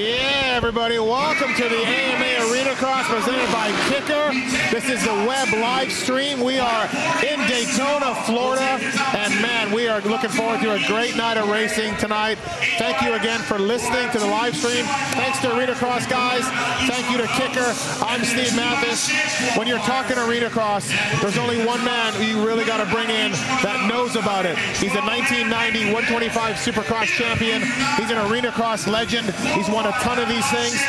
Yeah, everybody, welcome to the AMA Arena Cross presented by Kicker. This is the web live stream. We are in Daytona, Florida, and man, we are looking forward to a great night of racing tonight. Thank you again for listening to the live stream. Thanks to Arena Cross guys. Thank you to Kicker. I'm Steve Mathis. When you're talking Arena Cross, there's only one man who you really got to bring in that knows about it. He's a 1990 125 Supercross champion. He's an Arena Cross legend. He's won a ton of these things,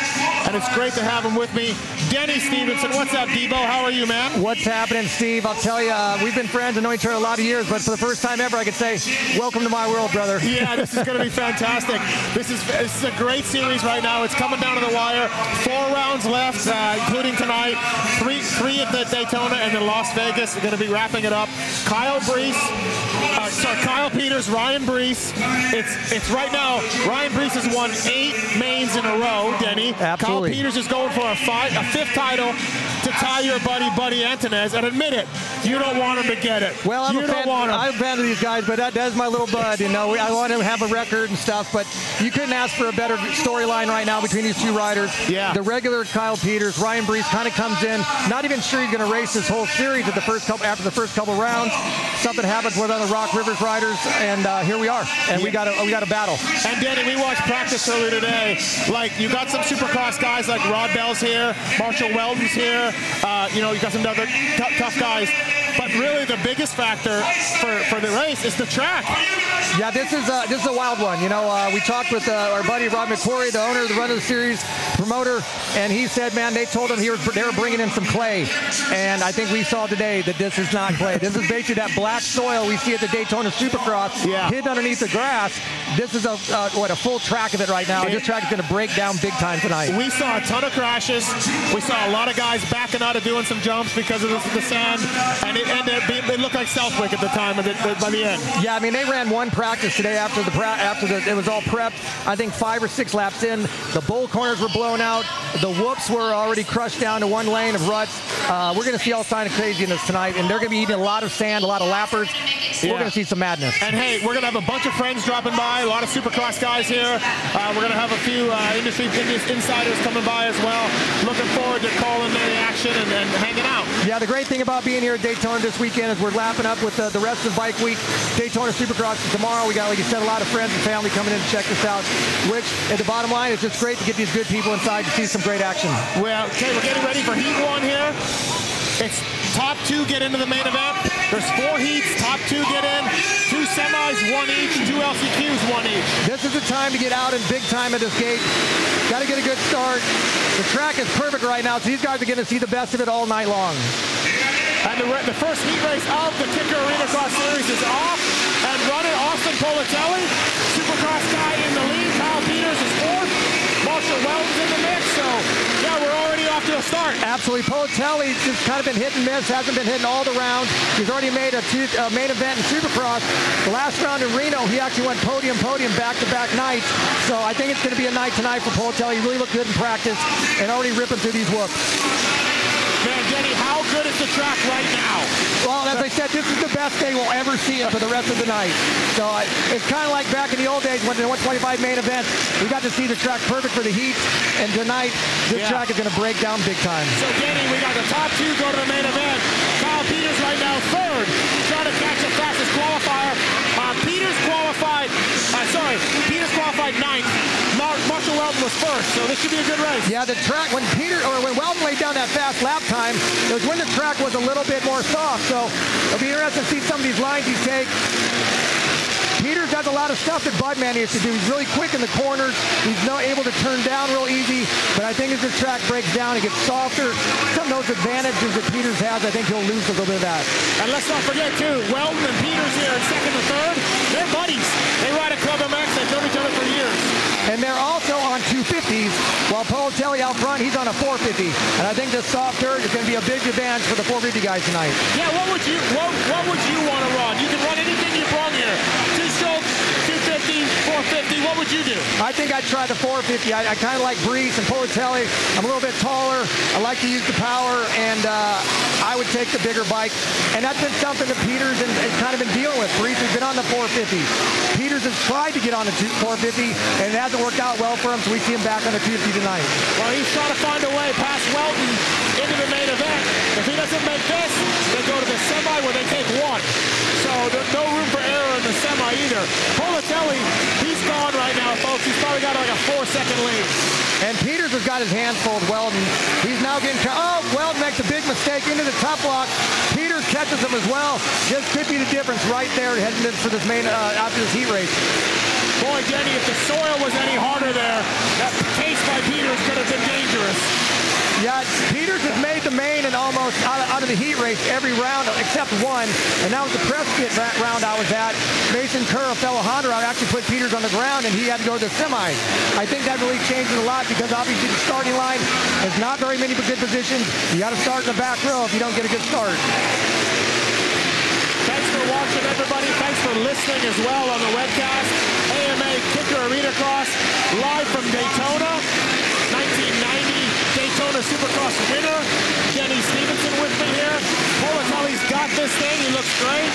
and it's great to have him with me. Denny Stevenson, what's up, Debo? How are you, man? What's happening, Steve? I'll tell you, uh, we've been friends and know each other a lot of years, but for the first time ever, I could say, welcome to my world, brother. Yeah, this is going to be fantastic. This is this is a great series right now. It's coming down to the wire. Four rounds left, uh, including tonight. Three three at the Daytona and then Las Vegas. We're going to be wrapping it up. Kyle Brees, uh, sorry, Kyle Peters, Ryan Brees. It's it's right now. Ryan Brees has won eight mains in a row. Denny. Absolutely. Kyle Peters is going for a five, a fifth title to tie your buddy Buddy Antonez. And admit it, you don't want him to get it. Well, I'm you a don't fan. want him. I'm a fan of these guys, but that, that's my little bud. You know, we, I want to have a record and stuff, but you couldn't ask for a better storyline right now between these two riders. Yeah. The regular Kyle Peters, Ryan Brees, kind of comes in, not even sure he's going to race this whole series at the first couple after the first couple rounds. Something happens with other Rock Rivers riders, and uh, here we are, and we got a we got a battle. And Danny, we watched practice earlier today. Like you got some supercross guys like Rod Bell's here, Marshall Weldon's here. Uh, you know, you got some other tou- tough guys. But really, the biggest factor for, for the race is the track. Yeah, this is a, this is a wild one. You know, uh, we talked with uh, our buddy Rob McQuarrie, the owner, the runner of the series, promoter, and he said, man, they told him he was, they were bringing in some clay, and I think we saw today that this is not clay. this is basically that black soil we see at the Daytona Supercross, Yeah. hidden underneath the grass. This is a uh, what a full track of it right now. this track is going to break down big time tonight. We saw a ton of crashes. We saw a lot of guys backing out of doing some jumps because of the, the sand, and it ended up being, it looked like Southwick at the time. Of it, by the end, Yeah, I mean they ran one practice today after the pra- after the, it was all prepped. I think five or six laps in, the bowl corners were blown out. The whoops were already crushed down to one lane of ruts. Uh, we're going to see all sign of craziness tonight, and they're going to be eating a lot of sand, a lot of lappers. Yeah. We're going to see some madness. And hey, we're gonna have a bunch of friends dropping by. A lot of Supercross guys here. Uh, we're gonna have a few uh, industry indus- insiders coming by as well. Looking forward to calling in the action and, and hanging out. Yeah, the great thing about being here at Daytona this weekend is we're lapping up with the, the rest of Bike Week. Daytona Supercross is tomorrow. We got, like you said, a lot of friends and family coming in to check us out. Which, at the bottom line, it's just great to get these good people inside to see some great action. Well, okay, we're getting ready for Heat One here. It's top two get into the main event. There's four heats. Top two get in. Two semis, one each. Two LCQs, one each. This is the time to get out and big time at this gate. Got to get a good start. The track is perfect right now, so these guys are going to see the best of it all night long. And the, re- the first heat race of the Kicker Arena Cross Series is off and running. Austin Politelli, Supercross guy in the lead. Kyle Peters is fourth. Marshall Weldon's in the mix. So, yeah, we're already off to a start. Absolutely. Politelli just kind of been hit and miss, hasn't been hitting all the rounds. He's already made a, two, a main event in Supercross. The last round in Reno, he actually went podium, podium, back-to-back nights. So I think it's going to be a night tonight for Politelli. He really looked good in practice and already ripping through these whoops. Man, Denny, how good is the track right now? Well, as I said, this is the best day we'll ever see it for the rest of the night. So I, it's kind of like back in the old days when the 125 main event, we got to see the track perfect for the heat. And tonight, this Yeah. track is going to break down big time. So, Denny, we got the top two go to the main event. Kyle Peters right now third, trying to catch the fastest qualifier. Uh, Peters qualified, uh, sorry, Peters qualified ninth. Mar- Marshall Weldon was first, so this should be a good race. Yeah, the track when Peter or when Weldon laid down that fast lap time, it was when the track was a little bit more soft. So it'll be interesting to see some of these lines he takes. Peter does a lot of stuff that Budman used to do. He's really quick in the corners. He's not able to turn down real easy. But I think as the track breaks down, it gets softer. Some of those advantages that Peters has, I think he'll lose a little bit of that. And let's not forget, too, Weldon and Peters here in second and third. They're buddies. They ride at Club MX. They've known each other for years. And they're also on 250s, while Paul Telly out front, he's on a 450. And I think the soft dirt is going to be a big advantage for the 450 guys tonight. Yeah, what would you what, what would you want to run? You can run anything you want here. Two strokes, 250, 450, what would you do? I think I'd try the 450. I, I kind of like Brees and Politelli. I'm a little bit taller. I like to use the power, and uh, I would take the bigger bike. And that's been something that Peters and, has kind of been dealing with. Brees has been on the 450. Peters has tried to get on the two- 450, and it hasn't worked out well for him, so we see him back on the 250 tonight. Well, he's trying to find a way past Welton into the main event. If he doesn't make this, they go to the semi where they take one. So there's no room for error in the semi either. Politelli, he's gone right now, folks. He's probably got like a four-second lead. And Peters has got his hands full with Weldon. He's now getting cut. Oh, Weldon makes a big mistake into the top block. Peters catches him as well. This could be the difference right there heading in for this main uh, after this heat race. Boy, Denny, if the soil was any harder there, that case by Peters could have been dangerous. Yeah, Peters has made the main and almost out of, out of the heat race every round except one, and that was the Prescott ra- round I was at. Mason Kerr, a fellow Honda, I actually put Peters on the ground, and he had to go to the semis. I think that really changes a lot because obviously the starting line is not very many good positions. You got to start in the back row if you don't get a good start. Thanks for watching, everybody. Thanks for listening as well on the webcast. AMA Kicker Arena Cross live from Daytona, 1990 Daytona Supercross winner. Jenny Stevenson with me here. Politelli's got this thing. He looks great.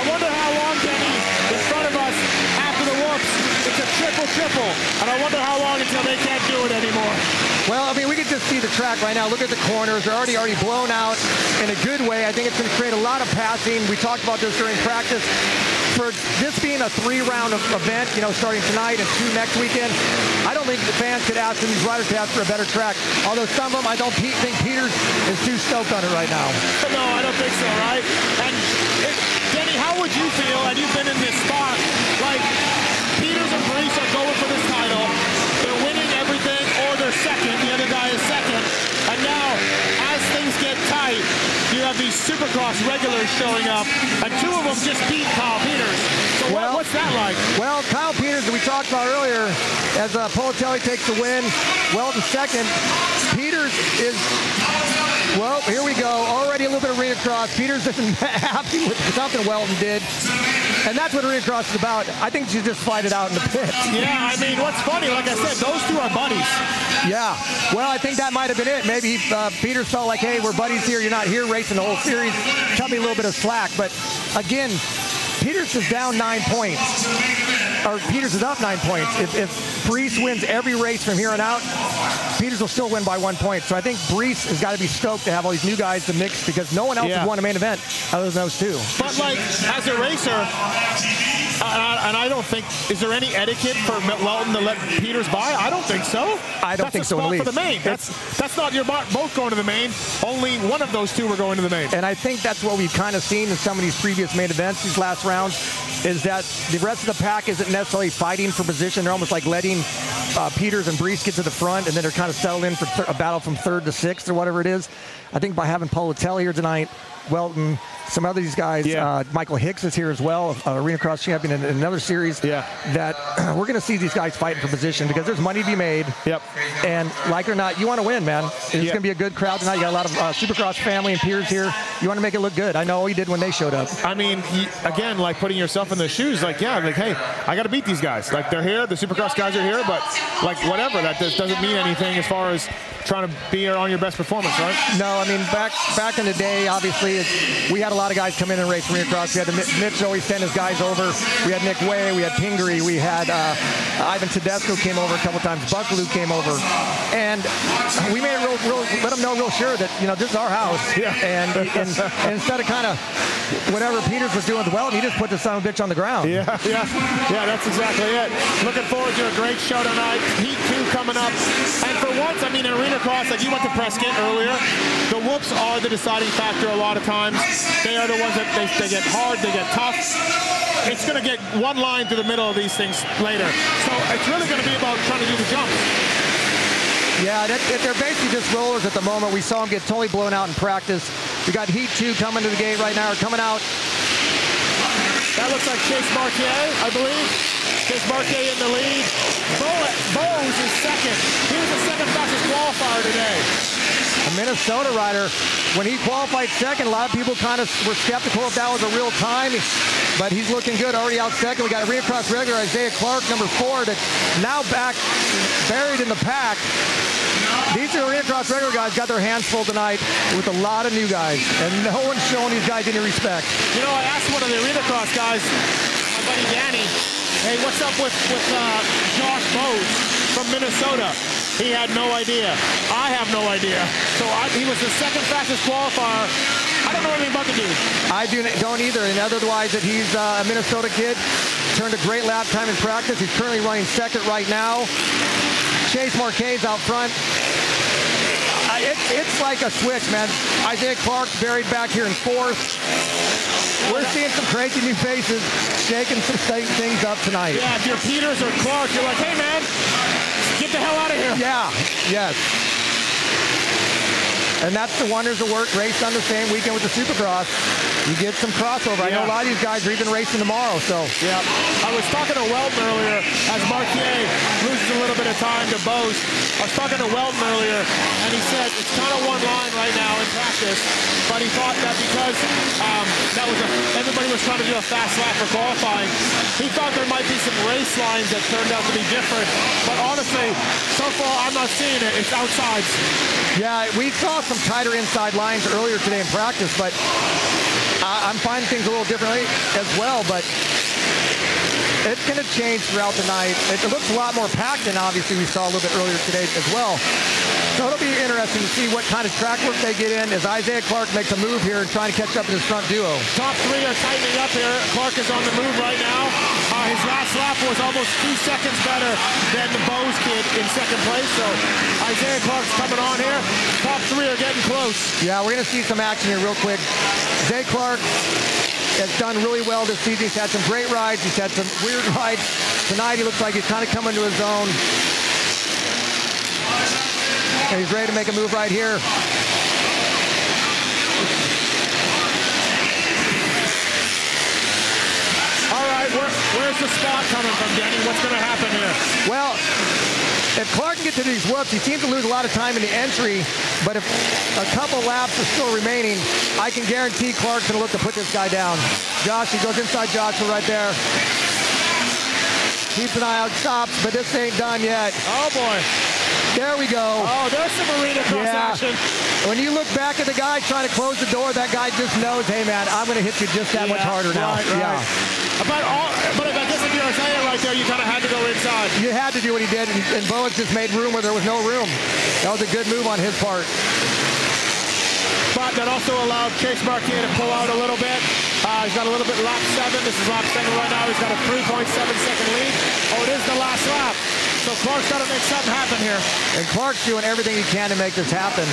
I wonder how long Jenny in front of us after the whoops. It's a triple triple, and I wonder how long until they can't do it anymore. Well, I mean, we can just see the track right now. Look at the corners. They're already already blown out in a good way. I think it's going to create a lot of passing. We talked about this during practice. For this being a three-round of- event, you know, starting tonight and two next weekend, I don't think the fans could ask and these riders to ask for a better track. Although some of them, I don't pe- think Peters is too stoked on it right now. No, I don't think so, right? And it, Denny, how would you feel? And you've been in this spot. Like Peters and Brees are going for this title. They're winning everything, or they're second. The other guy is second. And now, as things get tight, you have these Supercross regulars showing up, and two of them just beat Kyle Peters. So what- Well- what's that like? Well, Kyle Peters, that we talked about earlier, as uh, Politelli takes the win, Weldon second. Peters is, well, here we go. Already a little bit of arena cross. Peters isn't happy with something Weldon did. And that's what arena cross is about. I think you just fight it out in the pit. Yeah, I mean, what's funny? Like I said, those two are buddies. Yeah. Well, I think that might have been it. Maybe uh, Peters felt like, hey, we're buddies here. You're not here racing the whole series. Cut me a little bit of slack. But again, Peters is down nine points. Or Peters is up nine points. If, if Brees wins every race from here on out, Peters will still win by one point. So I think Brees has got to be stoked to have all these new guys to mix because no one else Yeah. has won a main event other than those two. But like as a racer, and I, and I don't think is there any etiquette for Melton to let Peters by? I don't think so. I don't that's think a so, Spot at for the least. main. That's that's not your bo- both going to the main. Only one of those two were going to the main. And I think that's what we've kind of seen in some of these previous main events, these last rounds, is that the rest of the pack isn't necessarily fighting for position. They're almost like letting uh, Peters and Brees get to the front, and then they're kind of settled in for thir- a battle from third to sixth or whatever it is. I think by having Politelli here tonight, Welton, some other these guys, Yeah. uh, Michael Hicks is here as well, uh, Arena Cross champion in, in another series, Yeah. that we're going to see these guys fighting for position because there's money to be made. Yep. And like it or not, you want to win, man. It's Yeah. going to be a good crowd tonight. You got a lot of uh, Supercross family and peers here. You want to make it look good. I know you did when they showed up. I mean, he, again, like putting yourself in the shoes, like, yeah, like, hey, I got to beat these guys. Like, they're here, the supercross guys are here, but, like, whatever. That just doesn't mean anything as far as trying to be on your best performance, right? No, I mean back back in the day, obviously it's, we had a lot of guys come in and race from here across. We had the, Mi- Mitch always send his guys over. We had Nick Way, we had Pingree, we had uh, Ivan Tedesco came over a couple times. Buckaloo came over, and we made it real, real let them know real sure that you know this is our house. Yeah. And, and, and instead of kind of whatever Peters was doing with Weldon, he just put the son of a bitch on the ground. Yeah, yeah, yeah, that's exactly it. Looking forward to a great show tonight. Heat 2 coming up. And for once, I mean, Arena Cross, like you went to Prescott earlier, the whoops are the deciding factor a lot of times. They are the ones that they, they get hard, they get tough. It's going to get one line through the middle of these things later. So it's really going to be about trying to do the jumps. Yeah, that, that- they're basically just rollers at the moment. We saw them get totally blown out in practice. We got Heat 2 coming to the gate right now, or coming out. That looks like Chase Marquier, I believe. Chase Marquier in the lead. Bo- Bowes is second. He was the second fastest qualifier today. A Minnesota rider, when he qualified second, a lot of people kind of were skeptical if that was a real time. But he's looking good, already out second. We got a reacross regular Isaiah Clark, number four, that's now back buried in the pack. These are reacross regular guys got their hands full tonight with a lot of new guys, and no one's showing these guys any respect. You know, I asked one of the arena cross guys, my buddy Danny, hey, what's up with, with uh, Josh Bowes from Minnesota? He had no idea. I have no idea. So I, he was the second fastest qualifier. I don't know anything about the dude. I do, don't either, and otherwise that he's uh, a Minnesota kid, turned a great lap time in practice. He's currently running second right now. Chase Marquez out front. I- It, it's like a switch, man. Isaiah Clark buried back here in fourth. We're seeing some crazy new faces shaking some th- things up tonight. Yeah, if you're Peters or Clark, you're like, hey, man, get the hell out of here. Yeah, yes. And that's the wonders of work raced on the same weekend with the Supercross. You get some crossover. I know Yeah. a lot of these guys are even racing tomorrow, so Yeah, I was talking to Welton earlier as Marquier loses a little bit of time to Bose. I was talking to Welton earlier, and he said it's kind of one line right now in practice, but he thought that because um, that was a, everybody was trying to do a fast lap for qualifying, he thought there might be some race lines that turned out to be different. But honestly, so far I'm not seeing it. It's outsides. yeah, we saw some tighter inside lines earlier today in practice, but I, I'm finding things a little differently as well. But it's going to change throughout the night. It, it looks a lot more packed than obviously we saw a little bit earlier today as well. So it'll be interesting to see what kind of track work they get in as Isaiah Clark makes a move here and trying to catch up with his front duo. Top three are tightening up here. Clark is on the move right now. Uh, his last lap was almost two seconds better than the Bose kid in second place. So Isaiah Clark's coming on here. Top three are getting close. Yeah, we're going to see some action here real quick. Zay Clark has done really well this season. He's had some great rides. He's had some weird rides. Tonight he looks like he's kind of coming to his own. And he's ready to make a move right here. All right, where, where's the spot coming from, Danny? What's going to happen here? Well, if Clark can get to these whoops, he seems to lose a lot of time in the entry, but if a couple laps are still remaining, I can guarantee Clark's going to look to put this guy down. Josh, he goes inside Joshua right there. Keeps an eye out, stops, but this ain't done yet. Oh, boy. There we go. Oh, there's some arena cross Yeah. action. When you look back at the guy trying to close the door, that guy just knows, hey man, I'm going to hit you just that much Yeah, harder now. Right, right. But, all, but I guess if you're Isaiah right there, you kind of had to go inside. You had to do what he did, and, and Boas just made room where there was no room. That was a good move on his part. spot that also allowed Chase Marquis to pull out a little bit. Uh, he's got a little bit lap seven. This is lap seven right now. He's got a 3.7 second lead. Oh, it is the last lap. So Clark's got to make something happen here. And Clark's doing everything he can to make this happen.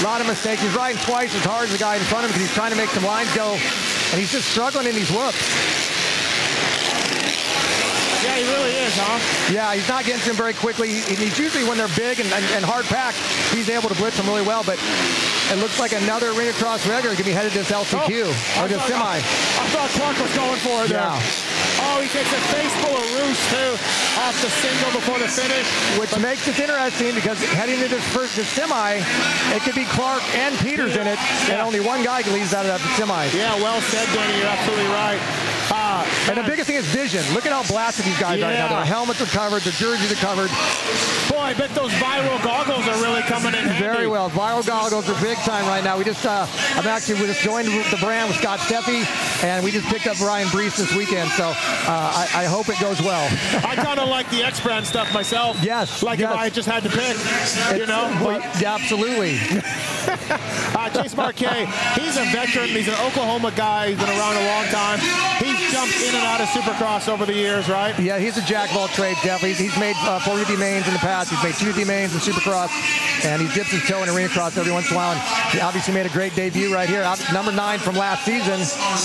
A lot of mistakes. He's riding twice as hard as the guy in front of him because he's trying to make some lines go, and he's just struggling in these whoops. Yeah, he really is, huh? Yeah, he's not getting to him very quickly. He- He's usually when they're big and, and, and hard packed, he's able to blitz them really well. But it looks like another arena cross regular could be headed to this LCQ Oh, I or this thought- semi. I, I thought Clark was going for it there. Yeah. Oh, he takes a face full of roost, too, off the single before the finish. Which makes it interesting because heading into this first this semi, it could be Clark and Peters in it, and Yeah. only one guy can leave out of that semi. Yeah, well said, Danny. You're absolutely right. Uh, And the biggest thing is vision. Look at how blasted these guys are right now. Yeah. Their helmets are covered, their jerseys are covered boy, I bet those viral goggles are really coming in handy. very well. Viral goggles are big time right now. We just, uh, I'm actually, we just joined the brand with Scott Steffi, and we just picked up Ryan Brees this weekend. So uh, I, I hope it goes well. I kind of like the X brand stuff myself. Yes, Like yes. if I just had to pick, you know. Well, But yeah, absolutely. uh, Chase Marquet, he's a veteran. He's an Oklahoma guy. He's been around a long time. He's jumped in and out of Supercross over the years, right? Yeah, he's a jack of all trades, definitely. He's, he's made uh, 450 mains in the past. He's made 250 mains in Supercross, and he dips his toe in arena cross every once in a while. And he obviously made a great debut right here. Ob- Number nine from last season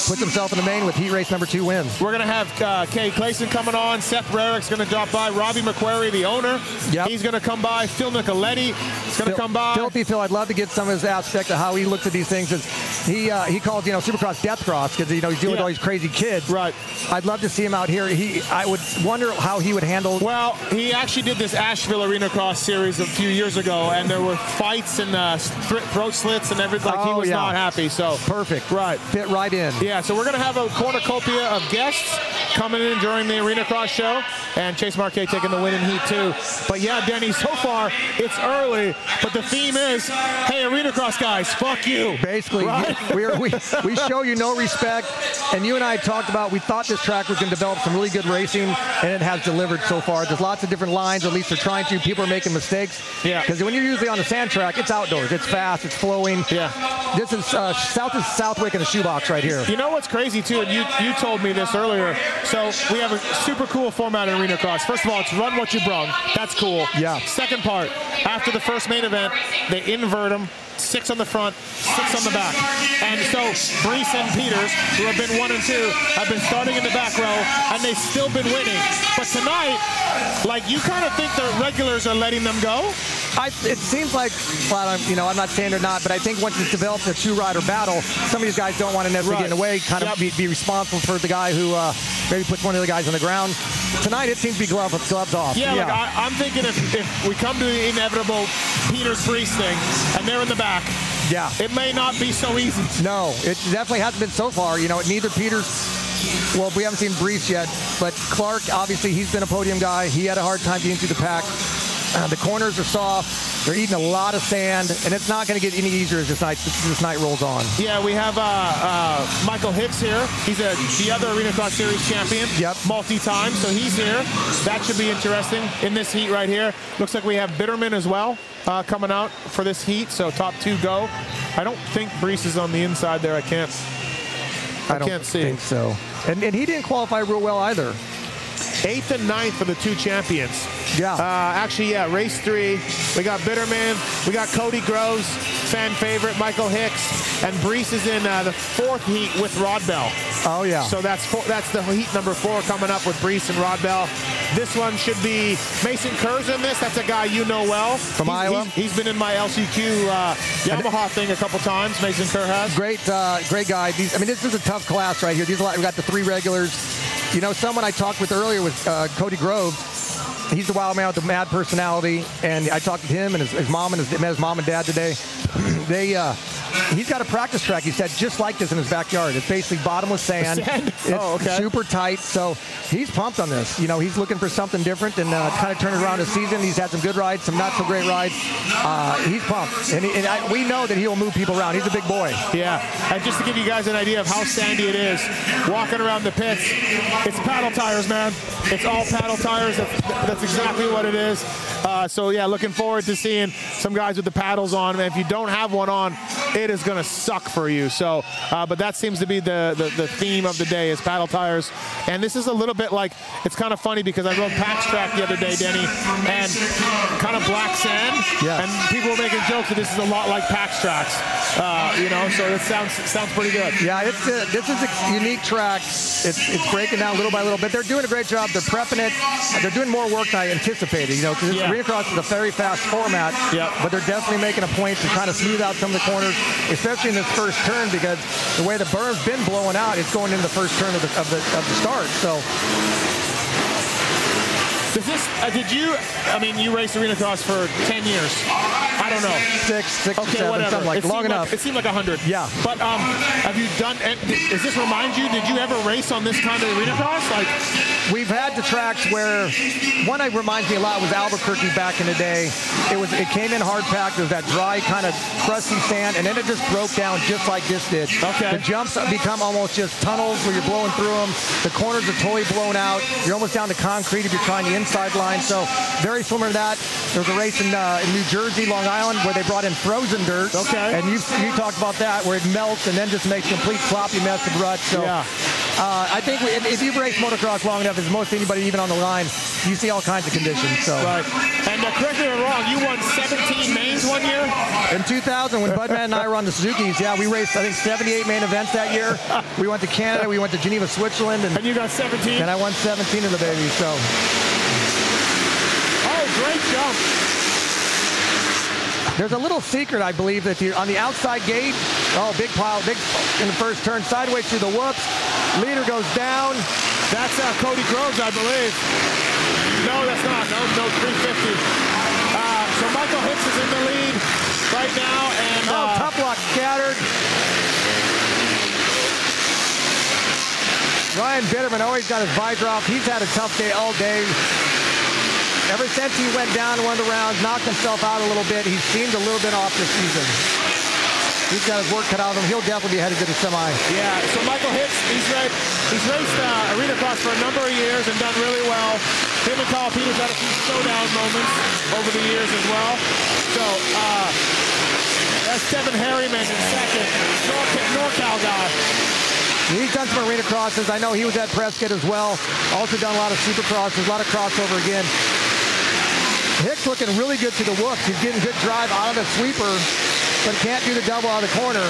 puts himself in the main with heat race number two wins. We're gonna have uh, Kay Clayson coming on. Seth Rarick's gonna drop by. Robbie McQuarrie, the owner, Yep. he's gonna come by. Phil Nicoletti is gonna Phil- come by. Filthy Phil, I'd love to get some of his aspect of how he looks at these things. Is He uh, he calls you know Supercross Death Cross because you know he's dealing with Yeah. all these crazy kids. Right. I'd love to see him out here. He I would wonder how he would handle. Well, he actually did this Asheville Arena Cross series a few years ago, and there were fights and uh, stri- throat slits and everything. Like, he Oh, was yeah. not happy. So Perfect. Right. Fit right in. Yeah, so we're going to have a cornucopia of guests coming in during the Arena Cross show, and Chase Marquet taking the win in Heat 2. But yeah, Denny, so far, it's early, but the theme is, hey, Arena Cross guys, fuck you. Basically, Right? we, are, we, we show you no respect. And you and I talked about we thought this track was going to develop some really good racing, and it has delivered so far. There's lots of different lines, at least they're trying to. People are making mistakes. Yeah. Because when you're usually on a sand track, it's outdoors, it's fast, it's flowing. Yeah. This is uh, south of Southwick in a shoebox right here. You know what's crazy too, and you you told me this earlier. So we have a super cool format in Arena Cross. First of all, it's run what you brung. That's cool. Yeah. Second part, after the first main event, they invert them. Six on the front, six on the back. And so Brees and Peters, who have been one and two, have been starting in the back row, and they've still been winning. But tonight, like you kind of think the regulars are letting them go. I, it seems like, well, I'm, you know, I'm not saying they're not, but I think once it's developed a two-rider battle, some of these guys don't want to necessarily Right. get in the way, kind Yep. of be, be responsible for the guy who uh, maybe puts one of the guys on the ground. Tonight, it seems to be glove, gloves off. Yeah, like I, I'm thinking if, if we come to the inevitable Peters Brees thing, and they're in the back, yeah. it may not be so easy. No, it definitely hasn't been so far. You know, neither Peters. Well, we haven't seen Brees yet, but Clark, obviously, he's been a podium guy. He had a hard time getting through the pack. Uh, the corners are soft. They're eating a lot of sand, and it's not going to get any easier as this night, as this night rolls on. Yeah, we have uh, uh, Michael Hicks here. He's a, the other Arena Cross Series champion, Yep. multi-time, so he's here. That should be interesting in this heat right here. Looks like we have Bitterman as well uh, coming out for this heat, so top two go. I don't think Brees is on the inside there. I can't. I, don't can't see. think so. And, and he didn't qualify real well either. Eighth and ninth for the two champions. Yeah. Uh, actually, yeah, race three. We got Bitterman. We got Cody Groves, fan favorite, Michael Hicks. And Brees is in uh, the fourth heat with Rod Bell. Oh yeah. So that's four, that's the heat number four coming up with Brees and Rod Bell. This one should be Mason Kerr's in this. That's a guy you know well from Iowa? he's been in my LCQ uh, Yamaha thing a couple times. Mason Kerr has. great, uh, great guy. These, I mean, this is a tough class right here. These are, like- we got the three regulars. You know, someone I talked with earlier was uh, Cody Groves. He's the wild man with the mad personality, and I talked to him and his, his mom and his, met his mom and dad today. they, uh, he's got a practice track. He said just like this in his backyard. It's basically bottomless sand. Sand? It's Oh, okay. super tight. So he's pumped on this. You know, he's looking for something different and uh, kind of turned around his season. He's had some good rides, some not so great rides. Uh, he's pumped, and, he, and I, we know that he'll move people around. He's a big boy. Yeah, and just to give you guys an idea of how sandy it is, walking around the pits, it's paddle tires, man. It's all paddle tires. That's, that's exactly what it is. Uh, so yeah, looking forward to seeing some guys with the paddles on. And if you don't have one on, it is gonna suck for you. So, uh, but that seems to be the, the the theme of the day is paddle tires. And this is a little bit like it's kind of funny because I rode Pax Track the other day, Denny, and kind of black sand. Yes. And people were making jokes that this is a lot like Pax tracks, uh, you know. So it sounds sounds pretty good. Yeah, it's uh, this is a unique track. It's it's breaking down little by little, but they're doing a great job. They're prepping it. They're doing more work than I anticipated. You know, because Yeah. arena cross is a very fast format. Yep. But they're definitely making a point to kind of smooth out some of the corners, especially in this first turn, because the way the berm's been blowing out, it's going into the first turn of the of the, of the start. So Does this? Uh, did you? I mean, you raced arena cross for ten years. I don't know. six, six, or Okay, seven, whatever. something like it long seemed enough. Like, it seemed like hundred. Yeah. But um, have you done? and th- Does this remind you? Did you ever race on this kind of arena cross? Like, We've had the tracks where one that reminds me a lot was Albuquerque back in the day. It was it came in hard packed. It was that dry kind of crusty sand, and then it just broke down just like this did. Okay. The jumps become almost just tunnels where you're blowing through them. The corners are totally blown out. You're almost down to concrete if you're trying the inside line. So very similar to that. There was a race in, uh, in New Jersey, Long Island, where they brought in frozen dirt. Okay. And you you talked about that where it melts and then just makes a complete floppy mess of rut. So. Yeah. Uh, I think we, if, if you've raced motocross long enough, as most anybody even on the line, you see all kinds of conditions. So right. And uh, correct me if I'm wrong. You won 17 mains one year. in 2000, when Budman and I were on the Suzuki's, yeah, we raced I think 78 main events that year. We went to Canada, we went to Geneva, Switzerland, and, And you got 17. and I won 17 of the babies. So Oh, great jump. There's a little secret, I believe, that you on the outside gate, oh, big pile, big in the first turn, sideways through the whoops. Leader goes down. That's uh, Cody Groves, I believe. No, that's not. No, no, 350. Uh, so Michael Hicks is in the lead right now, and Oh, uh, top block scattered. Ryan Bitterman always got his visor off. He's had a tough day all day. Ever since he went down one of the rounds, knocked himself out a little bit, he seemed a little bit off this season. He's got his work cut out of him. He'll definitely be headed to the semi. Yeah, so Michael Hicks, he's, ra- he's raced uh, arena cross for a number of years and done really well. Him and Kyle Peters had a few showdown moments over the years as well. So uh, that's Devin Harriman in second, NorCal, NorCal guy. He's done some arena crosses. I know he was at Prescott as well. Also done a lot of super crosses, a lot of crossover again. Hicks looking really good to the whoops. He's getting good drive out of the sweeper, but can't do the double out of the corner.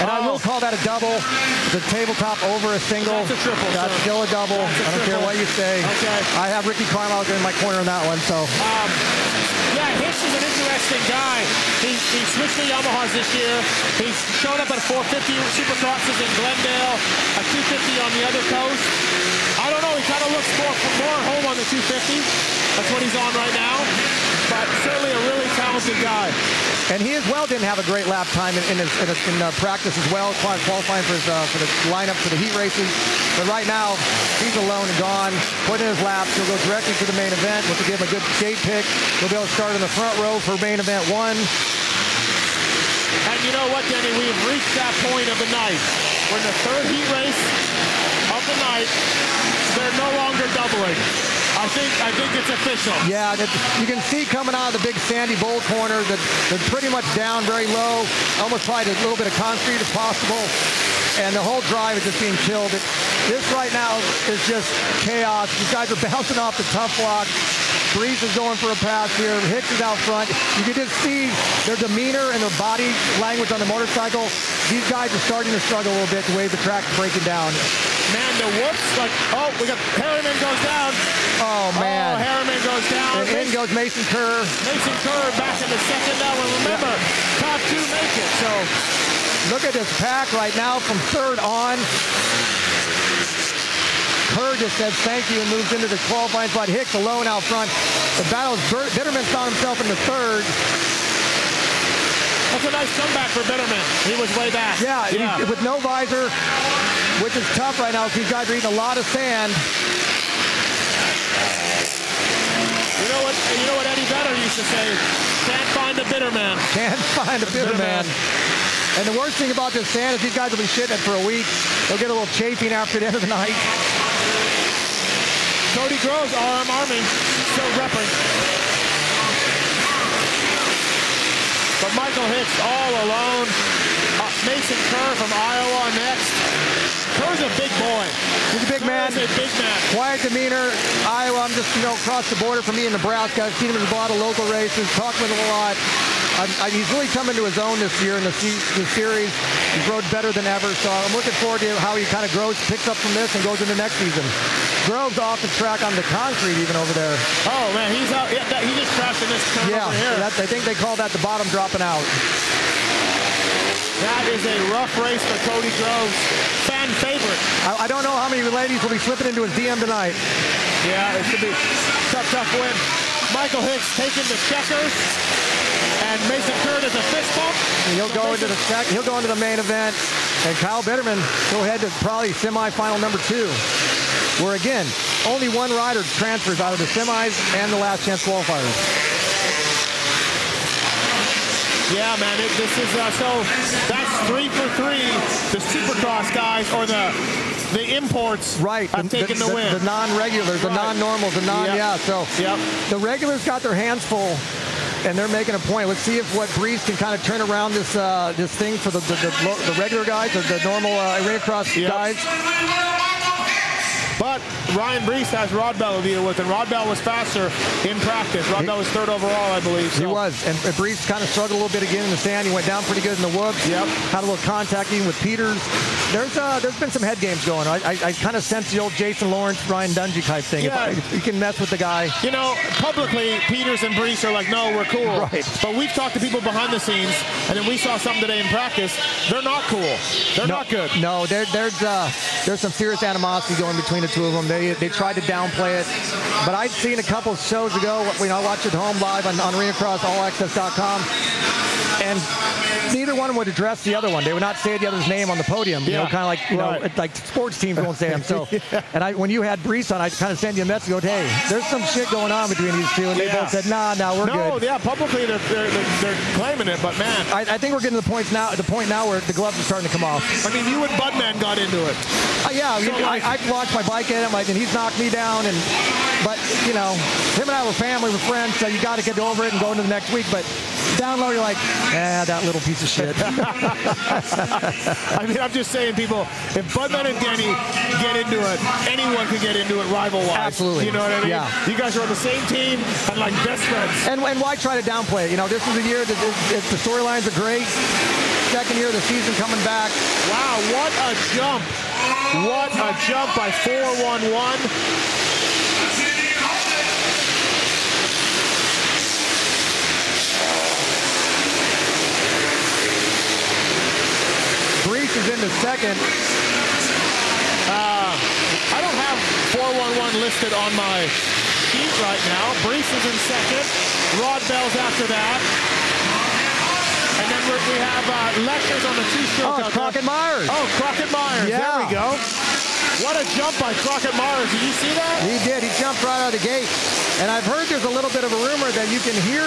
And I will call that a double. The tabletop over a single. Oh. That's a triple, That's sir. still a double. I I That's a don't care triple. what you say. Okay. Um, I have Ricky Carlisle in my corner on that one. So Yeah, Hicks is an interesting guy. He, he switched to Yamahas this year. He's shown up at 450 Supercrosses in Glendale, a 250 on the other coast. I don't know. He kind of looks more, more at home on the 250. That's what he's on right now. But certainly a really talented guy. And he as well didn't have a great lap time in, in, his, in, his, in uh, practice as well, qual- qualifying for, his, uh, for the lineup for the heat races. But right now, he's alone and gone. Put in his laps. He'll go directly to the main event, which will give him a good gate pick. He'll be able to start in the front row for main event one. And you know what, Denny? We've reached that point of the night. We're in the third heat race of the night. They're no longer doubling. I think I think it's official. Yeah, that, you can see coming out of the big sandy bowl corner that they're pretty much down very low, almost tried a little bit of concrete as possible, and the whole drive is just being killed. It, this right now is just chaos. These guys are bouncing off the tough block. Breeze is going for a pass here. Hicks is out front. You can just see their demeanor and their body language on the motorcycle. These guys are starting to struggle a little bit the way the track's breaking down. Man, the whoops, like, oh, we got Harriman goes down. Oh, Oh, man. Harriman goes and down. in goes Mason Kerr. Mason Kerr back in the second now. And remember, top two make it. So Look at this pack right now from third on. Kerr just says thank you and moves into the qualifying spot. Hicks alone out front. The battle is Bir- Bitterman found himself in the third. that's a nice comeback for Bitterman. He was way back. Yeah, and yeah. he's- with no visor, which is tough right now because these guys are eating a lot of sand. You know what? You know what Eddie Vedder used to say? Can't find the Bitterman. Can't find a Bitterman. And the worst thing about this sand is these guys will be shitting it for a week. They'll get a little chafing after the end of the night. Cody Groves, RM Army, still repping. But Michael Hicks all alone. Uh, Mason Kerr from Iowa next. Kerr's a big boy. He's a big man. Kerr's a big man. Quiet demeanor, Iowa. I'm just, you know, across the border from me in Nebraska. I've seen him in a lot of local races, talked with him a lot. I, I, he's really come into his own this year in the, se- the series. He's rode better than ever, so I'm looking forward to how he kind of grows, picks up from this, and goes into next season. Groves off the track on the concrete even over there. Oh man, he's out. Yeah, that, he just crashed in this turn Yeah, over here. that's, I think they call that the bottom dropping out. that is a rough race for Cody Groves, fan favorite. I, I don't know how many ladies will be slipping into his DM tonight. Yeah, it should be tough, tough win. Michael Hicks taking the checkers, and Mason Kerr does a fist bump. He'll So go into Mason- the sec- he'll go into the main event, and Kyle Bitterman will head to probably semifinal number two, where again only one rider transfers out of the semis and the last chance qualifiers. Yeah, man, it, this is uh, so. That's three for three. The Supercross guys or the the imports. Right, have taken the, win. the non-regulars, the Right. non-normals, the non Yep. yeah. So Yep. the regulars got their hands full. And they're making a point. Let's see if what Breeze can kind of turn around this uh, this thing for the the, the, lo- the regular guys, the, the normal uh, arena cross Yep. guys. But Ryan Brees has Rod Bell to deal with, and Rod Bell was faster in practice. Rod He- Bell was third overall, I believe. He so- was, and and Brees kind of struggled a little bit again in the sand. He went down pretty good in the whoops. Yep. Had a little contact even with Peters. There's uh, there's been some head games going. on. I, I, I kind of sense the old Jason Lawrence, Ryan Dungey type thing. If Yeah. I- you can mess with the guy. You know, publicly, Peters and Brees are like, no, we're cool. Right. But we've talked to people behind the scenes, and then we saw something today in practice. They're not cool. They're no, not good. No, there, there's uh, there's some serious animosity going between the two of them. They they tried to downplay it, but I'd seen a couple shows ago. You know, I watched it home live on, on ArenaCrossAllAccess.com, and neither one would address the other one. They would not say the other's name on the podium. You know, Yeah, kind of like you right. know, it's like sports teams won't say them. So, and I when you had Brees on, I kind of sent you a message. Go, hey, there's some shit going on between these two, and they Yeah. both said, nah, nah, we're no, good. yeah, publicly they're, they're, they're, they're claiming it, but man, I, I think we're getting to the point now. The point now where the gloves are starting to come off. I mean, you and Budman got into it. Uh, yeah, you- I, I've launched my bike at him, like, and he's knocked me down. And but you know, him and I were family, we're friends, so you got to get over it and go into the next week. But down low, you're like, ah, that little piece of shit. I mean, I'm just saying, people, if Budman and Denny get into it, anyone can get into it rival-wise. Absolutely. You know what I mean? Yeah. You guys are on the same team and like best friends. and, and why try to downplay it? You know, this is a year that it, it, the storylines are great. Second year of the season coming back. Wow, what a jump. What a jump by 4-1-1. Brees is into second. Uh, I don't have 4-1-1 listed on my sheet right now. Brees is in second. Rod Bell's after that. And then we're, we have uh, lectures on the two-stroke. Oh, it's out there. Crockett Myers. Oh, Crockett Myers. There Yeah. we go. What a jump by Crockett Myers. Did you see that? He did. He jumped right out of the gate. And I've heard there's a little bit of a rumor that you can hear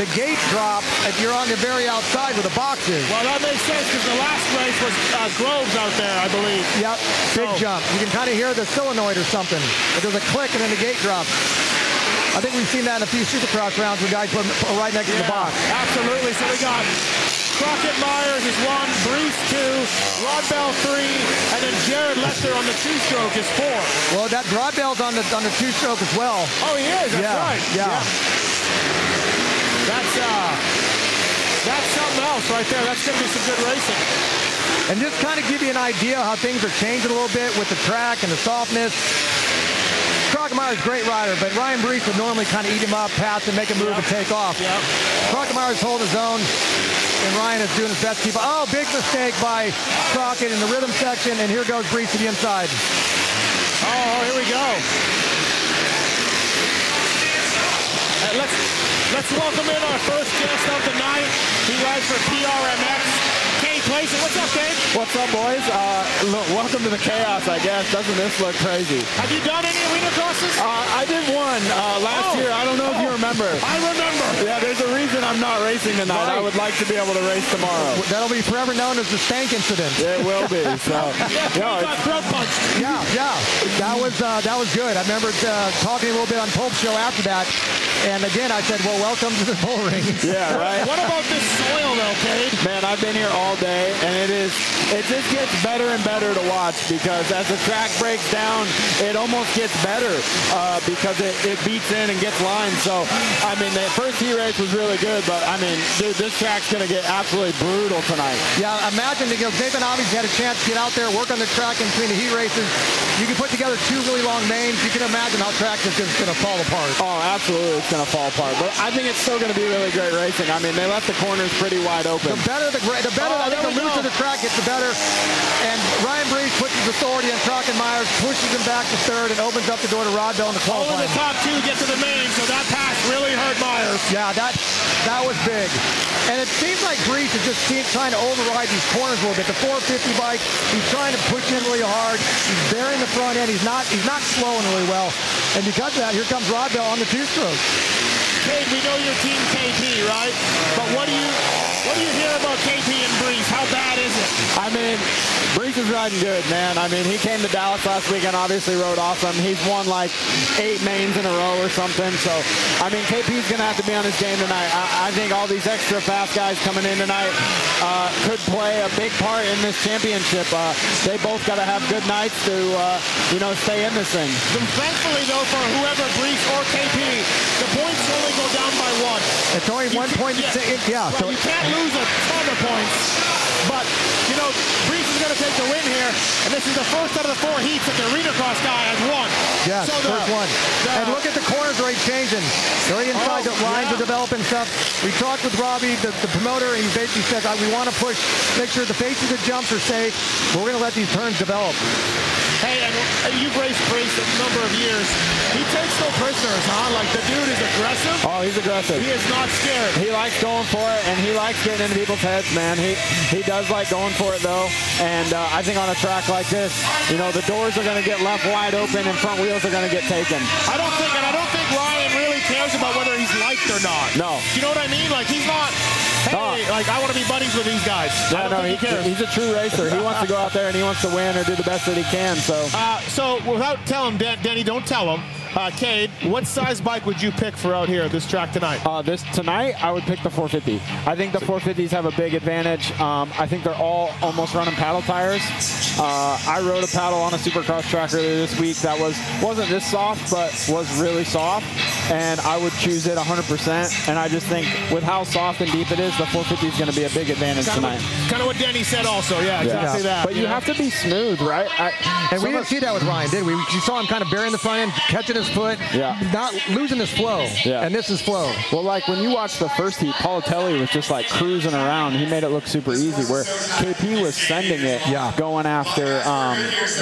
the gate drop if you're on the very outside where the box is. Well, that makes sense because the last race was uh, Groves out there, I believe. Yep, big So- jump. You can kind of hear the solenoid or something. But there's a click and then the gate drops. I think we've seen that in a few supercross rounds when guys put put right next to the box. Absolutely. So we got Crockett Myers is one, Bruce two, Rod Bell three, and then Jared Lester on the two-stroke is four. Well, that rod bell's on the on the two-stroke as well. Oh, he is. That's Yeah, right. yeah. That's uh, that's something else right there. That's gonna be some good racing. And just kind of give you an idea how things are changing a little bit with the track and the softness. Crockemeyer is a great rider, but Ryan Brees would normally kind of eat him up, pass and make a move and take off. Yep. Crockemeyer is holding his own, and Ryan is doing his best to keep. Oh, big mistake by Crockett in the rhythm section, and here goes Brees to the inside. Oh, here we go. Uh, let's let's welcome in our first guest of the night. He rides for PRMX. Kate Clayson, what's up, Kate? What's up, boys? Uh, look, welcome to the chaos, I guess. Doesn't this look crazy? Have you done any arena crosses? Uh, I did one uh, last Oh. year. I don't know if you remember. I remember. Yeah, there's a reason I'm not racing tonight. I Right. would like to be able to race tomorrow. That'll be forever known as the stank incident. It will be. So, Yeah, no, got throat punched. Yeah, yeah, that was uh, that was good. I remember uh, talking a little bit on Pulp Show after that, and again I said, "Well, welcome to the bull ring." it's- yeah, right. What about this soil, though, Cade? Man, I've been here all day, and it is it just gets better and better to watch because as the track breaks down, it almost gets better uh, because it, it beats in and gets lined. So, I mean, the first heat race was really good, but I mean, dude, this track's gonna get absolutely brutal tonight. Yeah, imagine that, you know, Nathan obviously had a chance to get out there, work on the track in between the heat races. You can put together two really long mains. You can imagine how track is just going to fall apart. Oh, absolutely, it's gonna fall apart. But I think it's still gonna be really great racing. I mean, they left the corners pretty wide open. The better the gra- the better Oh, I think there the we looser go. the track gets, the better. And Ryan Breeze puts his authority on Crockett Myers, pushes him back to third, and opens up the door to Rod Bell in the Only the qualifying. top two get to the main, so that pass really hurt Myers. Yeah, that that was big. And it seems like Brees is just seem- trying to override these corners a little bit. The 450 bike, he's trying to push in really hard. He's bearing the front end. He's not he's not slowing really well. And because of that, here comes Rod Bell on the two-stroke. Cade, we know you're Team KP, right? But what do you What do you hear about KP and Breeze? How bad is it? I mean, Brees is riding good, man. I mean, he came to Dallas last weekend, obviously rode awesome. He's won like eight mains in a row or something. So, I mean, KP's going to have to be on his game tonight. I, I think all these extra fast guys coming in tonight uh, could play a big part in this championship. Uh, they both got to have good nights to, uh, you know, stay in this thing. Thankfully, though, for whoever Breeze or KP, the points only go down by one. It's only one point. yeah. to take- yeah Right, so you can't lose a ton of points, but you know Brees is going to take the win here, and this is the first out of the four heats that the Arena Cross guy has won. Yes, so the, first one. the- and look at the corners right changing. They're right inside, Oh, the lines yeah. are developing stuff. We talked with Robbie, the, the promoter, and he basically said, "Uh, we want to push, make sure the faces of jumps are safe. We're going to let these turns develop. Hey, and, and you've raced Brees a number of years. He takes no prisoners, huh? Like the dude is aggressive. Oh, he's aggressive. He is not scared. He likes going for it, and he likes getting into people's heads, man. He he does like going for it though, and uh, I think on a track like this, you know, the doors are going to get left wide open, and front wheels are going to get taken. I don't think, and I don't think Ryan really cares about whether he's liked or not. No. You know what I mean? Like he's not. Hey, No. like I want to be buddies with these guys. I Yeah, don't no, think he cares. he's a true racer. He wants to go out there and he wants to win or do the best that he can. So Uh, so without telling Dan, Denny, don't tell him. Uh, Cade, what size bike would you pick for out here at this track tonight? uh, this tonight, I would pick the 450. I think the 450s have a big advantage. Um, I think they're all almost running paddle tires. Uh, I rode a paddle on a supercross track earlier this week that was wasn't this soft, but was really soft, and I would choose it 100%. And I just think with how soft and deep it is, the 450 is going to be a big advantage tonight. Kind of what Denny said, also. Yeah, exactly that. But you have to be smooth, right? I, And we some didn't of- see that with Ryan, did we? You saw him kind of burying the front end, catching his foot, Yeah. not losing his flow. Yeah. And this is flow. Well, like when you watch the first heat, Politelli was just like cruising around. He made it look super easy. Where KP was sending it, Yeah. going after um,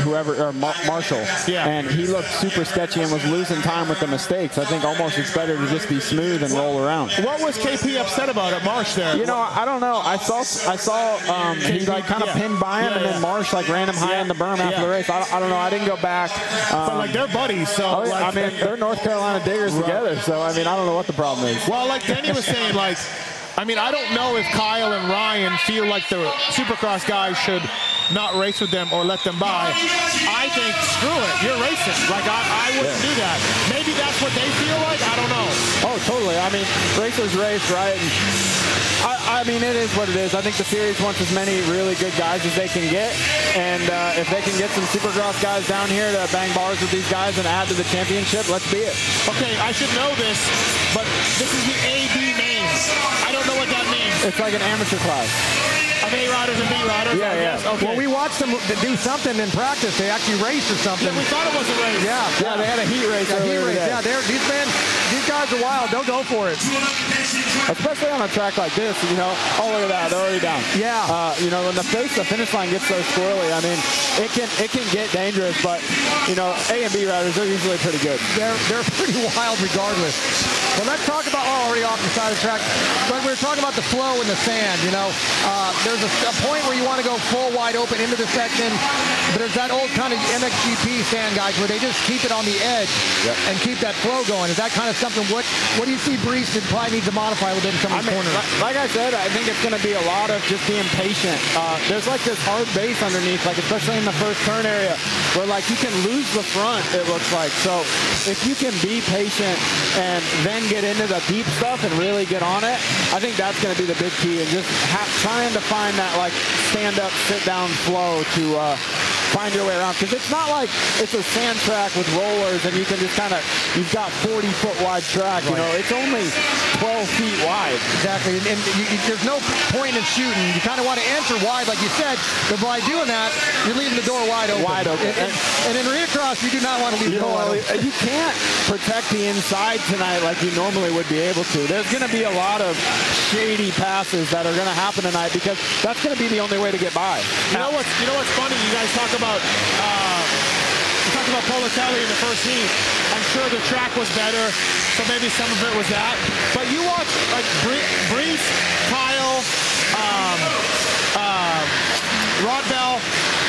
whoever or Mar- Marshall, Yeah. and he looked super sketchy and was losing time with the mistakes. I think almost it's better to just be smooth and roll around. What was KP upset about at Marsh there? You know, I don't know. I saw I saw um, he like kind of Yeah. pinned by him, Yeah, and yeah. then Marsh like ran him high Yeah. in the berm after Yeah. the race. I don't, I don't know. I didn't go back. but Um, like they're buddies, so oh, yeah, I like, mean, they're North Carolina Diggers together, so I mean, I don't know what the problem is. well, like Denny was saying, like, I mean, I don't know if Kyle and Ryan feel like the Supercross guys should not race with them or let them by. I think screw it, you're racing. Like I, I wouldn't do that. Maybe that's what they feel like. I don't know. Oh, totally. I mean, racers race, right? And I, I mean, it is what it is. I think the series wants as many really good guys as they can get, and uh, if they can get some Supercross guys down here to bang bars with these guys and add to the championship, let's be it. Okay, I should know this, but this is the A B names. I don't know what that means. It's like an amateur class. Of A riders and B riders. Yeah, I yeah. guess. Okay. Well, we watched them do something in practice. They actually raced or something. yeah, we thought it was a race. Yeah, Yeah, they had a heat race Yeah, he earlier raised- today. yeah, they're, these men, these guys are wild. They'll go for it. Especially on a track like this, you know. Oh, look at that. They're already down. Yeah. Uh, you know, when the face, the finish line gets so squirrely, I mean, it can it can get dangerous, but, you know, A and B riders, they're usually pretty good. They're they're pretty wild regardless. But let's talk about oh, already off the side of the track. But we were talking about the flow in the sand. You know, uh, there's a, a point where you want to go full wide open into the section, but there's that old kind of MXGP sand guys where they just keep it on the edge and keep that flow going. Is that kind of something? What what do you see? Brees that probably needs to modify within some I of these mean, corners. li- like I said, I think it's going to be a lot of just being patient. Uh, there's like this hard base underneath, like especially in the first turn area, where like you can lose the front. It looks like so. If you can be patient and then get into the deep stuff and really get on it, I think that's going to be the big key. And just ha- trying to find that like stand up, sit down flow to. Uh, Find your way around because it's not like it's a sand track with rollers and you can just kind of you've got 40 foot wide track. You know, it's only 12 feet wide. Exactly, and, and you, you, there's no point in shooting. You kind of want to enter wide, like you said, but by doing that, you're leaving the door wide open. Wide open. And, and, and in rear cross, you do not want to leave the You, door wide know, uh, open. you can't protect the inside tonight like you normally would be able to. There's going to be a lot of shady passes that are going to happen tonight because that's going to be the only way to get by. You know what's you know what's funny? You guys talk about uh, you talked about Politelli in the first heat. I'm sure the track was better, so maybe some of it was that. But you watch like Bre- Brees, Kyle, um, um, Rod Bell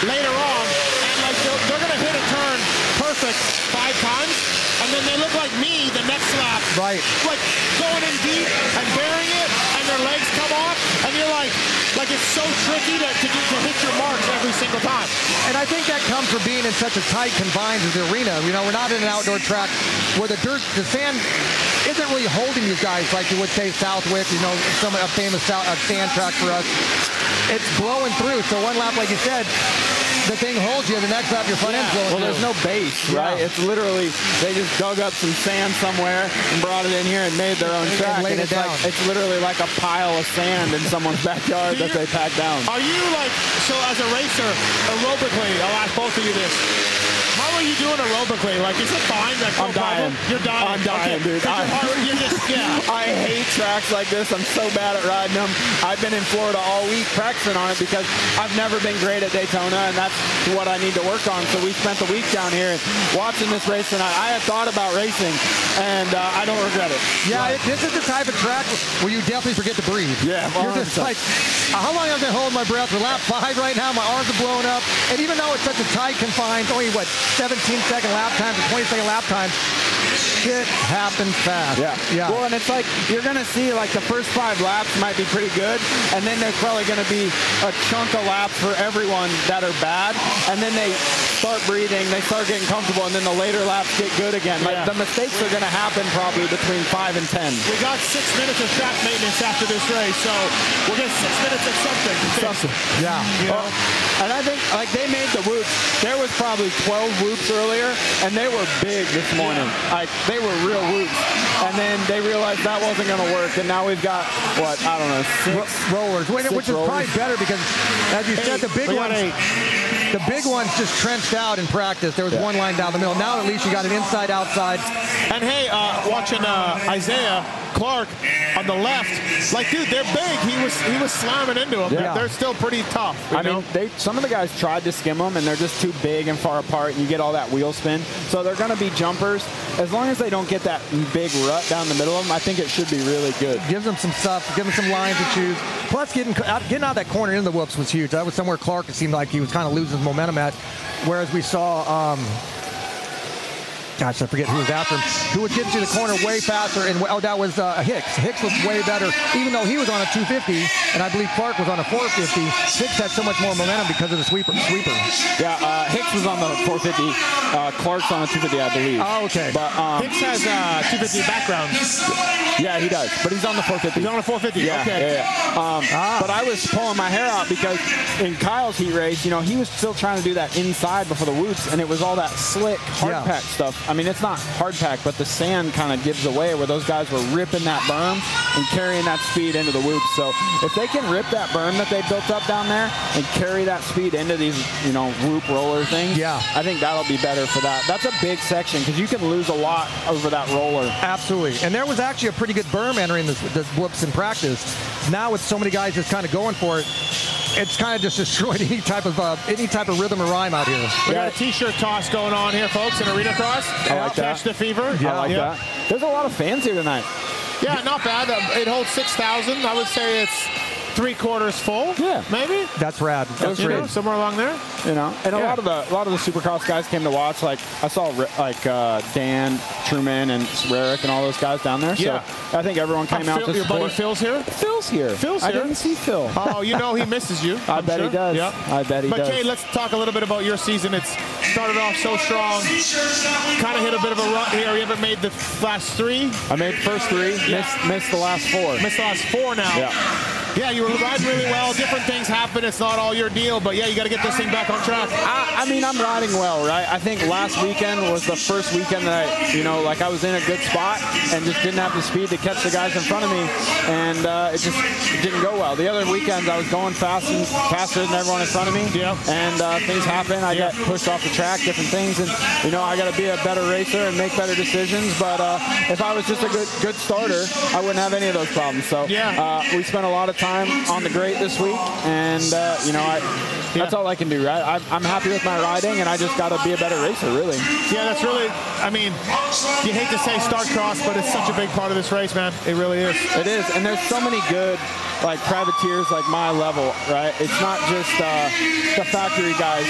later on, and like they're, they're gonna hit a turn perfect five times, and then they look like me the next lap. Right. Like going in deep and burying it, and their legs come on, off, and you're like, like it's so tricky to, to, get- to hit your marks every single time. And I think that comes from being in such a tight confines of the arena. You know, we're not in an outdoor track where the dirt, the sand isn't really holding you guys like you would say Southwick, you know, some a famous sou- a sand track for us. It's blowing through. So one lap, like you said, the thing holds you. The next lap, your front end's blowing Well, there's through. no base, right? Yeah. It's literally they just dug up some sand somewhere and brought it in here and made their own And track. laid And it it's down. like it's literally like a pile of sand in someone's backyard Do that you- they packed down. Are you like, so as a racer, aerobically, I'll ask both of you this. How are you doing aerobically? Like, is it fine? Like, no I'm problem? dying. You're dying. I'm dying, Okay. dude. 'Cause your I- heart- you're just, yeah. I hate tracks like this. I'm so bad at riding them. I've been in Florida all week practicing on it because I've never been great at Daytona, and that's what I need to work on. So we spent the week down here watching this race tonight. I had thought about racing, and uh, I don't regret it. Yeah, it, this is the type of track where you definitely forget to breathe. Yeah, my you're just arms are- like, uh, how long have I been holding my breath? We're lap five right now. My arms are blown up, and even though it's such a tight confines, only what 17 second lap times or 20 second lap times, shit happens fast. Yeah. yeah. Well, and it's like you're gonna see like the first five laps might be pretty good, and then there's probably gonna be a chunk of laps for everyone that are bad, and then they start breathing, they start getting comfortable, and then the later laps get good again. Like Yeah. the mistakes are gonna happen probably between five and ten. We got six minutes of track maintenance after this race, so we'll get six minutes of something. to fix. yeah. Oh, and I think like they made the whoops. There was probably 12 whoops earlier, and they were big this morning. Like they were real whoops. And then they realized that wasn't going to work, and now we've got what I don't know Ro- six. rollers, which Six which is probably rollers. better because, as you said, the big We got ones, the big ones just trenched out in practice. There was one line down the middle. Now at least you got an inside outside. And hey, uh, watching uh, Isaiah Clark on the left, like dude, they're big. He was he was slamming into them. Yeah. They're still pretty tough. You I know? mean, they, some of the guys tried to skim them, and they're just too big and far apart, and you get all that wheel spin. So they're going to be jumpers. As long as they don't get that big rut down the middle of them, I think it should be really good. gives them some stuff, gives them some lines to choose. Plus, getting out, getting out of that corner into the whoops was huge. That was somewhere Clark it seemed like he was kind of losing his momentum at. Whereas we saw, um, gosh, I forget who was after him, who was getting through the corner way faster. And oh, that was uh, Hicks. Hicks was way better, even though he was on a 250, and I believe Clark was on a 450. Hicks had so much more momentum because of the sweeper. Sweeper. Yeah, uh, Hicks was on the 450. Uh, Clark's on the 250, I believe. Oh, okay. But um, Hicks has uh, 250 background. yeah, he does. But he's on the 450. He's on a 450. Yeah, okay. yeah, yeah. Um, But I was pulling my hair out because in Kyle's heat race, you know, he was still trying to do that inside before the whoops, and it was all that slick hard Yeah. pack stuff. I mean, it's not hard pack, but the sand kind of gives away where those guys were ripping that berm and carrying that speed into the whoops. So if they can rip that berm that they built up down there and carry that speed into these, you know, whoop roller things, Yeah. I think that'll be better for that. That's a big section because you can lose a lot over that roller. Absolutely. And there was actually a pretty good berm entering the, the whoops in practice. Now with so many guys just kind of going for it, it's kind of just destroyed any type of uh, any type of rhythm or rhyme out here. We Yeah. got a t-shirt toss going on here, folks, in arena cross. I like that. Catch the fever. I like yeah. that. There's a lot of fans here tonight. Yeah, not bad. Uh, It holds 6,000. I would say it's three quarters full. Yeah. maybe. That's rad. That's You know, rad. somewhere along there. you know. And a Yeah. lot of the a lot of the Supercross guys came to watch. Like I saw Ri- like uh, Dan Truman and Rarick and all those guys down there. Yeah. So I think everyone came Uh, out Phil- to your buddy support. Phil's here. Phil's here. Phil's I here. didn't see Phil. Oh, you know he misses you. I I'm bet he sure. does. Yep. I bet he But does. Jay, let's talk a little bit about your season. It's started off so strong, kind of hit a bit of a rut here. You haven't made the last three, I made the first three, missed missed the last four. missed the last four now. Yeah. Yeah, you were riding really well. Different things happen. It's not all your deal, but yeah, you got to get this thing back on track. I, I mean, I'm riding well, right? I think last weekend was the first weekend that I, you know, like I was in a good spot and just didn't have the speed to catch the guys in front of me, and uh, it just it didn't go well. The other weekends I was going fast and faster than everyone in front of me, Yeah. and uh, things happen. I got pushed off the track, different things, and you know, I got to be a better racer and make better decisions. But uh, if I was just a good good starter, I wouldn't have any of those problems. So Yeah. uh, we spent a lot of time on the great this week, and uh, you know, I, that's all I can do. Right? I'm, I'm happy with my riding, and I just got to be a better racer, really. Yeah, that's really, I mean, you hate to say start cross, but it's such a big part of this race, man. It really is. It is, and there's so many good like privateers like my level, right? It's not just uh, the factory guys.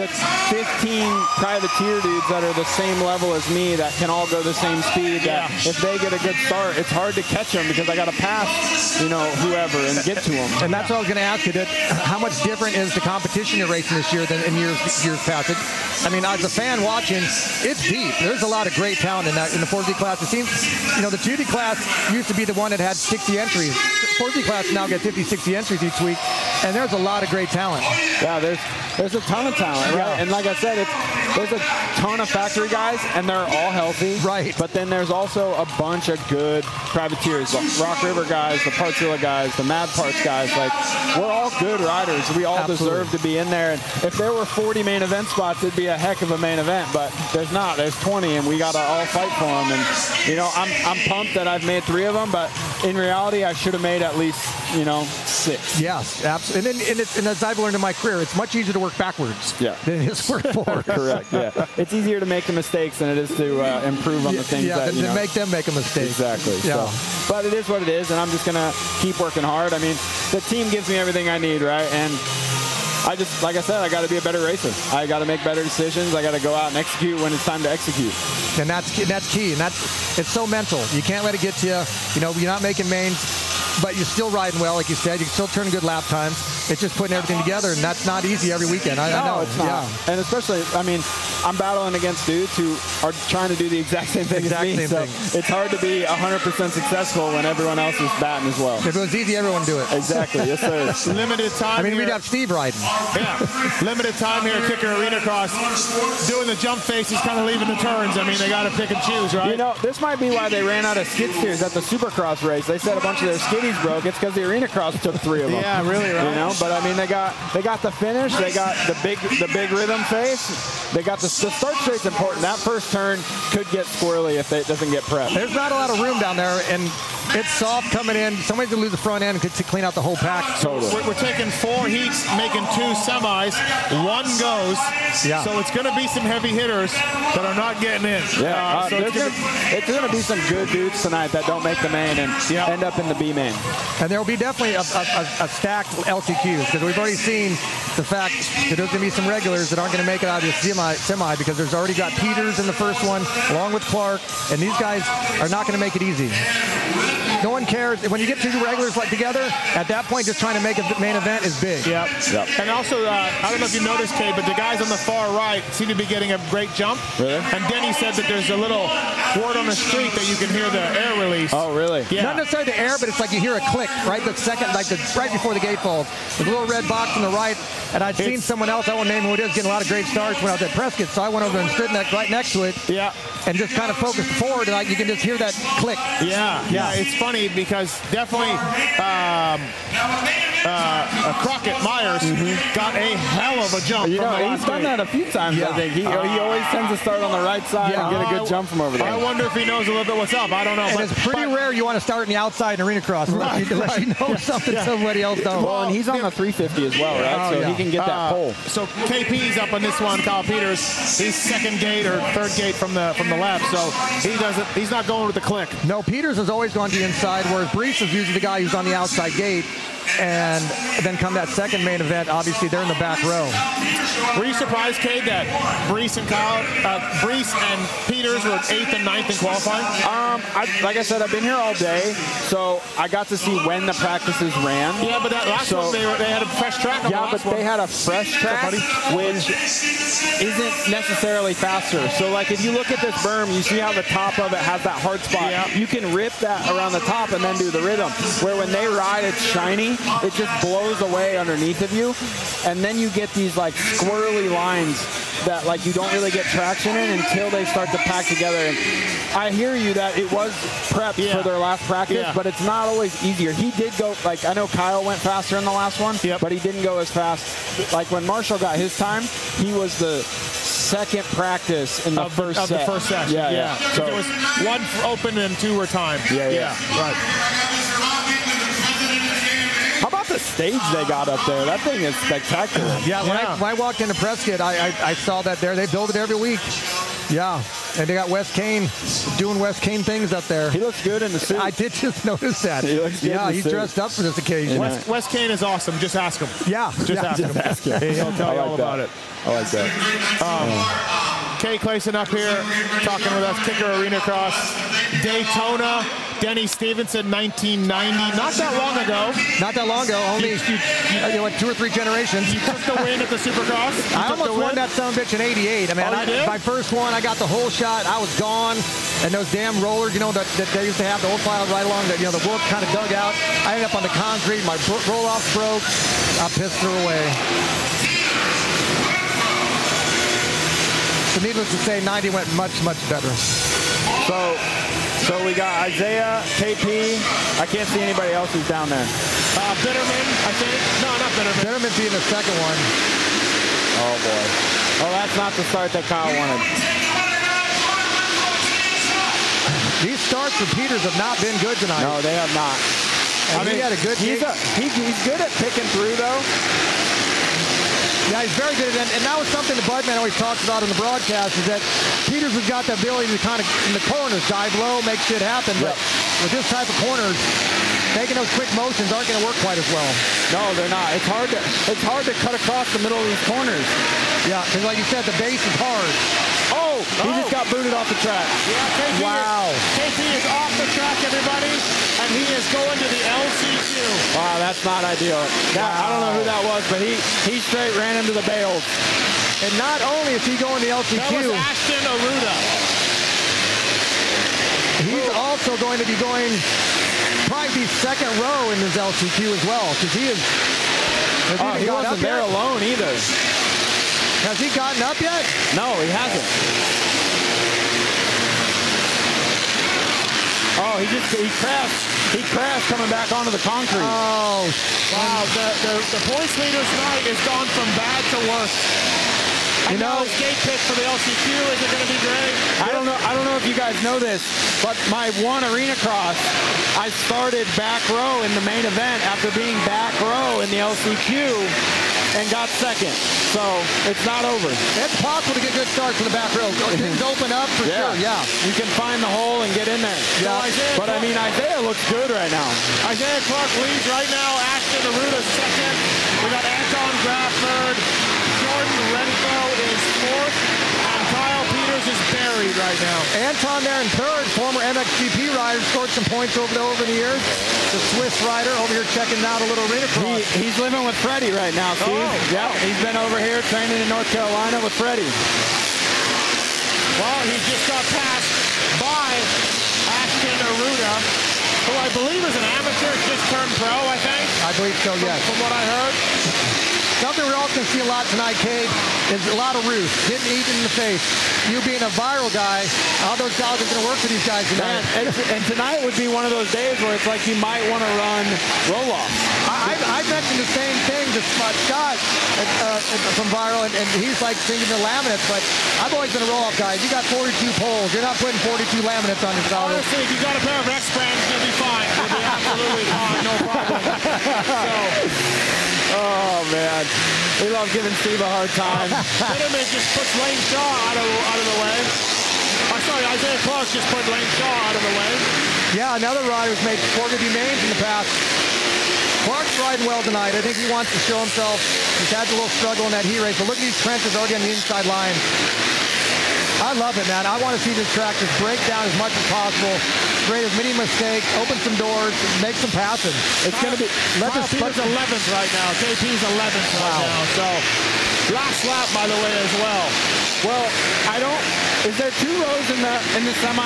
It's the 15 privateer dudes that are the same level as me that can all go the same speed. That If they get a good start, it's hard to catch them because I got to pass, you know, whoever and get to them. And that's what I was going to ask you. That how much different is the competition you're racing this year than in years years past? It, I mean, as a fan watching, it's deep. There's a lot of great talent in that in the 4G class. It seems, you know, the 2D class used to be the one that had 60 entries. 4G class now get 50, 60 entries each week, and there's a lot of great talent. Yeah, there's there's a ton of talent, right? Yeah. And like I said, it's, there's a ton of factory guys, and they're all healthy. Right. But then there's also a bunch of good privateers, the Rock River guys, the Partzilla guys, the Mad Parts guys. Like, we're all good riders. We all Absolutely. deserve to be in there. And if there were 40 main event spots, it'd be a heck of a main event. But there's not. There's 20, and we gotta all fight for them. And you know, I'm I'm pumped that I've made three of them, but in reality, I should have made at least you know six. Yes, absolutely. And, then, and, it's, and as I've learned in my career, it's much easier to work backwards Yeah. than it is to work forward. Correct. Yeah, it's easier to make the mistakes than it is to uh, improve on the things yeah, that than you to know. make them make a mistake. Exactly. Yeah. So, but it is what it is, and I'm just gonna keep working hard. I mean, the team gives me everything I need, right? And I just, like I said, I got to be a better racer. I got to make better decisions. I got to go out and execute when it's time to execute. and that's and that's key. And that's it's so mental. You can't let it get to you. You know, you're not making mains, but you're still riding well, like you said. You're still turning good lap times. It's just putting everything together, and that's not easy every weekend. I, No, I know. it's not. Yeah. And especially, I mean, I'm battling against dudes who are trying to do the exact same thing Exact as me. same so thing. it's hard to be 100% successful when everyone else is batting as well. If it was easy, everyone would do it. exactly. Yes, sir. Limited time. I mean, here. we'd have Steve riding. Yeah, limited time here at Kicker Arena Cross. Doing the jump faces, kind of leaving the turns. I mean, they got to pick and choose, right? You know, this might be why they ran out of skid steers at the Supercross race. They said a bunch of their skiddies broke. It's because the Arena Cross took three of them. Yeah, really, right? You know, but I mean, they got they got the finish. They got the big the big rhythm face. They got the, the start straight's important. That first turn could get squirrely if it doesn't get prepped. There's not a lot of room down there, and it's soft coming in. Somebody's gonna lose the front end to clean out the whole pack. Totally. We're, we're taking four heats, making two semis. One goes. Yeah. So it's going to be some heavy hitters that are not getting in. Yeah, uh, so there's it's gonna, gonna, it's gonna be some good dudes tonight that don't make the main and Yeah. end up in the B main. And there will be definitely a, a, a, a stacked LCQs because we've already seen the fact that there's going to be some regulars that aren't going to make it out of the semi, semi because there's already got Peters in the first one along with Clark, and these guys are not going to make it easy. No one cares. When you get two regulars like together, at that point, just trying to make a main event is big. Yep. And also, uh, I don't know if you noticed, Kate, but the guys on the far right seem to be getting a great jump. Really? And Denny said that there's a little word on the street that you can hear the air release. Oh, really? Yeah. Not necessarily the air, but it's like you hear a click right the second, like the right before the gate falls. There's a little red box on the right, and I'd seen someone else, I won't name who it is, getting a lot of great starts when I was at Prescott, so I went over and stood next, right next to it. Yeah. and just kind of focus forward, and like you can just hear that click. Yeah, yeah, it's funny because definitely um, uh, Crockett Myers got a hell of a jump You from know, the he's last done week. that a few times, Yeah. I think. He, he always tends to start on the right side Yeah. and get a I- good jump from over there. I wonder if he knows a little bit what's up. I don't know. And but- it's pretty but- rare you want to start in the outside in arena cross unless, you, unless you know something somebody else don't. Well, and he's on the 350 as well, right? Oh, so yeah. he can get that Uh, pole. So KP's up on this one. Kyle Peters, he's second gate or third gate from the from the left. So he doesn't. He's not going with the click. no, Peters has always gone to the inside, whereas Brees is usually the guy who's on the outside gate. And then come that second main event, obviously they're in the back row. Were you surprised, Cade, that Brees and Kyle, uh, Brees and Peters were eighth and ninth in qualifying? Um, I, like I said, I've been here all day, so I got to see when the practices ran. Yeah, but that last So- one they, were, they had a fresh track on the Yeah, last but one. they had a fresh track, which isn't necessarily faster. So, like, if you look at this berm, you see how the top of it has that hard spot. Yeah. You can rip that around the top and then do the rhythm. Where when they ride, it's shiny. It just blows away underneath of you. And then you get these, like, squirrely lines that, like, you don't really get traction in until they start to pack together. And I hear you that it was prepped Yeah. for their last practice, Yeah. but it's not always easier. He did go, like, I know Kyle went faster in the last one, Yep. but he didn't go as fast. Like, when Marshall got his time, he was the second practice in the of, first of set. the first session. Yeah, yeah. So, there was one f- open and two were timed. Yeah, yeah. right. how about the stage they got up there? That thing is spectacular. Yeah, when, Yeah. I, when I walked into Prescott, I, I, I saw that there. They build it every week. Yeah, And they got Wes Kane doing Wes Kane things up there. He looks good in the suit. I did just notice that. He looks good in yeah, the he's suit. dressed up for this occasion. Yeah. Wes, Wes Kane is awesome. Just ask him. Yeah, Just yeah. ask him. Ask him. He'll tell I you like all that. about it. I like that. Um, Kay Clayson up here talking with us. Kicker Arena Cross. Daytona. Denny Stevenson, 1990. Not that long ago. Not that long ago, only uh, you know, what, two or three generations. You took the win at the Supercross. You I took almost the won win. that son of a bitch in 88. I mean, Oh, you I, did? my first one, I got the whole shot. I was gone. And those damn rollers, you know, that, that they used to have, the old file right along, that, you know, the wolf kind of dug out. I ended up on the concrete. My bro- roll-off broke. I pissed her away. So needless to say, 90 went much, much better. So, so we got Isaiah, KP. I can't see anybody else who's down there. Uh, Bitterman, I think. No, not Bitterman. Betterman being the second one. Oh boy. Oh, that's not the start that Kyle wanted. These starts for Peters have not been good tonight. No, they have not. And he had a good he's, kick. a, he, he's good at picking through though. Yeah, he's very good at that. And that was something that Budman always talks about on the broadcast is that Peters has got the ability to kind of, in the corners, dive low, make shit happen. But with this type of corners, making those quick motions aren't going to work quite as well. No, they're not. It's hard to it's hard to cut across the middle of these corners. Yeah, because like you said, the base is hard. Oh, he just got booted off the track. Yeah, KP Wow. Is, KP is off the track, everybody, and he is going to the LCQ. Wow, that's not ideal. That, I don't know who that was, but he he straight ran into the bales. And not only is he going to That was LCQ, Ashton Aruda. he's also going to be going probably the second row in his LCQ as well because he is. Has Oh, he he, even wasn't gotten up there yet? alone either. Has he gotten up yet? No, he hasn't. Oh, he just he crashed. He crashed coming back onto the concrete. Oh, Wow, the, the, the points leader tonight has gone from bad to worse. You And now know- his gate pick for the LCQ isn't going to be great. I don't know. I don't know if you guys know this, but my one arena cross, I started back row in the main event after being back row in the LCQ, and got second. So it's not over. It's possible to get good starts in the back row. Things open up for sure. Yeah. You can find the hole and get in there. Yeah. But I mean, Isaiah looks good right now. Isaiah Clark leads right now. Ashton Aruda second. We got Anton Graf third. Jordan Renfro is fourth. And Kyle Peters is buried right now. Anton there in third, former MXGP rider, scored some points over the over the years. The Swiss rider over here checking out a little arena He, cross. he's living with Freddie right now, Steve. Oh. Yeah, he's been over here training in North Carolina with Freddie. Well, he just got passed by Ashton Aruda, who I believe is an amateur, just turned pro, I think, I believe so. Yes. from what I heard. Something we're all going to see a lot tonight, Cade, is a lot of Ruth getting eaten in the face. You being a viral guy, all those dollars are going to work for these guys tonight. Man, and, and tonight would be one of those days where it's like you might want to run roll off. I, I, I mentioned the same thing to Scott, Scott uh, from Viral, and, and he's like thinking the laminates, but I've always been a roll-off guy. You got 42 poles. You're not putting 42 laminates on your dollar. Honestly, if you got a pair of X brands, you'll be fine. You'll be absolutely fine, no problem. Oh man, we love giving Steve a hard time. Bitterman just puts Lane Shaw out of, out of the way. I'm sorry, Isaiah Clark just put Lane Shaw out of the way. Yeah, another rider who's made Porter be names in the past. Clark's riding well tonight. I think he wants to show himself. He's had a little struggle in that heat race, but look at these trenches already on the inside line. I love it, man. I want to see this track just break down as much as possible, create as many mistakes, open some doors, make some passes. It's gonna be. Let Kyle this Peters 11th right now. JP's 11th right now. So last lap, by the way, as well. Well, I don't. Is there two rows in the in the semi?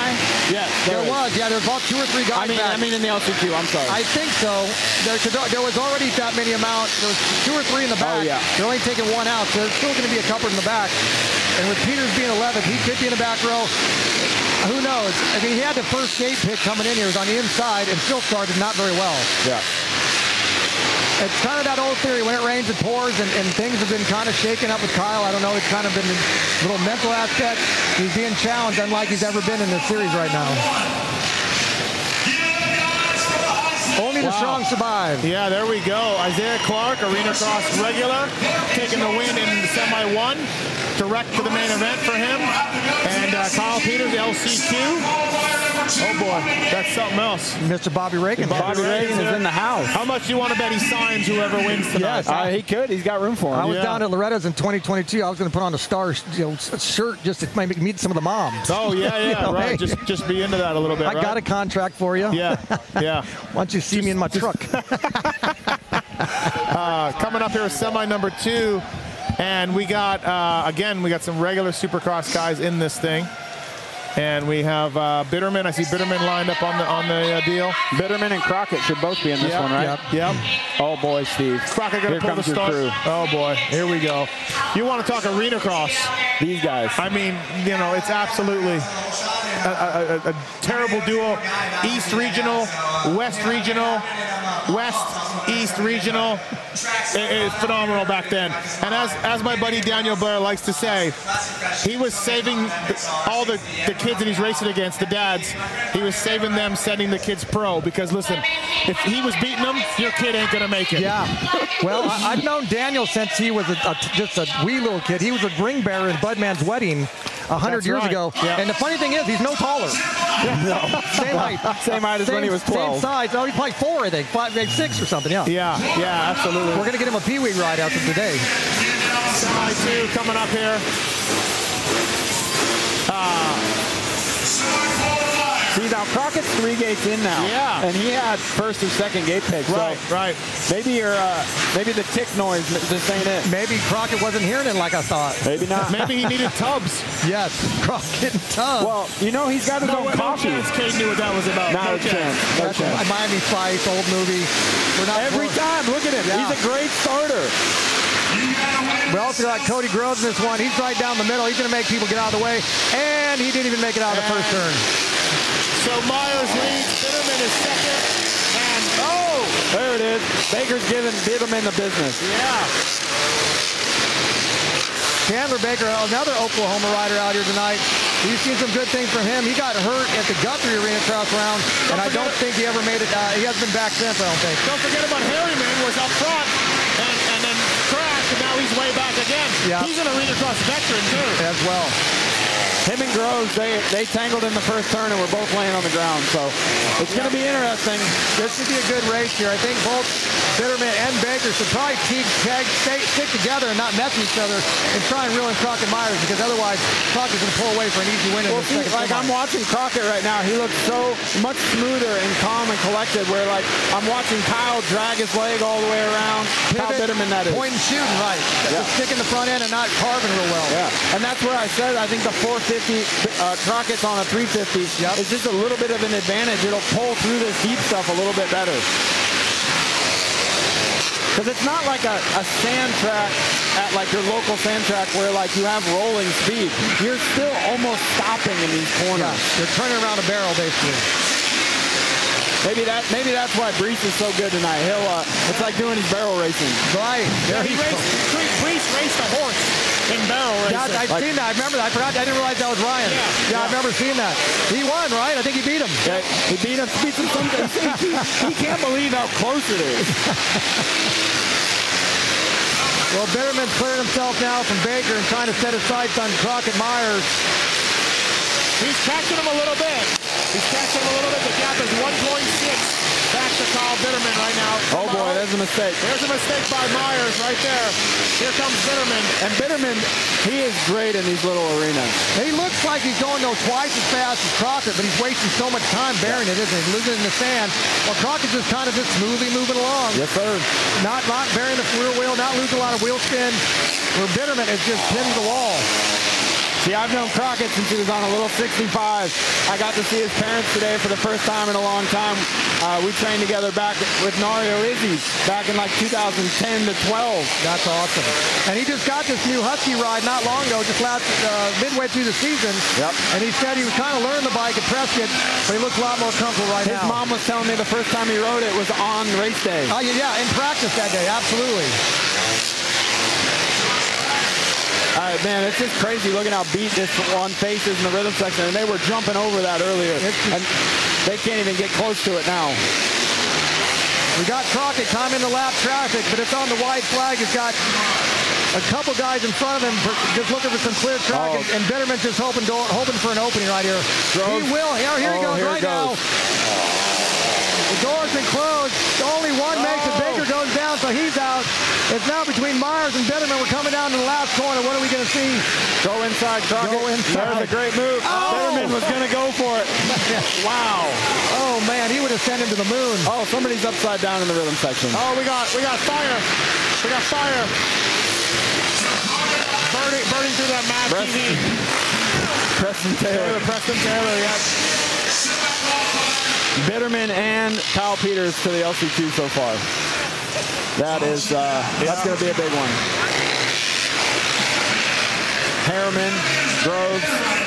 Yes, There is. was, yeah, there's about two or three I guys mean, back. I mean in the LCQ. I'm sorry. I think so. There, 'cause there was already that many amount. There was two or three in the back. Oh, yeah. They're only taking one out, so there's still going to be a couple in the back. And with Peters being 11, he could be in the back row. Who knows? I mean, he had the first gate pick coming in here. It was on the inside and still started not very well. yeah. It's kind of that old theory. When it rains, it pours, and, and things have been kind of shaken up with Kyle. I don't know. It's kind of been a little mental aspect. He's being challenged unlike he's ever been in this series right now. Only Only the Wow. strong survive. Yeah, there we go. Isaiah Clark, Arena Cross regular, taking the win in semi one, direct to the main event for him. And uh, Kyle Peters, LCQ. Oh boy, that's something else. Mr. Bobby Reagan. Bobby Reagan is in the house. How much do you want to bet he signs whoever wins tonight? Yes. Uh, he could. He's got room for him. I was Yeah. down at Loretta's in 2022. I was going to put on a star you know, s- shirt just to maybe meet some of the moms. Oh yeah, yeah, You know, right. hey, Just just be into that a little bit. I got a contract for you. Yeah, yeah. Why don't you see me in my truck? Uh, coming up here is semi number two, and we got uh, again we got some regular Supercross guys in this thing, and we have uh, Bitterman. I see Bitterman lined up on the on the uh, deal. Bitterman and Crockett should both be in this Yep, one, right? yep. Yep. Oh boy, Steve. Crockett gonna Here pull the comes your start. crew. Oh boy, here we go. You want to talk arena cross? These guys. I mean, you know, it's absolutely a, a, a, a terrible duo. East regional, West regional, West East regional. It, it's phenomenal back then. And as as my buddy Daniel Blair likes to say, he was saving the- all the, the kids that he's racing against, the dads. He was saving them, sending the kids pro because listen, if he was beating them, your kid ain't gonna make it. Yeah. Well, I, I've known Daniel since he was a, a, just a wee little kid. He was a ring bearer in Budman's wedding a hundred That's years right. ago. Yeah. And the funny thing is, he's no taller. Same height. Same height as when he was 12. Same size. Oh, he's probably four, I think. Five, maybe six or something. Yeah. Yeah, yeah, absolutely. We're gonna get him a peewee ride out of today. Semi two coming up here. Ah. See now, Crockett's three gates in now. Yeah. And he had first or second gate pick. Right, So right. maybe your uh, maybe the tick noise just ain't it. Maybe Crockett wasn't hearing it like I thought. Maybe not. Maybe he needed tubs. Yes, Crockett and Tubbs. well, you know he's got his own coffee. No chance Cade knew what that was about. Not No a chance. No That's a chance. Miami Vice old movie. We're not Every we're- time, look at him. Yeah. He's a great starter. We also got Cody Groves in this one. He's right down the middle. He's going to make people get out of the way. And he didn't even make it out of the first turn. So Myers leads. Bitterman is second. And oh, There it is. Baker's giving bid him in the business. yeah. Chandler Baker, another Oklahoma rider out here tonight. We've seen some good things from him. He got hurt at the Guthrie Arena cross round, and I don't think he ever made it. Uh, he hasn't been back since, I don't think. Don't forget about Harryman was up front and, and then crashed, and now he's way back again. Yeah. He's an arena cross veteran too. As well. Him and Groves, they they tangled in the first turn and were both laying on the ground. So it's going to be interesting. This should be a good race here. I think both Bitterman and Baker should probably keep, tag, stay, stick together and not mess with each other and try and reel in Crockett Myers because otherwise Crockett's going to pull away for an easy win in Well, the see, second. like semi. I'm watching Crockett right now. He looks so much smoother and calm and collected. Where like I'm watching Kyle drag his leg all the way around. Kyle Pivot, Bitterman, that is. Point and shooting right. That's Yeah. Just sticking the front end and not carving real well. Yeah, and that's where I said I think the 450 uh, Crockett's on a 350 Yep. is just a little bit of an advantage. It'll pull through this deep stuff a little bit better because it's not like a, a sand track at like your local sand track where like you have rolling speed. You're still almost stopping in these corners. Yeah, They're turning around a barrel basically. Maybe that maybe that's why Brees is so good tonight. He'll uh, it's like doing his barrel racing. Right. There He you raced, go. Priest- Priest raced a horse in barrel Yeah, racing. I've seen that. I remember that. I forgot. I didn't realize that was Ryan. Yeah, I yeah. remember seeing that. He won, right? I think he beat him. Yeah, he beat him beat him something. he can't believe how close it is. Well, Bitterman's clearing himself now from Baker and trying to set his sights on Crockett Myers. He's catching him a little bit. He's catching him a little bit. The gap is 1.6 back to Kyle Bitterman right now. Oh boy, that's a mistake. There's a mistake by Myers right there. Here comes Bitterman. And Bitterman, he is great in these little arenas. He looks like he's going though twice as fast as Crockett, but he's wasting so much time bearing it, isn't he? Losing it in the sand. Well, Crockett's just kind of just smoothly moving along. Yes, sir. not not bearing the rear wheel, not losing a lot of wheel spin. Where Bitterman has just pinned the wall. See, I've known Crockett since he was on a little 65. I got to see his parents today for the first time in a long time. Uh, we trained together back with Nario Izzy back in like 2010 to 12. That's awesome. And he just got this new Husky ride not long ago, just last uh, midway through the season. Yep. And he said he was kind of learning the bike at Prescott, but he looks a lot more comfortable right His now. mom was telling me the first time he rode it was on race day. Oh, yeah, yeah, in practice that day, absolutely. All right, Uh, man, it's just crazy looking how beat this on face is in the rhythm section, and they were jumping over that earlier, It's just- and they can't even get close to it now. We got Crockett time in the lap traffic, but it's on the wide flag. He's got a couple guys in front of him for, just looking for some clear track, Oh. and, and Bitterman's just hoping door, hoping for an opening right here. Drove- He will. Here, here he Oh, goes here right it goes. now. The door's been closed. Only one makes Oh. it. Baker goes down, so he's out. It's now between Myers and Bitterman. We're coming down to the last corner. What are we going to see? Go inside, Crockett. Go inside. There's a great move. Oh! Fetterman was going to go for it. wow. Oh, man, he would have sent him to the moon. Oh, somebody's upside down in the rhythm section. Oh, we got we got fire. We got fire. Burning, burning through that mad Rest- TV. Preston Go Taylor. to Preston Taylor, yes. Bitterman and Kyle Peters to the LC2 so far. That is, uh, that's going to be a big one. Harriman, Groves. Oh.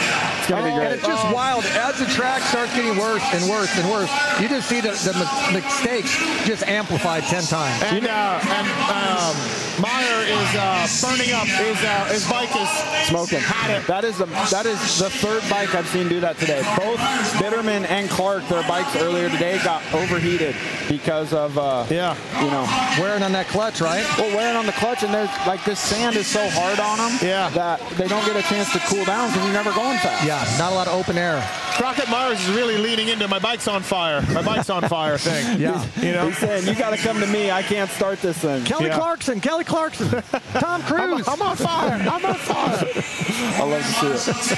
It's going to be And great. it's just wild. As the track starts getting worse and worse and worse, you just see the, the mis- mistakes just amplified 10 times. And, uh, and um, Meyer is uh, burning up. His, uh, his bike is smoking. Had it. That is the that is the third bike I've seen do that today. Both Bitterman and Clark, their bikes earlier today got overheated because of uh, Yeah. you know, Wearing on that clutch, right? well wearing on the clutch and there's like this sand is so hard on them Yeah. that they don't get a chance to cool down because you're never going fast. Yeah, not a lot of open air. Crockett Myers is really leaning into my bike's on fire. My bike's on fire thing. Yeah. You know? He's saying you got to come to me. I can't start this thing. Kelly Yeah. Clarkson, Kelly Clarkson, Tom Cruise. I'm on fire. I'm on fire. I love to see it.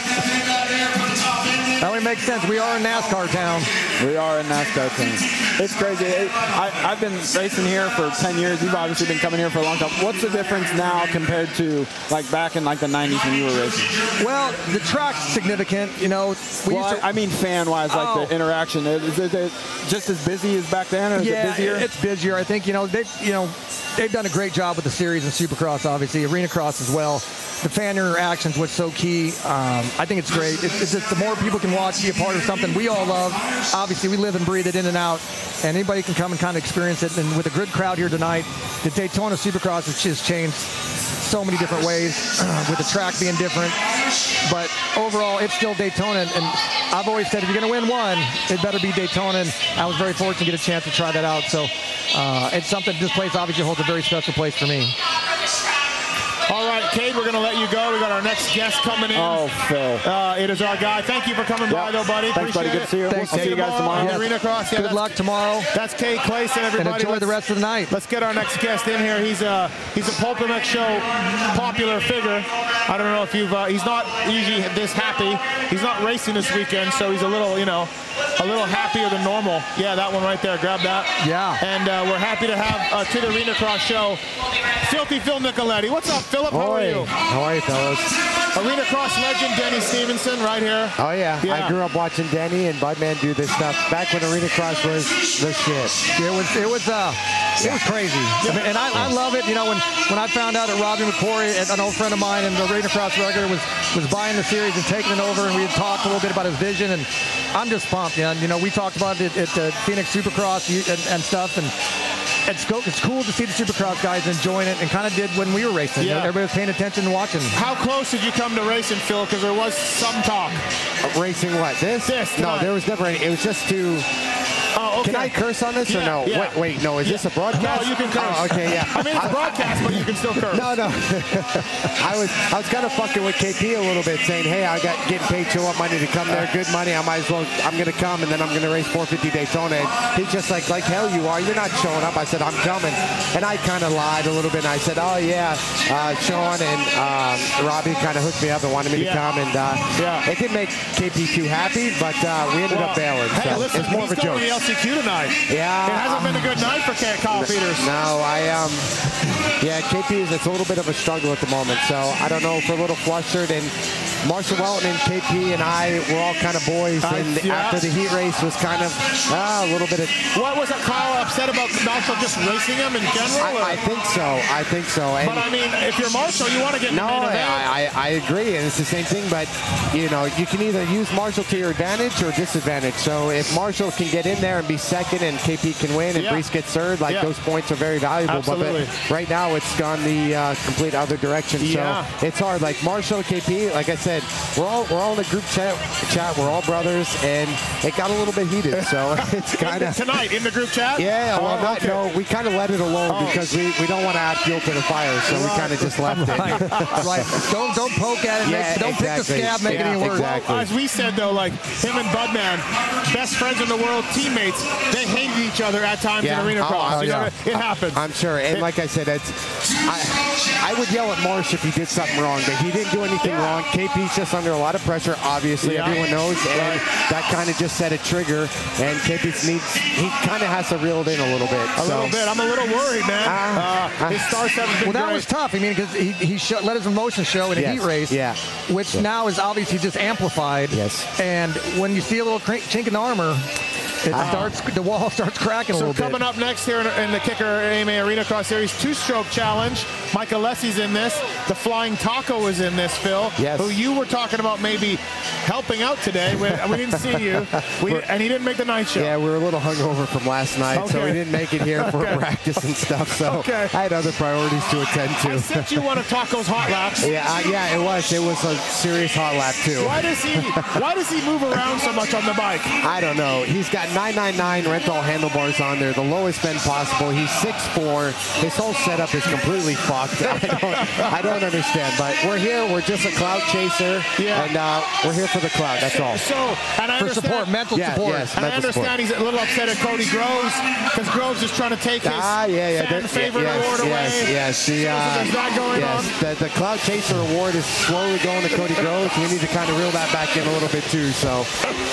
That only makes sense. We are in NASCAR town. We are in NASCAR team. It's crazy. It- I, I've been racing here for 10 years. You've obviously been coming here for a long time. What's the difference now compared to like back in like the 90s when you were racing? Well, the track's significant. You know, we Well, used to. I I mean, fan-wise, like Oh. the interaction. Is it, is it just as busy as back then, or is yeah, it busier? it's busier. I think you know they you know they've done a great job with the series and Supercross, obviously Arena Cross as well. The fan interactions was so key. Um, I think it's great. It's, it's just the more people can watch, be a part of something we all love. Obviously, we live and breathe it in and out, and anybody can come and kind of experience it. And with a good crowd here tonight, the Daytona Supercross has just changed so many different ways, with the track being different. But overall, it's still Daytona, and I've always said if you're going to win one, it better be Daytona. And I was very fortunate to get a chance to try that out. So uh, it's something. This place obviously holds a very special place for me. All right, Cade, we're going to let you go. We got our next guest coming in. oh, Phil. Uh, it is our guy. Thank you for coming by, Yeah. though, buddy. Thanks, buddy. Appreciate Good to see you. It. Thanks. We'll see you guys tomorrow. Yes. Arena Cross. Yeah, Good that's- luck tomorrow, That's Cade Clayson, and everybody. enjoy the Let's- rest of the night. Let's get our next guest in here. He's a he's a Pulpamex show popular figure. I don't know if you've uh, he's not usually this happy. He's not racing this weekend, so he's a little you know a little happier than normal. Yeah, that one right there. Grab that. Yeah. And uh, we're happy to have uh, to the Arena Cross show, Filthy Phil Nicoletti. What's up, Philip? How are Oi. you? How are you, fellas? Arena Cross legend Denny Stevenson right here. Oh, yeah. Yeah. I grew up watching Danny and Budman do this stuff back when Arena Cross was the shit. It was it was uh it was crazy, I mean, and I, I love it. You know, when, when I found out that Robbie McQuarrie, an- an old friend of mine, and the Arena Cross regular was was buying the series and taking it over, and we had talked a little bit about his vision, and I'm just pumped, man. You know, we talked about it at the Phoenix Supercross you- and, and stuff, and it's go, it's cool to see the Supercross guys enjoying it, and kind of did when we were racing. You know, Yeah. everybody was paying attention and watching. How close did you come to racing, Phil? Because there was some talk. Racing what? This? This, No, tonight. there was never any. It was just to. Oh, okay. Can I curse on this or Yeah, no? yeah. Wait, wait, no. Is this a broadcast? No, you can curse. Oh, okay, yeah. I mean, it's a broadcast, but you can still curse. No, no. I was I was kind of fucking with KP a little bit, saying, "Hey, I got getting paid too much money to come there. Good money. I might as well. I'm gonna come, and then I'm gonna race 450 Daytona." And he's just like, "Like hell, you are. You're not showing up." I said, "I'm coming," and I kind of lied a little bit. And I said, "Oh yeah, uh, Sean and um, Robbie kind of hooked me up and wanted me Yeah. to come, and uh, Yeah. it didn't make KP too happy, but uh, we ended Well, up bailing. Hey, so listen, it's more of a he's joke." going to the LCQ tonight. Yeah, um, It hasn't been a good night for Kyle Peters. No, I um, yeah, KP is it's a little bit of a struggle at the moment. So I don't know if we're a little flustered. And Marshall Welton and KP and I were all kind of boys. I- and yeah. after the heat race was kind of uh, a little bit of. What was it Kyle upset about Marshall just racing him in general? I, I think so. I think so. And but I mean, if you're Marshall, you want to get in no, the main event. I, I, I agree, and it's the same thing. But you know, you can either use Marshall to your advantage or disadvantage. So if Marshall can get in there and be second, and KP can win, and Yeah. Brees gets absurd. Like Yeah. those points are very valuable. but- Absolutely. But right now it's gone the uh, complete other direction. Yeah. So it's hard. Like Marshall, KP, like I said, we're all we're all in a group chat. Chat. We're all brothers, and it got a little bit heated. So it's kind of. Tonight in the group chat? Yeah, well, Oh, not, okay. no, we kind of let it alone Oh. because we, we don't want to add fuel to the fire, so we kind of just left it. Right, right. Don't don't poke at it. Yeah, make, don't exactly. pick the scab. Make Yeah, it any worse. exactly. As we said though, like him and Budman, best friends in the world, teammates, they hated each other at times in arena oh, cross. oh, You know yeah. what I mean? It happens. I'm sure. And like I said, it's, I, I would yell at Marsh if he did something wrong, but he didn't do anything Yeah. wrong. KP's just under a lot of pressure, obviously. Yeah. Everyone knows. And that kind of just set a trigger. And KP needs, he kind of has to reel it in a little bit. a so. little bit. I'm a little worried, man. Ah, uh, ah. his stars haven't been Well, that great. was tough. I mean, because he, he show, let his emotion show in a Yes, heat race, yeah. which Yeah. now is obviously just amplified. Yes. And when you see a little crank, chink in the armor, it Uh-huh. starts. The wall starts cracking a So little coming bit. up next here in, in the Kicker AMA Arena Cross Series, two-stroke challenge. Michael Lessie's in this. The Flying Taco is in this, Phil, Yes. who you were talking about maybe helping out today. We, we didn't see you, we, and he didn't make the night show. Yeah, we were a little hungover from last night, so we Okay. didn't make it here for Okay. practice and stuff. So Okay. I had other priorities to attend to. I sent you one of Taco's hot laps. Yeah, uh, yeah, it was. It was a serious hot lap too. Why does he? Why does he move around so much on the bike? I don't know. He's got 999 rental handlebars on there, the lowest bend possible. He's 6'4". His whole setup is completely fucked. I don't, I don't understand. But we're here. We're just a cloud chaser, Yeah. and uh, we're here for the cloud. That's all. So, and I For understand. support, mental Yeah, support. yes. And I Mental support. understand he's a little upset at Cody Groves because Groves is trying to take his Ah, yeah, yeah. fan there- favorite yes, award away. yes, Yes, Shows The, that uh, there's not going on. yes, The, the Cloud Chaser award is slowly going to Cody Groves. We need to kind of reel that back in a little bit too. So,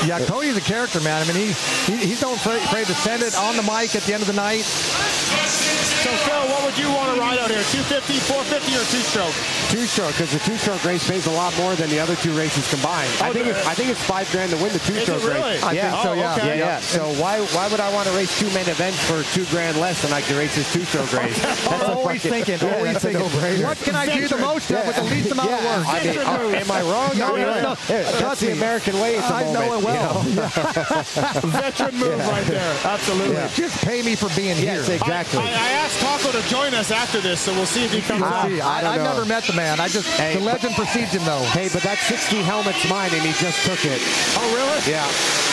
Yeah, Cody's a character, man. I mean, he, he he's not afraid afraid to send it on the mic at the end of the night. So, Phil, what would you want to ride out here? 250, 450, or two-stroke? two-stroke because the two-stroke race pays a lot more than the other two races combined. I Oh, think the- it's, I think it's five grand to win the Is two-stroke it really? race. I yeah. think so, Oh, yeah. okay. Yeah, yeah. So why why would I want to race two main events for two grand less than I could race this two-stroke race? That's a always fucking- thinking, yeah, always that's a thinking. no-brainer. What can I do the most of with the least amount yeah, of work? I mean, uh, am I wrong? No, I mean, no, no. yeah, That's Trust the me. American way at the I know moment, it you well. Veteran move right there. Absolutely. Just pay me for being Yes, here. exactly. I, I asked Taco to join us after this, so we'll see if he comes We'll out. see. Ah. I don't I, I've know. never met the man. I just Hey, the legend precedes him though. Hey, but that 60 helmet's mine, and he just took it. Oh, really? Yeah.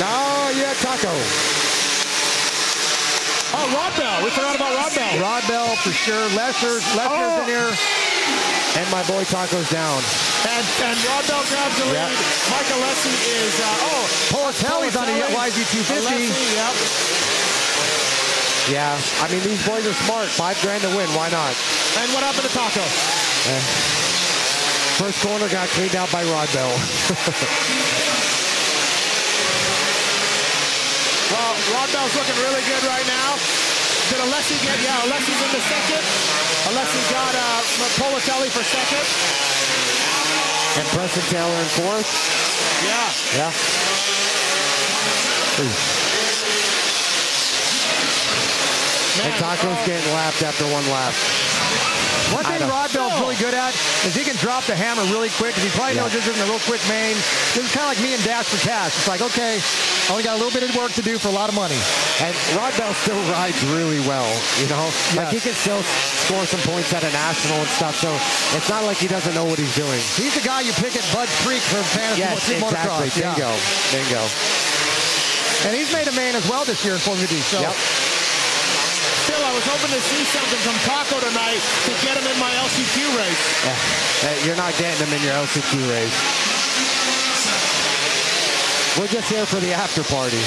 Oh, yeah, Taco. Oh, Rod Bell. We forgot about Rod Bell. Rod Bell for sure. Lesser, Lesser's Oh. in here. And my boy Taco's down. And, and Rod Bell grabs the lead. Yeah. Michael Lessie is, uh, oh, Politelli's on a Politelli. YZ250. Alessi, yep. Yeah. I mean, these boys are smart. Five grand to win. Why not? Eh. And what happened to Taco? First corner got cleaned out by Rod Bell. Well, Rod Bell's looking really good right now. Did Alessi get, yeah, Alessi's in the second. Alessi got uh, Politelli for second. And Preston Taylor in fourth. Yeah. Yeah. And Taco's uh, getting lapped after one lap. One I thing don't- Rod Bell's really good at is he can drop the hammer really quick because he probably Yeah. knows this isn't a real quick main. This is kind of like me and Dash for Cash. It's like, okay, I only got a little bit of work to do for a lot of money. And Rod Bell still rides really well, you know? Like, he can still score some points at a national and stuff, so it's not like he doesn't know what he's doing. He's the guy you pick at Bud Creek for fantasy Yes, Street exactly. motocross. Yeah. Bingo. Bingo. And he's made a main as well this year in 450. So Yep. Phil, I was hoping to see something from Taco tonight to get him in my LCQ race. Yeah. Uh, You're not getting them in your LCQ race. We're just here for the after party.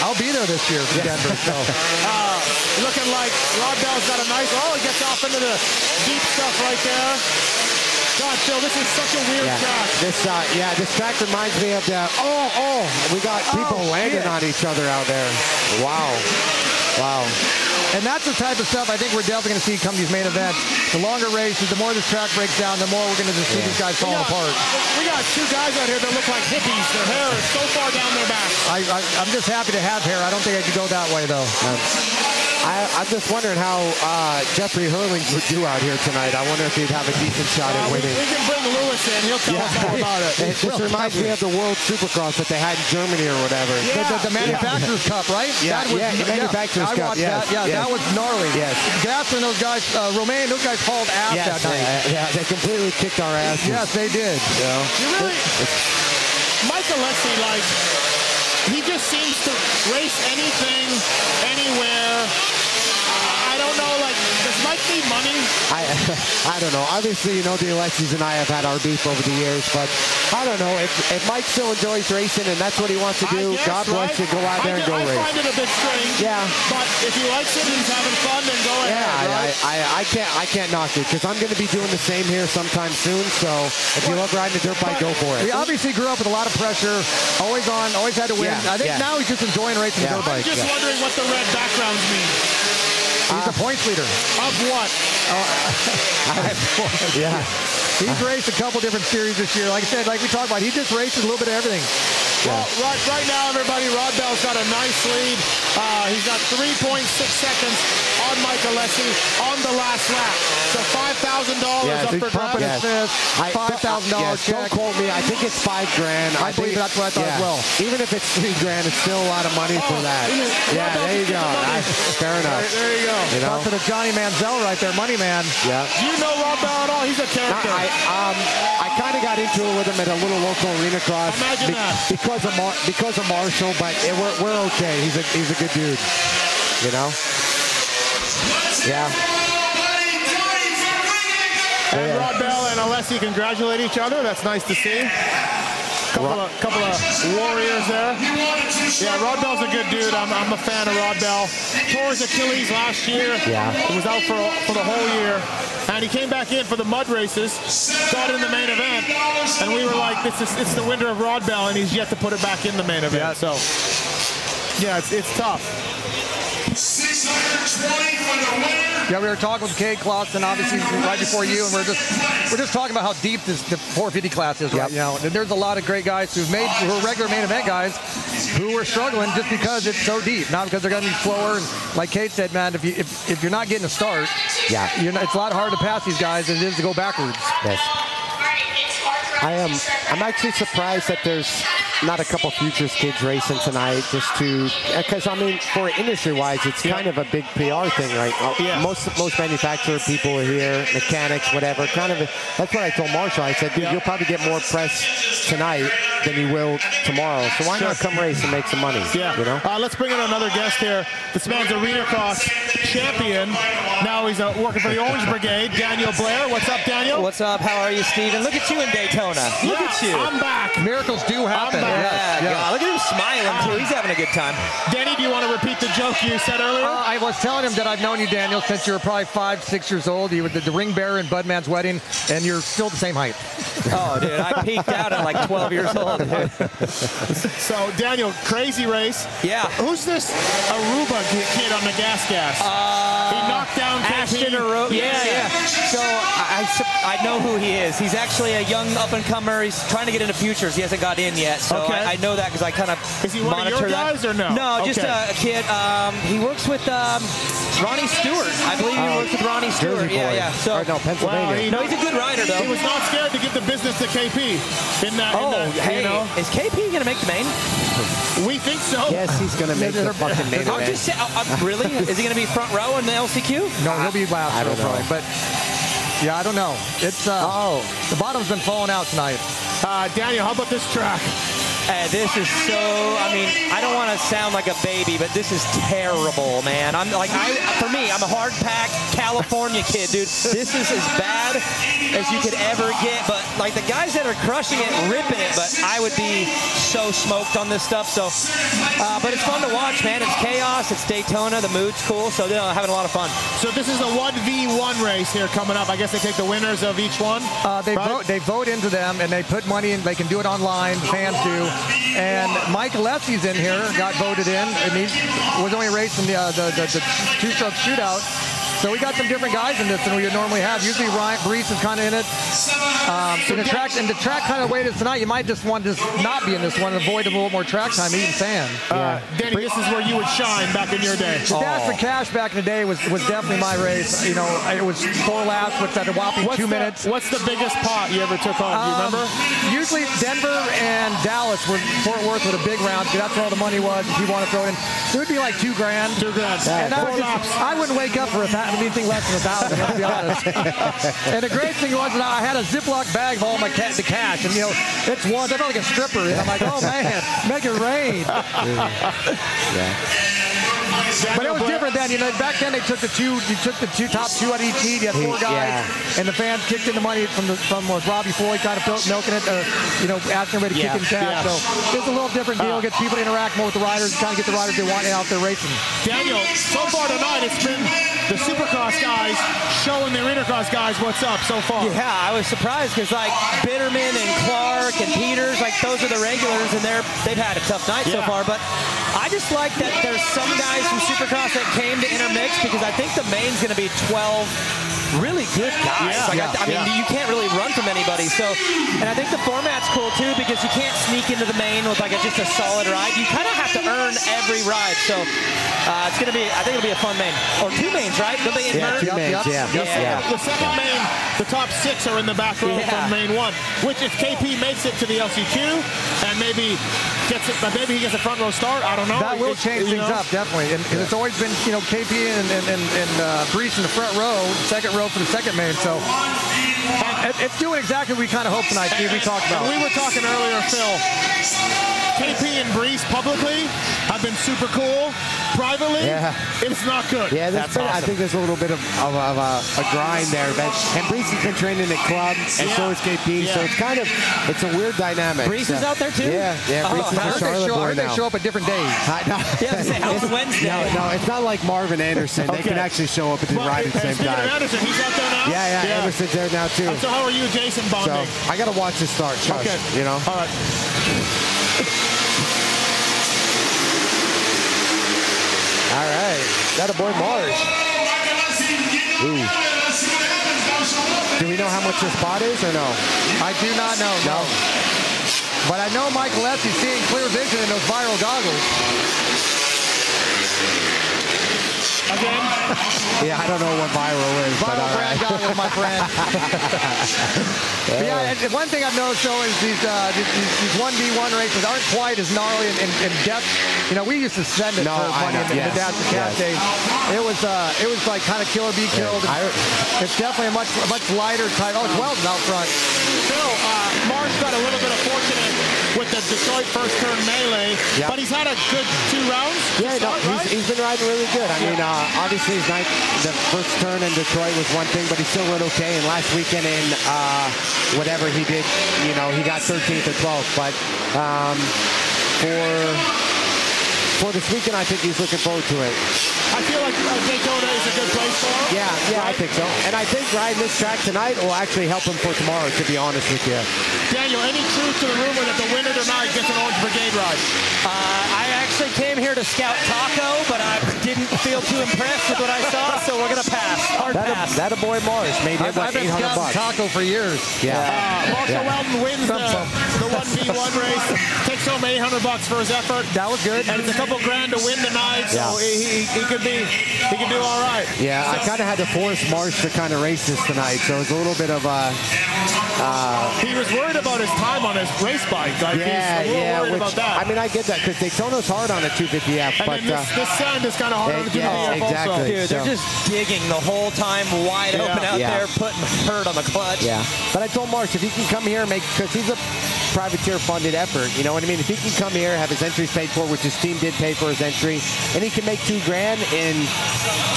I'll be there this year for Denver. So. Uh, Looking like Rod Bell's got a nice, oh, he gets off into the deep stuff right there. God, Phil, this is such a weird Yeah. track. This uh, yeah, this track reminds me of the oh oh we got people landing on each other out there. Wow. Wow. And that's the type of stuff I think we're definitely going to see come these main events. The longer races, the more this track breaks down, the more we're going to just see these guys falling We got- apart. We got two guys out here that look like hippies. Their hair is so far down their back. I, I, I'm just happy to have hair. I don't think I could go that way, though. Um, I, I'm just wondering how uh, Jeffrey Hurlings would do out here tonight. I wonder if he'd have a decent shot at Uh, we, winning. we can bring Lewis in. He'll tell us all about it. It just reminds me of the World Supercross that they had in Germany or whatever. The, the, the manufacturer's cup, right? Yeah, that was, yeah, the manufacturer's I cup, watched yes, that. Yeah, yes. that was gnarly. Yes. Gas and those guys, uh, Romain, those guys hauled ass Yes, that night. yeah, yeah, they completely kicked our asses. Yes, they did. you know? You really, Michael Leslie, like, he just seems to race anything, anywhere. I don't know, like, does Mike need money? I, I don't know. Obviously, you know, the Alexis and I have had our beef over the years, but I don't know. If, if Mike still enjoys racing and that's what he wants to do, I guess, God right? bless you. Go out there I, and ju- go I race. find it a bit strange. Yeah. But if he likes it and he's having fun, then go Yeah, ahead, right? I, I, I can't I can't knock it because I'm going to be doing the same here sometime soon. So if you love riding a dirt bike, go for He it. obviously grew up with a lot of pressure, always on, always had to win. Yeah, I think yeah. now he's just enjoying racing Yeah. the dirt I'm bike. just yeah. wondering what the red backgrounds mean. He's a points leader. Of what? Oh, Yeah, He's raced a couple different series this year. Like I said, like we talked about, he just races a little bit of everything. Well, right, right now, everybody, Rod Bell's got a nice lead. Uh, he's got 3.6 seconds on Mike Alessi on the last lap. So $5,000 Yes, up he's for grabs. Pumping Yes. his fist, I- five thousand dollars yes, Don't check. quote me. I think it's five grand. I think believe that's what I thought as well. Even if it's three grand, it's still a lot of money for Oh, that. it is. Yeah, Well, there you go. that's the money. I, fair enough. There you go. You know? Talk to the Johnny Manziel right there, money man. Yeah. Do you know Rob Bell at all? He's a No, character. I um I kind of got into it with him at a little local arena cross Imagine that. because of Mar- because of Marshall, but it, we're, we're okay. He's a he's a good dude, you know. Yeah. and Yeah. Rod Bell and Alessi congratulate each other. That's nice to see. Couple of, couple of warriors there. Yeah, Rod Bell's a good dude. I'm, I'm a fan of Rod Bell. Tore his Achilles last year. Yeah. He was out for, for the whole year. And he came back in for the mud races, got in the main event, and we were like, this is, it's the winter of Rod Bell, and he's yet to put it back in the main event. So, yeah, it's, it's tough. 620 for the winner. Yeah, we were talking with Kay Clausen, obviously right before you, and we're just we're just talking about how deep this the 450 class is right Yep. now. And there's a lot of great guys who've made who are regular main event guys who are struggling just because it's so deep, not because they're going to be slower. And like Kate said, man, if you if, if you're not getting a start, Yeah. you're not, it's a lot harder to pass these guys than it is to go backwards. Yes. I am. I'm actually surprised that there's not a couple futures kids racing tonight, just to because I mean, for industry-wise, it's kind of a big PR thing right now. Yeah. Most most manufacturer people are here, mechanics, whatever. Kind of. A, that's what I told Marshall. I said, dude, you'll probably get more press tonight than you will tomorrow. So why not come race and make some money? Yeah. You know. Uh, let's bring in another guest here. This man's arena cross champion. Now he's uh, working for the Orange Brigade. Daniel Blair. What's up, Daniel? What's up? How are you, Steven? Look at you in Daytona. Look Yeah, at you. I'm back. Miracles do happen. back. yes, yeah, yes. God, look at him smiling too. He's having a good time. Danny, do you want to repeat the joke you said earlier? Uh, I was telling him that I've known you, Daniel, since you were probably five, six years old. You were the, the ring bearer in Budman's wedding, and you're still the same height. Oh, dude, I peaked out at like 12 years old. dude. so, Daniel, crazy race. Yeah. Who's this Aruba ki- kid on the gas gas? Uh, he knocked down Ashton KP. Arup. Yeah, yeah. So I, I, sup- I know who he is. He's actually a young up and comer. He's trying to get into futures. He hasn't got in yet. So Okay. I, I know that because I kind of Is he one of your monitor that. guys or no? No, just Okay. a, a kid. Um, he works with um, Ronnie Stewart. I believe he Oh. works with Ronnie Stewart. Jersey yeah, boy. yeah. So Or no, Pennsylvania. Wow, he, no, he's a good rider though. he was not scared to give the business to KP. In that, in oh, that hey, you know, is KP gonna make the main? we think so. Yes, he's gonna make the fucking main I'm event. just saying. I'm, uh, really? Is he going to be front row in the LCQ? No, he'll be last, I don't though, probably. know. But yeah, I don't know. It's uh, Oh. the bottom's been falling out tonight. Uh, Daniel, how about this track? Uh, this is so. I mean, I don't want to sound like a baby, but this is terrible, man. I'm like, I for me, I'm a hard pack California kid, dude. This is as bad as you could ever get. But like the guys that are crushing it, ripping it, but I would be so smoked on this stuff. So, uh, but it's fun to watch, man. It's chaos. It's Daytona. The mood's cool. So, you know, having a lot of fun. So this is a 1v1 race here coming up. I guess they take the winners of each one. Uh, they Right. vote they vote into them, and they put money in. They can do it online. Fans do. And Mike Lessie's in here, got voted in, and he was only racing the uh, the, the, the two-stroke shootout. So we got some different guys in this than we would normally have. Usually Ryan Brees is kind of in it. Um, so the track and the track kind of weight is tonight. You might just want to just not be in this one and avoid a little more track time, even sand. Uh, Denny, this is where you would shine back in your day. The dash for cash back in the day was, was definitely my race. You know, it was four laps, which at a whopping What's two the, minutes. What's the biggest pot you ever took home? Do you Um, remember? Usually Denver and Dallas were Fort Worth with a big round because that's where all the money was. If you want to throw it in, so it'd be like two grand. Two grand. And I, Four was laps. just, I wouldn't wake up for a thousand, anything less than a thousand. Let's be honest. and the great thing was that I had a Ziploc bag of all my ca- the cash, and you know, it's once I felt like a stripper. And I'm like, oh man, make it rain. But it was different then. You know, back then they took the two, you took the two top two out of each team. You had four guys, Yeah. and the fans kicked in the money from the from was Robbie Floyd kind of built milking it, uh, you know, asking everybody to Yeah, kick in cash. yeah. So it's a little different deal. Gets people to interact more with the riders, kind of get the riders they want out there racing. Daniel, so far tonight it's been the Supercross guys showing their Intercross guys what's up so far. Yeah, I was surprised because like Bitterman and Clark and Peters, like those are the regulars, and they're they've had a tough night so Yeah. far. But I just like that there's some guys from Supercross that came to intermix because I think the main's going to be 12 really good guys. Yeah. like I, I mean, Yeah. you can't really run from anybody. So, and I think the format's cool too because you can't sneak into the main with like a, just a solid ride. You kind of have to earn every ride. So. Uh, it's gonna be. I think it'll be a fun main or two mains, right? Don't they Yeah, two invert? Yup, minutes. Yeah. yup, yup, yeah. The second main, the top six are in the back row Yeah. from main one. Which, if KP makes it to the LCQ and maybe gets it, but maybe he gets a front row start. I don't know. That will It's- change you things up, know. definitely. And 'cause it's always been, you know, KP and, and, and, and uh, Brees in the front row, second row for the second main. So it, it's doing exactly what we kind of hoped tonight, Steve. We talked about. And we were talking earlier, Phil. KP and Brees publicly have been super cool. Privately, Yeah. it's not good. Yeah, that's that's been, I think there's a little bit of, of, of a, a grind there. But, and Brees has been training at club, and so Yeah. is KP. So Yeah. it's kind of it's a weird dynamic. Brees is So- out there, too? Yeah, yeah. Brees is a I Oh, I heard they Charlotte show, I boy heard they now. show up at different days. I know. Yeah, I was gonna say, how's It's- Wednesday? No, no, it's not like Marvin Anderson. They can Okay. actually show up at the Well, ride at the and same speaking of time. Anderson, he's out there now. Yeah, yeah, Anderson's there now too. So how are you, Jason So Bonding? I gotta watch this start. Shush, Okay. you know. All right. All right, that a boy Marge. Do we know how much this spot is or no? I do not know. No. But I know Mike Gillespie's seeing clear vision in those viral goggles. Again, Yeah, I don't know what viral is, but Viral all brand right. goggles, my friend. But yeah, and- and one thing I've noticed though is these uh, these, these- these 1v1 races aren't quite as gnarly and, and, and depth. You know, we used to send it No, for I money know. in the, Yes. the dash and cash Yes. days. It was uh, it was like kind of kill or be killed. I- it's definitely a much a much lighter type. Oh, it's Weldon out front. Phil, uh, Marsh got a little bit of fortunate with the Detroit first turn melee, Yeah. but he's had a good two rounds. to Yeah, no, start, right? he's, he's been riding really good. I mean, uh, obviously his ninth, the first turn in Detroit was one thing, but he still rode okay. And last weekend in uh, whatever he did, you know, he got 13th or 12th. But um, for for this weekend, I think he's looking forward to it. I feel like uh, Daytona is a good place for him. Yeah, yeah, I think so. And I think riding this track tonight will actually help him for tomorrow. To be honest with you, Daniel, any truth to the rumor that the winner tonight gets an Orange Brigade ride? Uh, I actually came here to scout Taco, but I didn't feel too impressed with what I saw, so we're gonna pass. Hard that a, pass. that a boy Morris made him I've, I've like been 800 scouting bucks. Taco for years. Uh, yeah. Marshall Yeah. Weldon wins the, the 1v1 race, takes home 800 bucks for his effort. That was good. And it's a couple grand to win tonight, so Yeah. he, he, he could be he could do all right. Yeah, I kind of had to force Marsh to kind of race this tonight, so it was a little bit of a He was worried about his time on his race bike. Like Uh, yeah, he's a little yeah. worried Which, about that. I mean, I get that because Daytona's hard on a 250F, and but then this, uh, this sound is kind of hard yeah, on the yeah, yeah, also. exactly. Dude, they're so- just digging the whole time, wide Yeah. open out Yeah. there, putting hurt on the clutch. yeah. But I told Marsh if he can come here and make because he's a privateer-funded effort, you know what I mean. If he can come here, have his entries paid for, which his team did pay for his entry, and he can make two grand in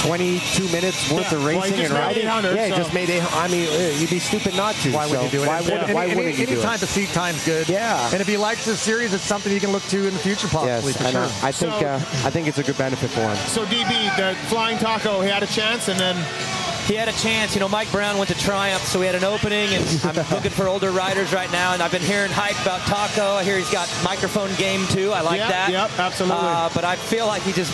22 minutes worth Yeah, of well, he racing just and made riding. 800, yeah, he so- just made it. I mean, uh, you'd be stupid not to. Why would so you do it? Why, would, Any- why any, wouldn't you any do time it? to seat time's good. Yeah. And if he likes this series, it's something you can look to in the future, possibly Yes, for and sure. uh, I think So- uh, I think it's a good benefit for him. So DB, the flying taco, he had a chance, and then He had a chance. You know, Mike Brown went to Triumph, so we had an opening, and I'm looking for older riders right now, and I've been hearing hype about Taco. I hear he's got microphone game, too. I like Yep, that. yep, absolutely. Uh, but I feel like he just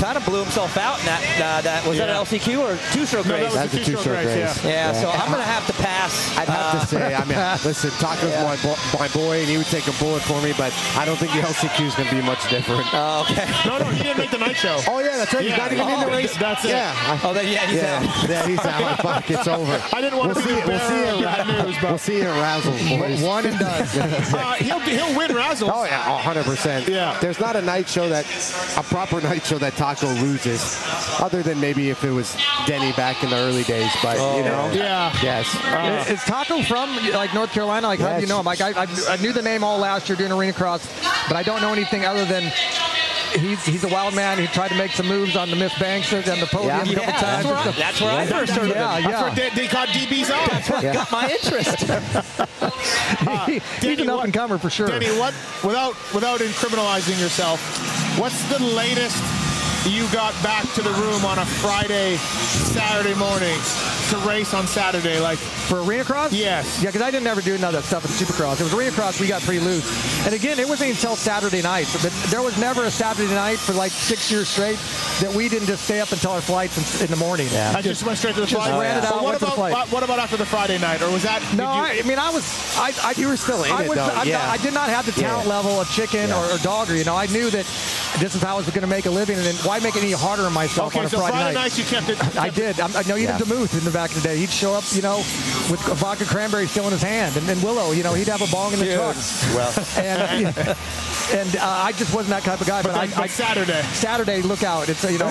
kind of blew himself out in that. Uh, that was that Yeah. an LCQ or two-stroke that race? was That's a two-stroke two-stroke race. race, yeah, so I'm gonna have to pass. Uh, I'd have to say, I mean, listen, Taco's my, bo- my boy, and he would take a bullet for me, but I don't think the LCQ is going to be much different. Uh, okay. No, no, he didn't make the night show. oh, yeah, that's right. He's not even in the race. That's it. Yeah. I- Oh, then, yeah, he's out. yeah, yeah, he's out. Fuck, it's over. I didn't want we'll to be see the it. We'll see bearer it. of bad news, but We'll see it razzles, boys. One and done. uh, he'll, he'll win Razzles. Oh yeah, hundred percent. Yeah. There's not a night show that a proper night show that Taco loses, other than maybe if it was Denny back in the early days. But Oh. you know, Yeah. Uh, yes, Oh. Is- is Taco from like North Carolina? Like, how do you Yes. know him? Like, I, I, I knew the name all last year doing arena cross, but I don't know anything other than he's he's a wild man. He tried to make some moves on the Miss Banks and the podium Yeah. a couple Yeah, times. that's where I, yeah, that's where I first heard of yeah. him. They, they caught DB's on. Yeah. Got my interest. He- he's Danny, an up and comer for sure. Danny, what without without incriminalizing yourself, what's the latest you got back to the room on a Friday, Saturday morning to race on Saturday? Like, For arena cross? Yes. Yeah, because I didn't ever do none of that stuff in Supercross. It was arena cross we got pretty loose. And again, it wasn't until Saturday night. But there was never a Saturday night for like six years straight that we didn't just stay up until our flights in, in the morning. Yeah. I just went straight to the just flight. ran it But out, what went to the about flight. what- what about after the Friday night, or was that? did No, you- I, I mean I was. I, I you were still in it, though, I, yeah. I did not have the talent Yeah. level of chicken or, or dogger. You know, I knew that this is how I was going to make a living, and then why make it any harder on myself okay, on a so Friday, Friday night? night you kept it. I did. I'm, I know you Yeah. did Demuth in the back of the day. He'd show up, you know, with a vodka cranberry still in his hand, and then Willow, you know, he'd have a bong in the truck. Well, And, and uh, I just wasn't that type of guy. But, But, I, then- I but Saturday. Saturday, look out! It's uh, you know,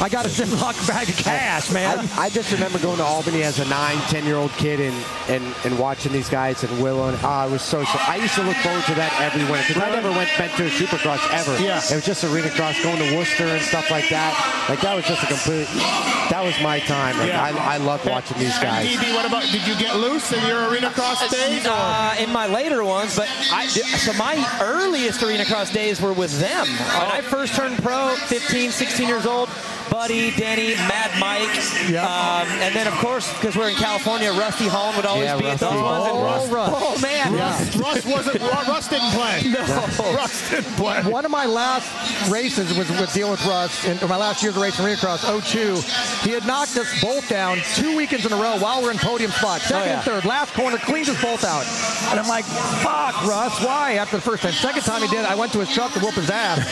I got a Ziploc bag of cash, man. I, I just remember going to Albany as a nine, ten-year-old kid and, and, and watching these guys and Willow and ah, it was so. so I used to look forward to that every winter because I never went bent to a Supercross ever. Yeah. it was just arena cross, going to Worcester and stuff like that. Like that was just a complete. That was my time. Like, Yeah. I, I loved watching these guys. And DB, what about? Did you get loose in your arena cross days? Or? uh, in my later ones, but I, so my earliest arena cross days were with them. When I first turned pro, 15, 16 years old, Buddy, Danny, Mad Mike, Yeah. um, and then of course because we're in California, Rusty Holland would always Yeah, be Rusty. at those ones. and Oh, Rust- Rust. oh man, Russ, Russ wasn't. Russ didn't play. No. Russ didn't play. One of my last races was with dealing with Russ, and or my last year of racing arena cross, 02. He had knocked us both down two weekends in a row while we're in podium spot. Second yeah. and third, last corner, cleaned us both out. And I'm like, fuck, Russ, why? After the first time. Second time he did, I went to his truck to whoop his ass.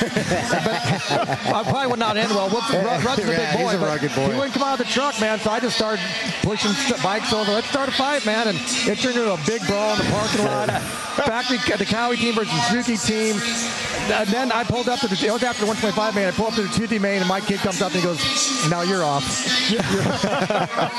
but I probably would not end well. Whoop, Ru- Russ is a Uh, big Yeah, boy. he's a but rugged boy. He wouldn't come out of the truck, man, so I just started pushing st- bikes over. Let's start a fight, man. And it turned into a big brawl in the parking lot. Factory, the Cowie team versus Suzuki team. And then I pulled up to the, it was after the 125 main. I pulled up to the 2D main, and my kid comes up and he goes, Now you're off. You're,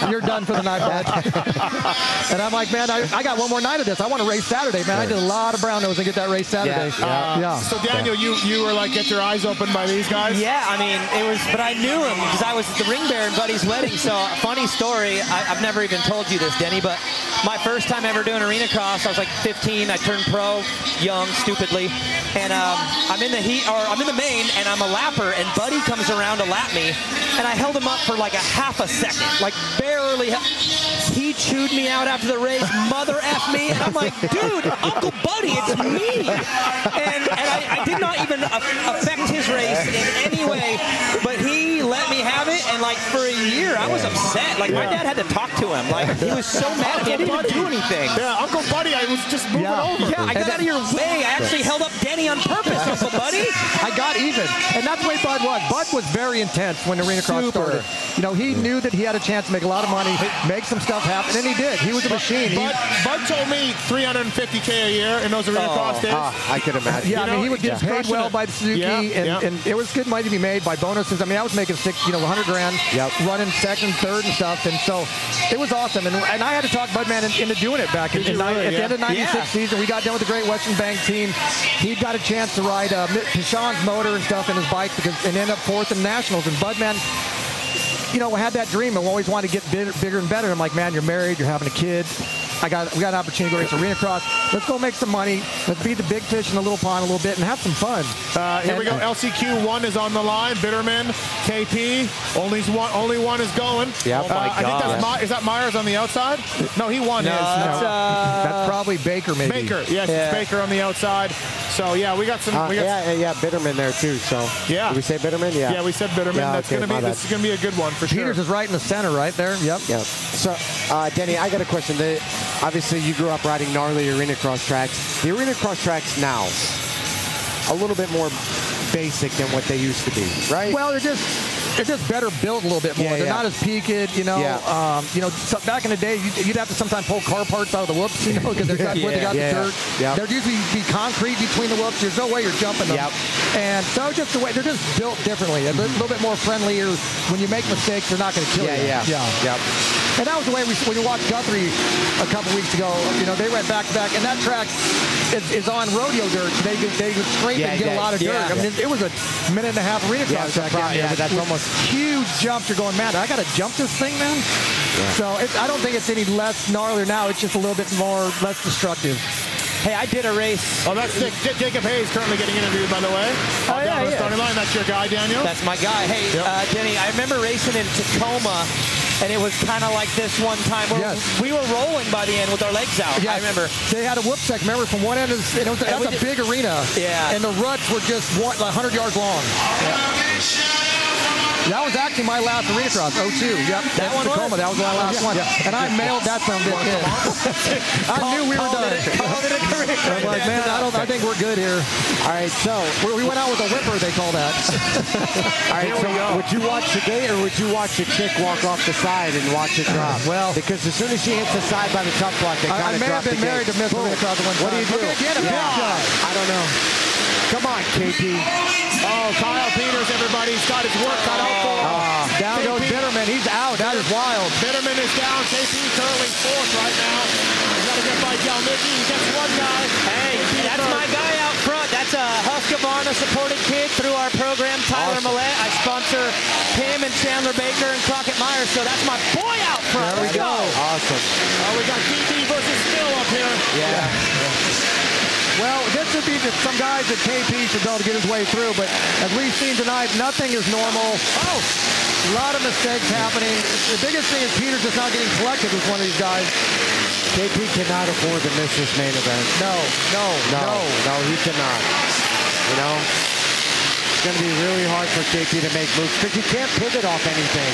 you're done for the night, Dad. and I'm like, Man, I, I got one more night of this. I want to race Saturday, man. I did a lot of brown nose and get that race Saturday. Yeah, yeah. Uh, yeah. So Daniel, you you were like get your eyes opened by these guys. Yeah, I mean, it was, but I knew him because I was at the ring bearer in Buddy's wedding. So, funny story, I, I've never even told you this, Denny, but my first time ever doing arena cross, I was like 15. I turned pro, young, stupidly, and um, I'm in the heat, or I'm in the main, and I'm a lapper, and Buddy comes around to lap me, and I held him up for like a half a second, like barely. he- He chewed me out after the race, mother f me, and I'm like, dude, Uncle Buddy, it's me, and, and I, I did not even a- affect his race in any way, but he let me have it, and like for a year, I was upset. Like my dad had to talk to him. Like he was so mad at me. I didn't even do anything. Yeah, Uncle Buddy, I was just moving Yeah. over. Yeah, I got out of your way. I actually held up Danny on purpose, Uncle Buddy. I got even. And that's the way Bud was. Bud was very intense when Arena Cross started. Super. You know, he knew that he had a chance to make a lot of money, make some stuff happen, and he did. He was a machine. He- Bud, Bud told me 350k a year in those Oh, arena cross days. Ah, I could imagine. yeah, I mean, know, he was yeah. getting paid crushing well it. by Suzuki, Yeah, and, yeah. and it was good money to be made by bonuses. I mean, I was making six, you know, 100 grand, Yep. running second, third, and stuff, and so it was awesome. And, and I had to talk Budman in- into doing it back in, Did in you nine- really? at the end of 96 Yeah. Yeah. season. We got done with the Great Western Bank team. He got a chance to ride uh, Pishon's motor and stuff in his bike because and end up fourth in nationals. And Budman you know, had that dream and always wanted to get bigger, bigger and better. I'm like, man, you're married, you're having a kid. I got, we got an opportunity to race arena cross. Let's go make some money. Let's be the big fish in the little pond a little bit and have some fun. Uh, here we go. LCQ one is on the line. Bitterman, KP. Only one. Only one is going. Yeah, Uh, Oh, my I think God. that's My, is that Myers on the outside? No, he won his. that's, No. uh, That's probably Baker, maybe. Baker. Yes, Yeah. it's Baker on the outside. So yeah, we got some. Uh, we got yeah, yeah, yeah, Bitterman there too. So Yeah. did we say Bitterman? Yeah. yeah, we said Bitterman. Yeah, That's okay, gonna my be bad. this is gonna be a good one for Peters sure. is right in the center, right there. Yep. Yeah. So, uh, Denny, I got a question. The, obviously, you grew up riding gnarly arena cross tracks. The arena cross tracks now, a little bit more basic than what they used to be, right? Well, they're just they're just better built a little bit more. Yeah, they're yeah. not as peaked, you know. Yeah. Um, you know, so back in the day, you'd, you'd have to sometimes pull car parts out of the whoops, you know, because they're got, where they Yeah. got Yeah, the dirt. yeah. There'd usually be concrete between the whoops. There's no way you're jumping them. Yep. Mm-hmm. And so just the way they're just built differently, a li- little bit more friendlier. When you make mistakes, they're not going to kill yeah, you. yeah, Yep. yeah. And that was the way we when you watched Guthrie a couple weeks ago. You know, they went back to back, and that track is, is on rodeo dirt. So they could- they could scrape Yeah, and get yeah, a lot of dirt. I yeah. mean, it, it was a minute and a half arena Yeah, cross it's a track. pro- down there yeah, with- that's with almost- huge jumps. You're going, man, I got to jump this thing, man. So it's, I don't think it's any less gnarlier now. It's just a little bit more less destructive. Hey, I did a race. Oh, that's Nick, J- Jacob Hayes currently getting interviewed, by the way. Oh, Out yeah, down the yeah. starting line. That's your guy, Daniel. That's my guy. Hey, uh, Denny, I remember racing in Tacoma, and it was kind of like this one time where Yes. we were rolling by the end with our legs out. I Yes. remember. They had a whoop sec, remember, from one end of the, and it was, And that's we a did- big arena. Yeah. And the ruts were just one, like 100 yards long. That was actually my last arena cross, 02. Yep. That That's one was? Tacoma. That was my last one. And I mailed that some bitch in. I knew we were Called done. it a- called it a career I'm like, right there. man, I, don't, I think we're good here. All right. So, We, we went out with a whipper, they call that. All right, so would you watch the gate or would you watch the chick walk off the side and watch it drop? Well- because as soon as she hits the side by the top block, they I, gotta I may drop have been the married gate. to Miss Boom. Arena Cross at one time. What do you do? Okay, get a Yeah. big job. I don't know. Come on, KP. Oh, Kyle Peters, everybody's got his work cut out for him. Ah, Down KP. goes Bitterman. He's out. That is wild. Bitterman is down. KP currently fourth right now. He's got to get by Galnicki. He gets one guy. Hey, that's my guy out front. That's a Husqvarna supported kid through our program, Tyler Millett. I sponsor him and Chandler Baker and Crockett Myers, so that's my boy out front. There we go. Awesome. Oh, we got DB versus Phil up here. Yeah. Well, this would be just some guys that KP should be able to get his way through, but as we've seen tonight, nothing is normal. Oh! A lot of mistakes happening. The biggest thing is Peter's just not getting collected with one of these guys. KP cannot afford to miss this main event. No, no, No, no. no, he cannot. You know, it's going to be really hard for KP to make moves because you can't pivot off anything.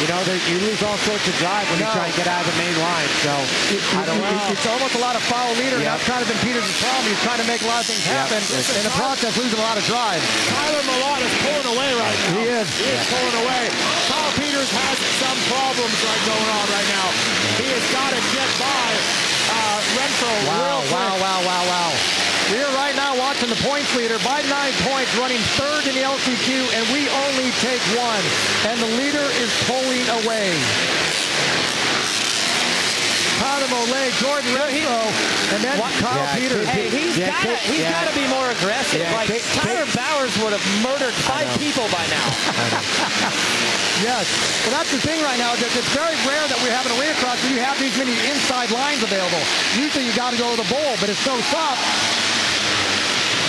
You know, there, you lose all sorts of drive when you No. try and get out of the main line. So I don't know. It's almost a lot of follow leader, and Yep. that's kind of been Peter's problem. He's trying to make a lot of things happen, yes. and in the process, losing a lot of drive. Tyler Malott is pulling away right now. He is. He is pulling away. Kyle Peters has some problems right going on right now. He has got to get by uh, Renfro real Wow, quick. wow, wow, wow, wow. We are right now watching the points leader by nine points, running third in the LCQ, and we only take one. And the leader is pulling away. Tyler Molay, Jordan Renfro, and then Kyle Yeah, Peters. Hey, he's Yeah, gotta Kate- he's yeah. gotta be more aggressive. Yeah, like Kate- Tyler Bowers would have murdered five people by now. Yes. Well, that's the thing right now. Is that it's very rare that we have an arena cross when you have these many inside lines available. Usually you got to go to the bowl, but it's so soft.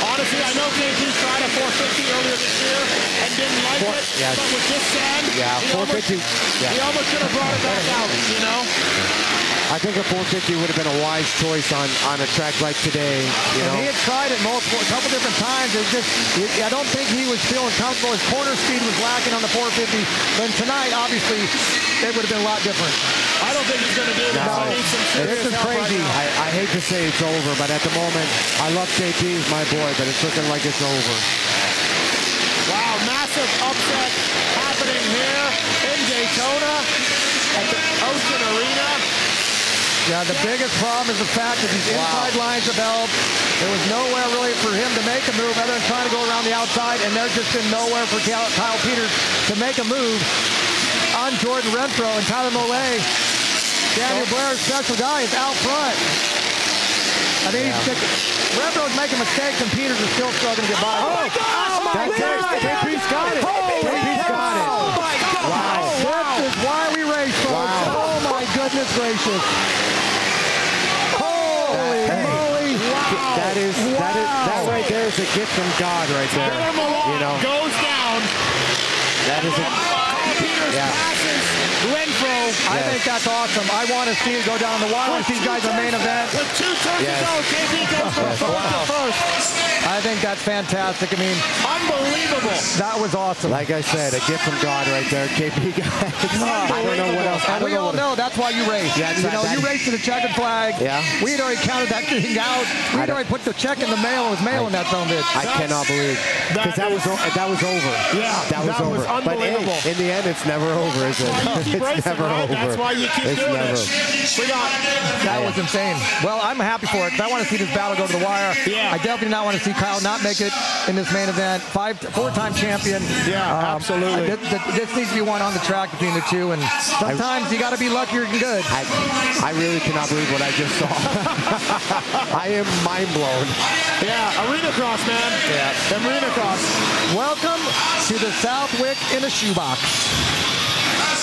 Honestly, I know JP tried a 450 earlier this year and didn't like it, yeah. but with this sand, Yeah, he, almost, 450. he Yeah, almost should have brought it back out, you know? I think a 450 would have been a wise choice on on a track like today. You And know, he had tried it multiple, a couple different times. It just, I don't think he was feeling comfortable. His corner speed was lacking on the 450. But tonight, obviously, it would have been a lot different. I don't think he's going to be able No. to need some serious This is help right crazy. now. I, I hate to say it's over, but at the moment, I love KP, he's my boy, but it's looking like it's over. Wow, massive upset happening here in Daytona at the Ocean Arena. Yeah, the biggest problem is the fact that these inside lines developed. There was nowhere really for him to make a move other than trying to go around the outside, and there's just been nowhere for Kyle Kyle Peters to make a move on Jordan Renfro and Tyler Molay. Daniel Blair's special guy is out front. I mean, he's just, Renfro's making mistakes, and Peters is still struggling to get by. Oh, That's it. KP's got it. KP's got it. Oh, my God! Wow. This is why we race, folks. Wow. Oh my goodness gracious! Holy Hey. moly! That is that is that right there is a gift from God right there. Peter Malone You know, goes down. that is a Kyle Peters Yeah. passes Renfro I think that's awesome. I want to see it go down the wire. I want to see you guys in the main event. with two turns Yes. to go. KP goes from fourth to first. I think that's fantastic. I mean, Unbelievable. that was awesome. Like I said, a gift from God right there, KP guys. I don't know what else. I And don't we know all what know that's why you raced. Yeah, that's you right, know, that- you raced to the checkered flag. Yeah. We had already counted that thing out. We I had don't- already put the check in the mail. It was mailing that son of a bitch. I cannot believe because that that, was is- was o- that was over. Yeah, that was that over. was But hey, unbelievable. in the end, it's never over, is it? That's why you it's keep racing, never over. right? That's why you keep it's doing never. it. We got That was insane. Well, I'm happy for it. 'cause I want to see this battle go to the wire. Yeah. I definitely not want to see Kyle not make it in this main event. Five, four-time champion. Um, Yeah, absolutely. This, this needs to be one on the track between the two. And sometimes you got to be luckier than good. I, I really cannot believe what I just saw. I am mind blown. yeah, arena cross, man. Yeah, arena cross. Welcome to the Southwick in a shoebox.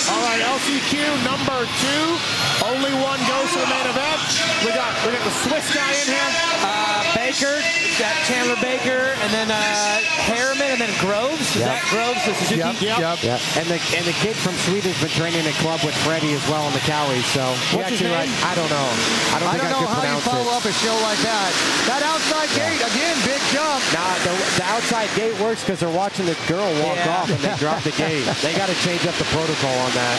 All right, LCQ number two. Only one goes to the main event. We got we got the Swiss guy in here. Uh, Baker, got Chandler Baker, and then uh, Harriman, and then Groves. Is Yep. that Groves? The Suzuki? Yep. Yeah. And the and the kid from Sweden's been training at club with Freddie as well in the Cowie. So we What's actually his name? like- I don't know. I don't I think I, don't know could how you pronounce follow it. up a show like that. That outside gate, again, big jump. Nah, the, the outside gate works because they're watching the girl walk Yeah. off and they drop the gate. They got to change up the protocol on that.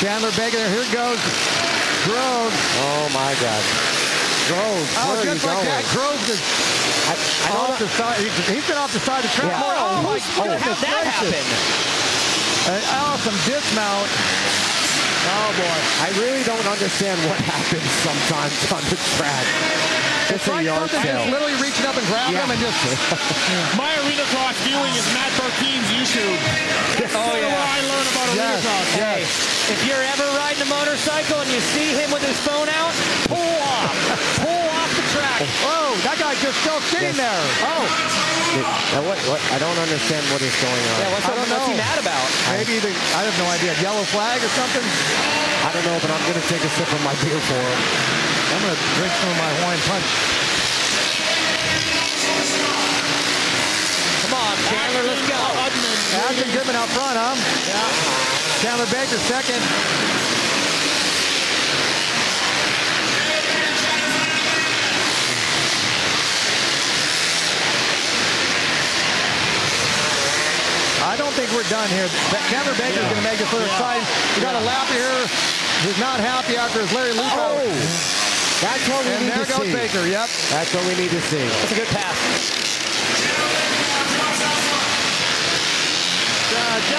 Chandler Baker, here goes Groves. Oh my God. Groves, Oh, where are you just like going? that, Groves is I, I don't off the side. he's- He's been off the side of the track. Yeah. Oh, my Oh, goodness How'd that happen? gracious. An awesome dismount. Oh boy, I really don't understand what happens sometimes on the track. It's a Right yard something, just sale. literally reaching up and grabbing Yeah. him and just. My arena cross viewing is Matt Burkeen's YouTube. That's Oh, yeah. where I learn about arena Yes, cross. Hey, if you're ever riding a motorcycle and you see him with his phone out, pull off. pull off the track. Whoa, that guy just still sitting Yes. there. Oh, Now, what, what, I don't understand what is going on. Yeah, what's, I don't what's he know. mad about? maybe the, I have no idea. Yellow flag or something. I don't know, but I'm gonna take a sip of my beer for him. I'm gonna drink some of my Hawaiian punch. Come on, Chandler, let's go. Ashton Goodman out front, huh? Yeah. Chandler Baker second. I don't think we're done here. Ba- Chandler Baker's going to make it for the side. We got a lap here. He's not happy after his Larry Lupo. uh, Oh, that's what we and need there to goes see. Baker. Yep. That's what we need to see. That's a good pass.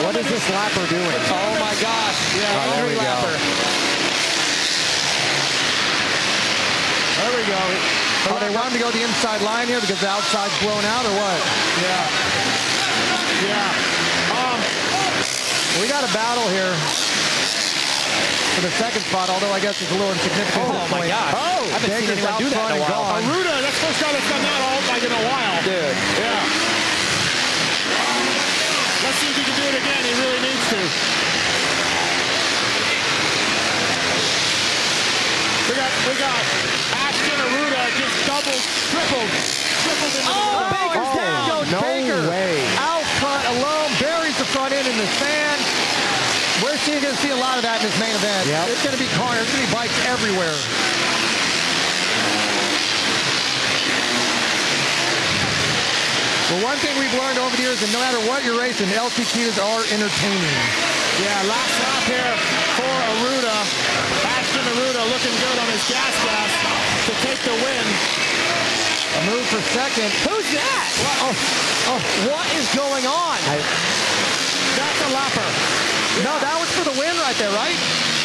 What is this lapper doing? Oh my gosh. Yeah, Oh, there we go. Lapper. There we go. Oh, they want him to go to the inside line here because the outside's blown out or what? Yeah. We got a battle here for the second spot, although I guess it's a little insignificant at Oh this my point. gosh. Oh, I haven't seen Baker's anyone out do that in a front and while. gone. Aruda, that's the first guy that's done that all like in a while. Dude. Yeah. Let's see if he can do it again. He really needs to. We got we got Ashton Aruda just doubled, tripled, tripled into the Oh, wall. Baker's down. Oh, Goes no Baker. way. Out front alone, buries the front end in the sand. We're seeing, going to see a lot of that in this main event. Yep. It's going to be corners. It's going to be bikes everywhere. But one thing we've learned over the years, and no matter what you're racing, LCQs are entertaining. Yeah, last lap here for Aruda. Ashton Aruda looking good on his gas gas to take the win. A move for second. Who's that? Oh, oh, What is going on? That's a lapper. no, that was for the win right there, right?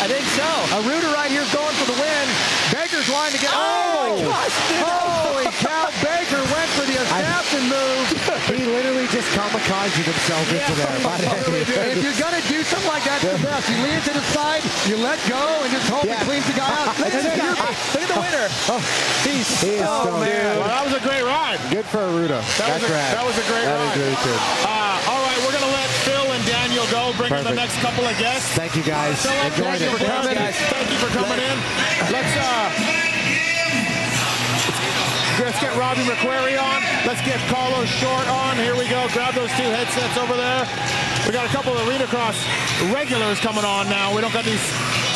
I think so. A rooter right here is going for the win. Baker's line to get. Oh, my Oh, gosh, dude. holy cow! Baker went for the assassin move. He literally just kamikazed himself into there. by the Totally way. did. if you're gonna do something like that, it's the best. You lean it to the side, you let go, and just hope Yeah. it cleans the guy Oh. out. Look at, And the then you're- guy. Look at the winner. He's so Well, that was a great ride. Good for Aruda. That That's was a- rad. that was a great That ride. is really good. Uh, all right, we're going to let Phil and Daniel go, bring in the Perfect. next couple of guests. Thank you guys. Phil, Enjoyed thank you it. for coming. Thanks, guys. Thank you for coming in. Let's uh, let's get Robbie McQuarrie on. Let's get Carlos Short on. Here we go. Grab those two headsets over there. We got a couple of arena cross regulars coming on now. We don't got these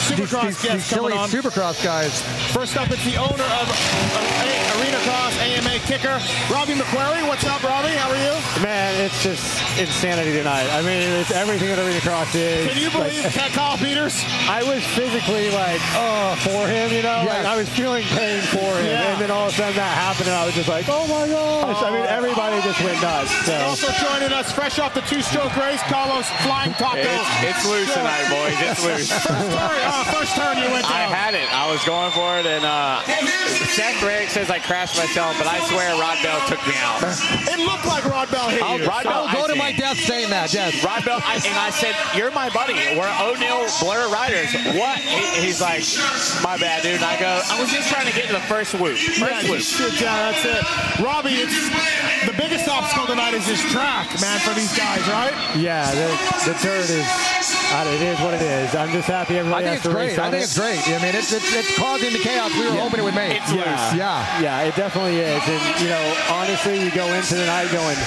Supercross these, these, guests silly coming on. Supercross guys. First up, it's the owner of uh, A- Arena Cross AMA Kicker, Robbie McQuarrie. What's up, Robbie? How are you? Man, it's just insanity tonight. I mean, it's everything that Arena Cross is. Can you Like, believe Cat Kyle Peters? I was physically like, oh, for him, you know? Yes. Like, I was feeling pain for him. Yeah. And then all of a sudden that happened, and I was just like, oh my gosh. I mean, everybody just went nuts. So. Also joining us, fresh off the two-stroke race, Carlos Flying Taco. It's, it's loose tonight, boys. It's loose. First turn, uh, first turn you went I down. had it. I was going for it, and uh, Seth Reddick says I crashed myself, but I swear Rod Bell took me out. it looked like Rod Bell hit Oh, you. Rod Bell, Don't go I to think. my death saying that, yes. Rod Bell, I, and I said, "You're my buddy. We're O'Neill Blur Riders." What? He, he's like, "My bad, dude." And I go, "I was just trying to get to the first whoop. First Yeah, whoop." just shit down, that's it. Robbie, it's, the biggest obstacle tonight is this track, man, for these guys, right? Yeah, the, the dirt is, uh, it is what it is. I'm just happy I everybody has think it's to race great. I on think it. it's great. I mean, it's it's, it's causing the chaos we were hoping it would make. It's loose. Yeah. Yeah, it definitely is. And, you know, honestly, you go into the night going,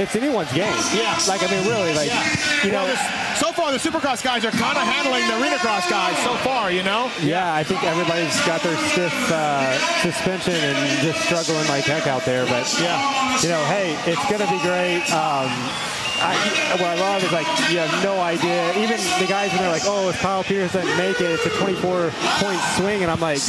it's anyone's game. Yeah. Like, I mean, really, like, Yeah. you Well, know, this- so far, the Supercross guys are kind of handling the Arena Cross guys so far, you know? yeah, I think everybody's got their stiff uh, suspension and just struggling like heck out there. But, Yeah. you know, hey, it's going to be great. Um, I, what I love is like you have no idea. Even the guys when they're like, "Oh, if Kyle Peters doesn't make it, it's a 24-point swing," and I'm like,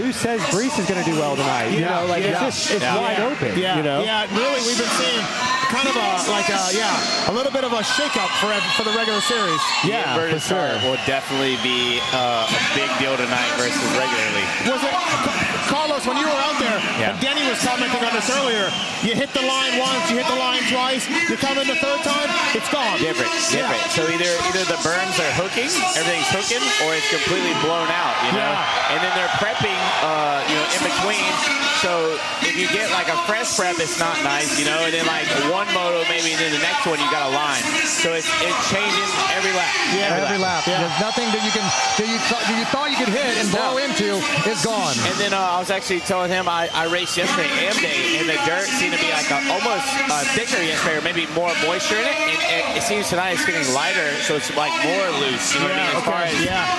"Who says Brees is going to do well tonight?" You know, like yeah. it's just it's wide open. Yeah, you know, yeah, really, we've been seeing kind of a, like a, yeah, a little bit of a shakeup for, ev- for the regular series. Yeah, The inverted for sure. start will definitely be uh, a big deal tonight versus regularly. Was it, Ca- Carlos, when you were out there, Yeah. and Denny was commenting on this earlier, you hit the line once, you hit the line twice, you come in the third time, it's gone. Different, different. So either either the burns are hooking, everything's hooking, or it's completely blown out. You know, Yeah. and then they're prepping, uh, you know, in between. So if you get like a fresh prep, it's not nice, you know. And then like one moto maybe, and then the next one you got a line. So it's it's changing every lap. Every, lap. There's nothing that you can that you, thought- that you thought you could hit and blow No. into is gone. And then uh, I was actually telling him I, I raced yesterday, AM Day, and the dirt seemed to be like a, almost uh, thicker yesterday, or maybe more moisture in it. And, and it seems tonight it's getting lighter, so it's like more loose. You know what I mean? As far as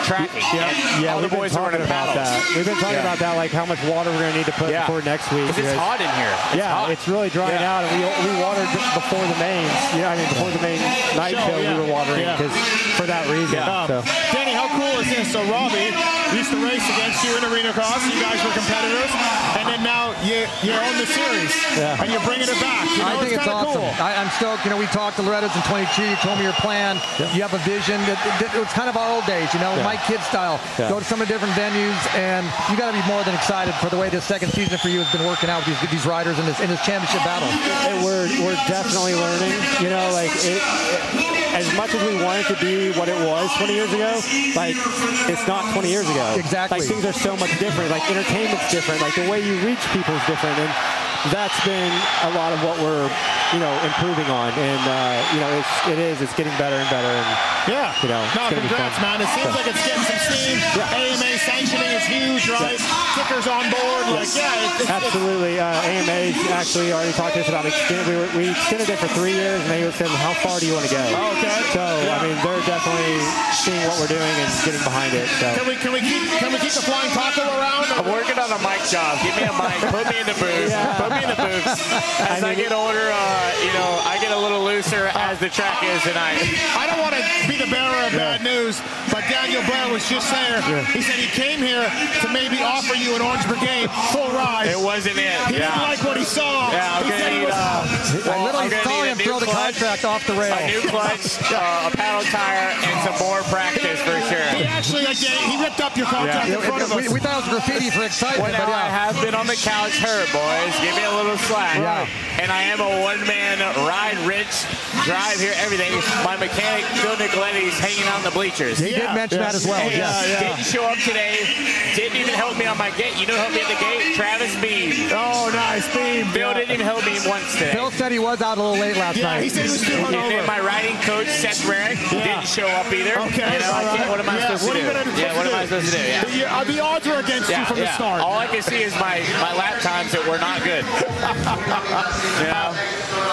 tracking. And Yeah, all the we've been boys are talking running about paddles. that. We've been talking Yeah. about that, like how much water we're going to need to put Yeah. before next week. 'Cause it's because- hot in here. It's yeah, hot. it's really drying Yeah. out, and we we watered before the mains. Yeah, I mean before the main night Show, show, yeah. we were watering Yeah. because for that reason. Um, So. Danny, how cool is this? So Robbie used to race against you in arena cross. You guys were competitors, and then now you you own the series, Yeah. and you're bringing it back. You know, I think it's, kinda awesome. cool. I, I'm stoked. You know, we talked to Loretta's in 22. You told me your plan. You have a vision. It, it- it was kind of our old days, you know, my kid style. Yeah. Go to some of the different venues, and you got to be more than excited for the way this second season for you has been working out with these, these riders in this in this championship battle. it- we're we're definitely learning. You know, like it, it- as much as we want it to be what it was 20 years ago, like it's not 20 years ago. Exactly. Like things are so much different. Like entertainment's different. Like the way you reach people is different, and that's been a lot of what we're you know improving on. And uh, you know, it's it is it's getting better and better. And Yeah. You know, no, it's gonna be congrats, fun. man. It seems So- like it's getting some steam. AMA sanctioning is huge, right? Kickers on board. Like, yeah, it, it's, it's, Absolutely. Uh, AMA's actually already talked to us about extending. We, were, we extended it for three years, and they were saying, how far do you want to go? Oh, okay. So, I mean, they're definitely seeing what we're doing and getting behind it. So. can we can we keep can we keep the flying taco around? I'm working on a mic job. Give me a mic. Put me in the booth. Put me in the booth. As I, mean- get older, uh, you know, I get a little looser as the track is tonight. I don't want to be the bearer of bad news, but Daniel Blair was just there. He said he came here to maybe offer you an Orange Brigade full ride. It wasn't it. He didn't Yeah. like what he saw. Yeah, I'm he gonna said he need, was uh, I well, I'm literally gonna saw need a him new throw the clutch, contract off the rail. A new clutch, uh, a paddle tire, and some more practice for He sure. actually, like, he ripped up your contract Yeah, in front of us. we, we thought it was graffiti for Well, excitement, now but I yeah. have been on the couch hurt, boys. Give me a little slack. Yeah. And I am a one-man ride, rich, drive here, everything. My mechanic, Phil Nicoletti, is hanging out in the bleachers. He did mention that as well. Hey, yes. uh, Didn't show up today. Didn't even help me on my gate. You know, who helped me at the gate. Travis Beam. oh, nice beam. Bill didn't even help me once today. Bill said he was out a little late last Yeah, night. he said he was too and then hungover. my riding coach Seth Rarick didn't show up either. Okay, You know, I all can't- right. What am I Yeah, supposed what to are do? you gonna- yeah, what what to am not supposed to do, yeah. The, year- uh, the odds were against you Yeah, from the yeah. start. All I can see is my, my lap times that were not good. you know?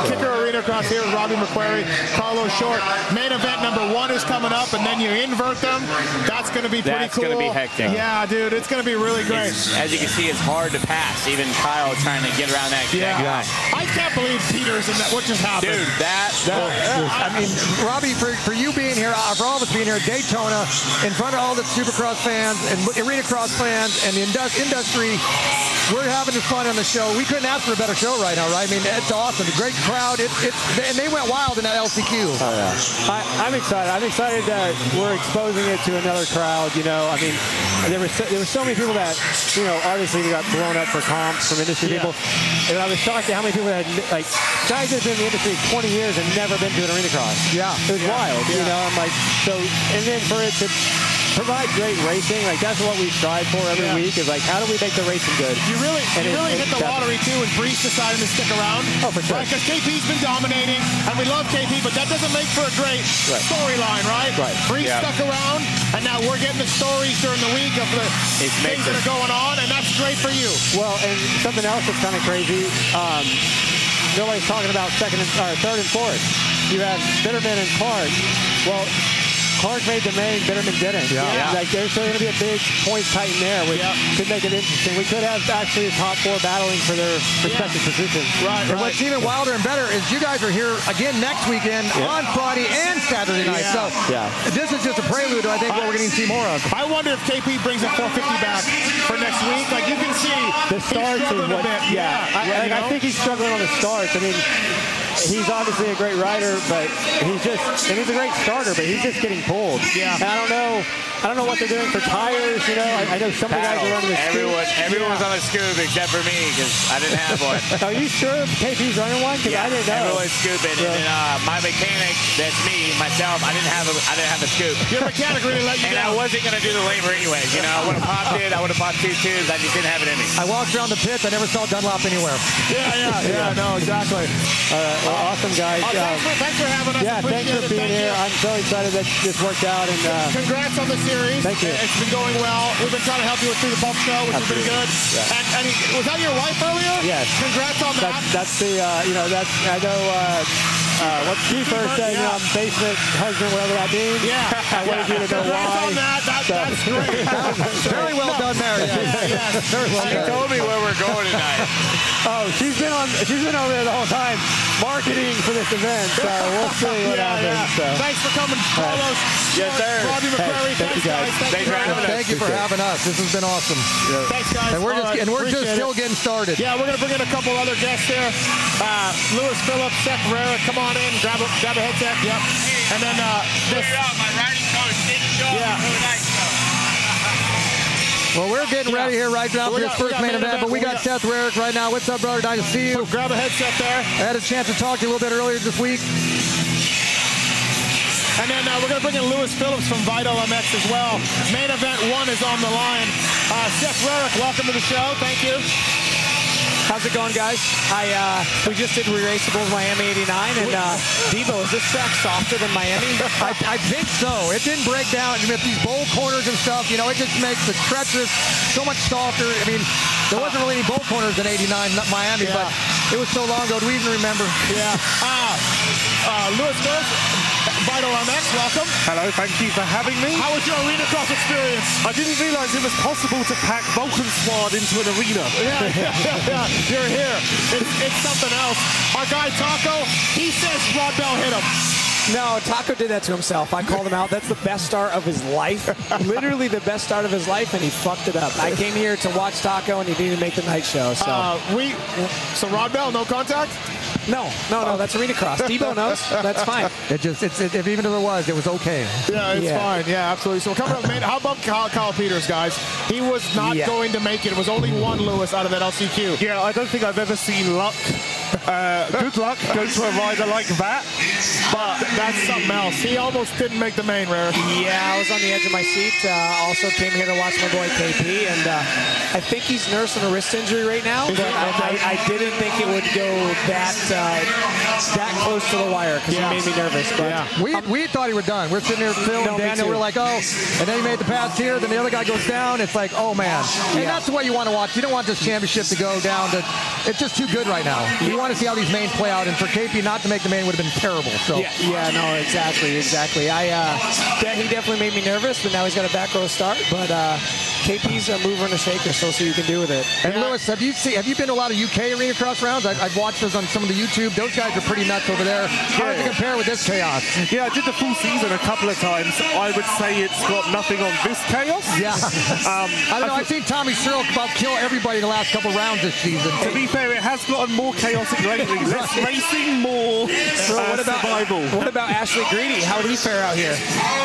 Kicker Arena Cross here with Robbie McQuarrie, Carlos Short. Main event number one is coming up, and then you invert them. That's going to be pretty That's cool. gonna be hectic. Yeah, dude, it's going to be really great. As you can see, it's hard to pass. Even Kyle trying to get around that. Yeah. that guy. I can't believe Peters and that. What just happened? Dude, that, I mean, Robbie, for, for you being here, uh, for all of us being here, Daytona, in front of all the Supercross fans and Arena Cross fans and the indus- industry, we're having fun on the show. We couldn't ask for a better show right now, right? I mean, it's awesome. The great crowd. It, it, and they went wild in that LCQ. I, I'm excited. I'm excited that we're exposing it to another crowd. You know, I mean, there were so, there were so many people that you know obviously we got blown up for comps from industry people, and I was shocked at how many people had like guys that have been in the industry 20 years and never been to an arena cross. Yeah. it was wild. You know, I'm like so, and then for it to provide great racing, like that's what we strive for every Yeah. week is like how do we make the racing good? You really, And you it- really it hit the doesn't. lottery too, and Brees decided to stick around. Oh, for sure. Right, because KP's been dominating, and we love KP, but that doesn't make for a great storyline, right? Right. Brees Yeah. stuck around, and now we're getting the stories during the week of the It's things making- that are going on, and that's great for you. Well, and something else that's kind of crazy. Um, nobody's talking about second and or third and fourth. You have Bitterman and Clark. Well, Clark made the main, Bitterman didn't. Yeah. Yeah. Like there's going to be a big points tight in there, which could make it interesting. We could have actually a top four battling for their respective positions. Right, And what's even wilder and better is you guys are here again next weekend on Friday and Saturday night. Yeah. So Yeah. this is just a prelude to, I think, what we're going to see more of. I wonder if KP brings a 450 back for next week. Like you can see, The starts is he's struggling what, a bit. yeah. I, you like, I know? think he's struggling on the starts. I mean, he's obviously a great rider, but he's just, and he's a great starter, but he's just getting pulled. Yeah. And I don't know, I don't know what they're doing for tires. You know, I, I know some of the guys are running the scoop. everyone, everyone was on the scoop except for me because I didn't have one. Are Oh, you sure KP's running one? Because I didn't know. everyone's scooping, and then, uh, my mechanic, that's me, myself. I didn't have a, I didn't have a scoop. Your mechanic really let you And I down. wasn't gonna do the labor anyway. You know, I would have popped it. I would have popped two tubes. I just didn't have it in me. I walked around the pits. I never saw Dunlop anywhere. Yeah, yeah, yeah. No, exactly. All right, well, Uh, awesome guys. Oh, Um, thanks, for, thanks for having us. yeah, Appreciate thanks for it. being Thank you. here. I'm so excited that this worked out, and uh, Congrats on the series. Thank you. It's been going well. We've been trying to help you with through the bump show, which has been good. And, and was that your wife earlier? Yes. Congrats on that. that's, that's the uh, you know that's I know uh, uh, what's the first thing yeah. um, basement husband whatever that means. yeah. I wanted you to know Congrats why. on that. that That's great. Very well done there. Yeah, yes. Very well She done. told me where we're going tonight. Oh, she's been on she's been over there the whole time marketing for this event. So we'll see what Yeah, yeah. happens. So. Thanks for coming, Carlos. Yes, sir. Robbie McQuarrie. thank you, thanks, guys. guys. Thanks for very having much. Thank you for having us. This has been awesome. Thanks, guys. And we're All just right. and we're just Appreciate it. still getting started. Yeah, we're gonna bring in a couple other guests here. Uh, Lewis Phillips, Seth Ferreira, come on in, grab a grab a headset. Yep. And then uh, this, My riding coach didn't show up Yeah. until tonight, so. Well, we're getting Yeah. ready here right now We for this got- we first got main main event, but event, we we got got- Oh, Seth Rarick right now. What's up, brother? Nice to see you. grab a headset there. I had a chance to talk to you a little bit earlier this week. And then uh, we're going to bring in Lewis Phillips from Vital MX as well. Main event one is on the line. Uh, Seth Rarick, welcome to the show. Thank you. How's it going, guys? I uh, we just did re-raceables Miami '89, and uh, Devo, is this track softer than Miami? I, I think so. It didn't break down. I mean, these bowl corners and stuff, you know, it just makes the treacherous so much softer. I mean, there wasn't really any bowl corners in '89 not Miami, but it was so long ago. Do we even remember? Yeah. Uh, uh, Lewis Phillips, Vital MX, welcome. Hello, thank you for having me. How was your arena cross experience? I didn't realise it was possible to pack Vulcan Squad into an arena. Yeah, yeah, yeah. You're here. It's, it's something else. Our guy Taco, he says Rod Bell hit him. no, Taco did that to himself. I called him out. That's the best start of his life, literally the best start of his life, and he fucked it up. I came here to watch Taco, and he didn't even make the night show. So Uh, we, so Rod Bell, no contact? no, no, no, that's arena cross. Debo knows. That's fine. It just, it's, it, if even if it was, it was okay. Yeah, it's Yeah. fine. Yeah, absolutely. So coming up, man, how about Kyle, Kyle Peters, guys? He was not Yeah. going to make it. It was only one Lewis out of that LCQ. Yeah, I don't think I've ever seen luck. Uh, good luck go to a rider like that. But that's something else. He almost didn't make the main rare. Yeah, I was on the edge of my seat. Uh, also came here to watch my boy KP, and uh, I think he's nursing a wrist injury right now. But I, I, I didn't think it would go that uh, that close to the wire because Yeah. it made me nervous. But Yeah. We, we thought he was done. We're sitting here, Phil No, me and Daniel. too. We're like, oh, and then he made the pass here. Then the other guy goes down. It's like, oh man. And that's the way you want to watch. You don't want this championship to go down to. It's just too good right now. You want to see how these mains play out, and for KP not to make the main would have been terrible. So Yeah, yeah, no, exactly, exactly. I uh, that he definitely made me nervous, but now he's got a back row start. But uh, KP's a mover and a shaker, so see what you can do with it. And Lewis, have you seen? Have you been to a lot of UK arena cross rounds? I, I've watched those on some of the YouTube. Those guys are pretty nuts over there. Hard to compare with this chaos. Yeah, I did the full season a couple of times. I would say it's got nothing on this chaos. Yeah. Um, I don't know. I've seen Tommy Cyril about kill everybody in the last couple rounds this season. To be fair, it has gotten more chaotic lately. Less racing, more uh, what about survival. what about Ashley Greedy? How would he fare out here?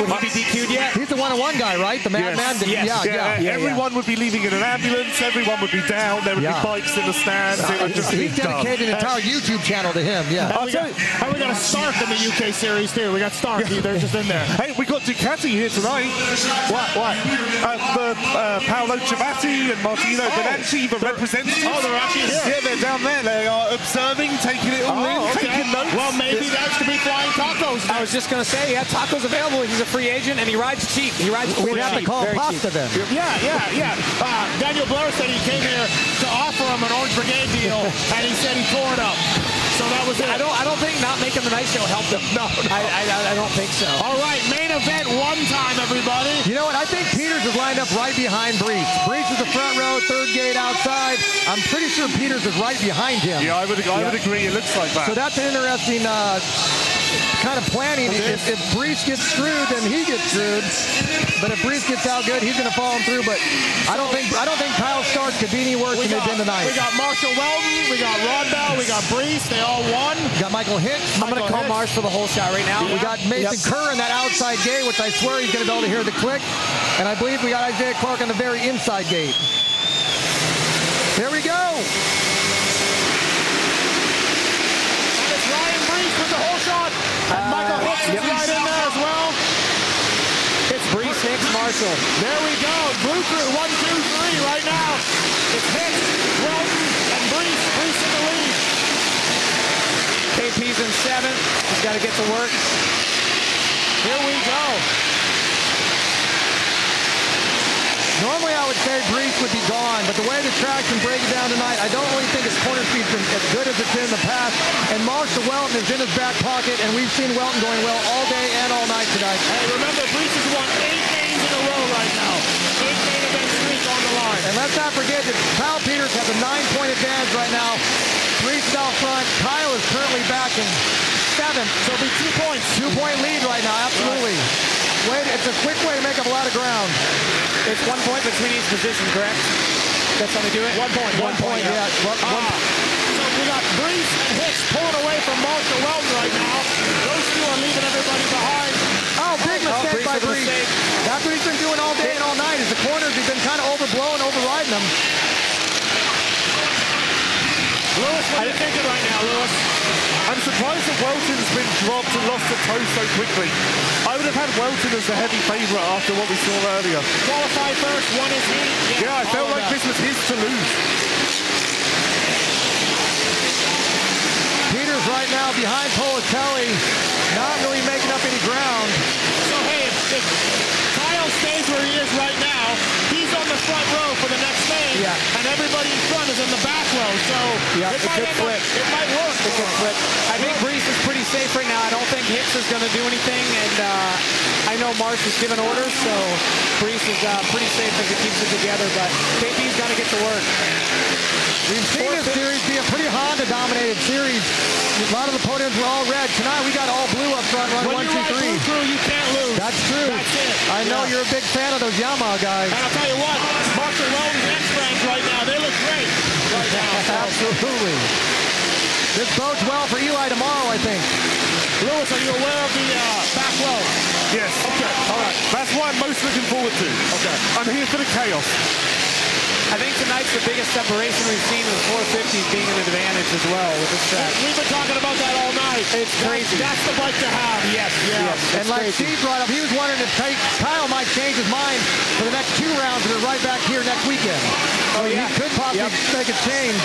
Would he be DQ'd yet? He's the one-on-one guy, right? The Yes, madman. that- yes. Yeah, yeah. yeah. everyone would be leaving in an ambulance. Everyone would be down. There would Yeah. be bikes in the stands. It would just be He's dumb. dedicated an entire YouTube channel to him. Yeah. And we, got, and we got a Stark in the UK series too. We got Stark. They're just in there. Hey, we got Ducati here tonight. What? What? Uh, the uh, Paolo Chabatti and Martino Benacci, Oh. the representatives. Oh, they're actually here. Yeah, they're down there. They are observing, taking it all in, taking notes. Well, maybe that should be flying tacos. I was just gonna say, yeah, tacos available. He's a free agent and he rides cheap. He rides We'd have to cheap, call very cheap. Pasta then. Yeah, yeah, yeah. Uh, Daniel Blair said he came here to offer him an Orange Brigade deal, and he said he tore it up. So that was it. I don't. I don't think not making the night show helped him. No, I, I, I don't think so. All right, main event one time, everybody. You know what? I think Peters is lined up right behind Brees. Brees is the front row, third gate outside. I'm pretty sure Peters is right behind him. yeah, I would, I would agree. It looks like that. So that's an interesting uh, kind of planning. If, if Brees gets screwed, then he gets screwed. But if Brees gets out good, he's going to follow him through. But I don't think I don't think Kyle Stark could be any worse We than got, they've been we tonight. got Marshall Weldon, we got Rod Bell, we got Brees. They all won. Got Michael Hicks. I'm gonna call Michael Hicks. Marsh for the whole shot right now. We got Mason Kerr in that outside gate, which I swear he's going to be able to hear the click. And I believe we got Isaiah Clark on the very inside gate. There we go. And it's Ryan Brees with the whole shot. And Uh, Michael Hicks is right in there as well. It's Brees, Hicks, Marshall. There we go. Blue crew, one, two, three right now. It's Hicks, Weldon, and Brees. Brees in the lead. KP's in seventh. He's got to get to work. Here we go. Normally, I would say Brees would be gone, but the way the traction breaks down tonight, I don't really think his corner speed's been as good as it's been in the past. And Marshall Welton is in his back pocket, and we've seen Welton going well all day and all night tonight. Hey, remember, Brees has won eight games in a row right now. Eight main event streak on the line. And let's not forget that Kyle Peters has a nine-point advantage right now. Brees is out front. Kyle is currently back in seventh. So it'll be two points. Two-point lead right now, absolutely. Wait, it's a quick way to make up a lot of ground. It's one point between each position, correct? That's how they do it. One point. One, point. yeah. One- Ah, one- so we got Brees and Hicks pulling away from Marshall Weldon right now. Those two are leaving everybody behind. Oh, big mistake Brees by with a Brees. mistake. That's what he's been doing all day and all night. Is the corners he's been kind of overblown, overriding them. Lewis, what are you thinking right now, Lewis? I'm surprised that Welton's been dropped and lost a toe so quickly. I would have had Welton as the heavy favourite after what we saw earlier. Qualify first, one is he. Yeah, I felt all of like that. this was his to lose. Peters right now behind Politelli, not really making up any ground. So hey, if, if Kyle stays where he is right now, he's on the front row for the next thing, Yeah. and everybody in front is in the back row. So Yeah, it, it might could end flip. Up, it might work. It's a flip. I think Brees is pretty safe right now. I don't think Hicks is going to do anything, and uh, I know Marsh is giving orders, so Brees is uh, pretty safe as he keeps it together. But KP's got to get to work. We've seen this series be a pretty Honda-dominated series. A lot of the podiums were all red. Tonight we got all blue up front, run When one, you two, ride three. blue crew, you can't lose. That's true. That's it. I know Yeah. you're a big fan of those Yamaha guys. And I'll tell you what, Marshall Rowan's X-ranked right now. They look great right now. So, Absolutely. This bodes well for Eli tomorrow, I think. Lewis, are you aware of the uh, back row? Yes. Okay. All right. That's what I'm most looking forward to. Okay. I'm here for the chaos. I think tonight's the biggest separation we've seen with 450s being an advantage as well with this track. We've been talking about that all night. It's crazy. That's, that's the bike to have. Yes. Yeah. And like Steve brought up, he was wondering if Ty- Kyle might change his mind for the next two rounds. We're right back here next weekend. Oh, yeah. He could possibly Yep. make a change.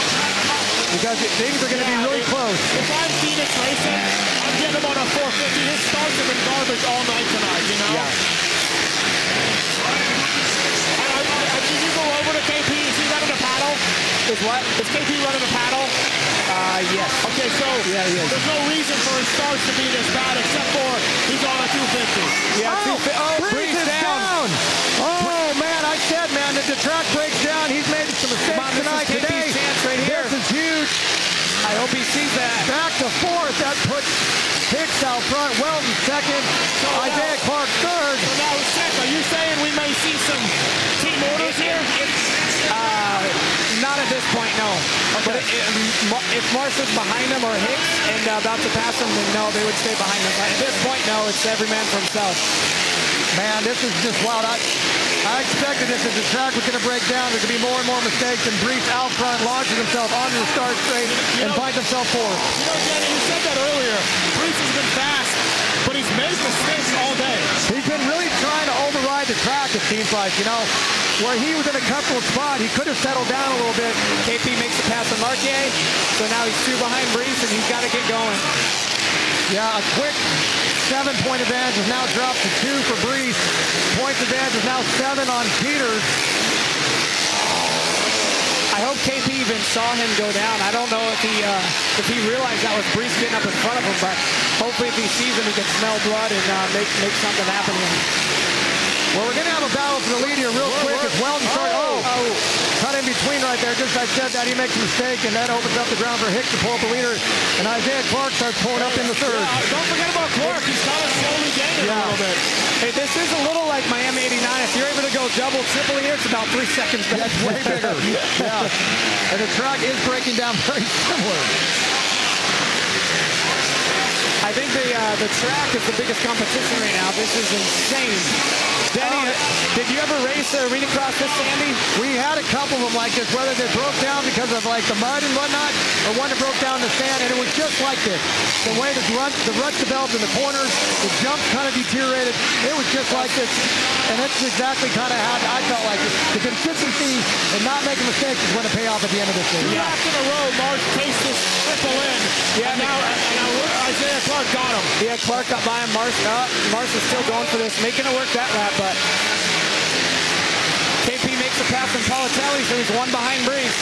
because it- things are going to Yeah, be really if- close. If I'm Phoenix Racing, I'm getting him on a 450. His starts have been garbage all night tonight, you know? And I, I, I- did you go over to KP? Is he running a paddle? Is what? Is KP running a paddle? Uh, yes. Okay, so Yeah, he is. there's no reason for his starts to be this bad except for he's on a 250. Yeah, Oh, two fi- oh, Breeze Breeze is down. down. Oh, man, I said, man, that the track breaks down. He's made some mistakes Come on, this is tonight. KP's Today, chance right here. Pearson's huge. I hope he sees that. Back to fourth. That puts Hicks out front. Weldon second. Isaiah Clark third. So now, Seth, are you saying we may see some team orders here? Uh, Not at this point, no. But if, if Marsha's behind him or Hicks and uh, about to pass him, then no, they would stay behind him. At this point, no, it's every man for himself. Man, this is just wild. I, I expected this. If the track was going to break down, there could be more and more mistakes. And Brees out front launches himself onto the start straight and finds himself fourth. You know, Danny, you said that earlier. Bruce has been fast, but he's made mistakes all day. He's been really trying to override the track, it seems like, you know. Where he was in a comfortable spot, he could have settled down a little bit. KP makes the pass on Marquier, so now he's two behind Breeze, and he's got to get going. Yeah, a quick seven-point advantage is now dropped to two for Brees. Points advantage is now seven on Peters. I hope KP even saw him go down. I don't know if he uh, if he realized that was Brees getting up in front of him, but hopefully if he sees him, he can smell blood and uh, make make something happen. Here. Well, we're going to have a battle for the lead here real quick. It's Weldon started. Oh, cut in between right there. Just as I said that, he makes a mistake, and that opens up the ground for Hicks to pull up the leader. And Isaiah Clark starts pulling up in the third. Uh, don't forget about Clark. He's kind of slowly gaining a little bit. Hey, this is a little like Miami '89. If you're able to go double, triple here, it's about three seconds back. That's way bigger. yeah. And the track is breaking down very similar. I think the uh, the track is the biggest competition right now. This is insane. Danny, did you ever race the arena cross with Sandy? Oh, We had a couple of them like this, whether they broke down because of like the mud and whatnot, or one that broke down in the sand, and it was just like this. The way the rut, the ruts developed in the corners, the jump kind of deteriorated. It was just like this, and that's exactly kind of how I felt like it. The consistency and not making mistakes is going to pay off at the end of this Two game. laps in a row, Marsh takes this triple in. Yeah, and now, and now Isaiah Clark got him. Yeah, Clark got by him. Mars, uh, Mars is still going for this, making it work that lap, but KP makes a pass on Politelli, so he's one behind Breeze.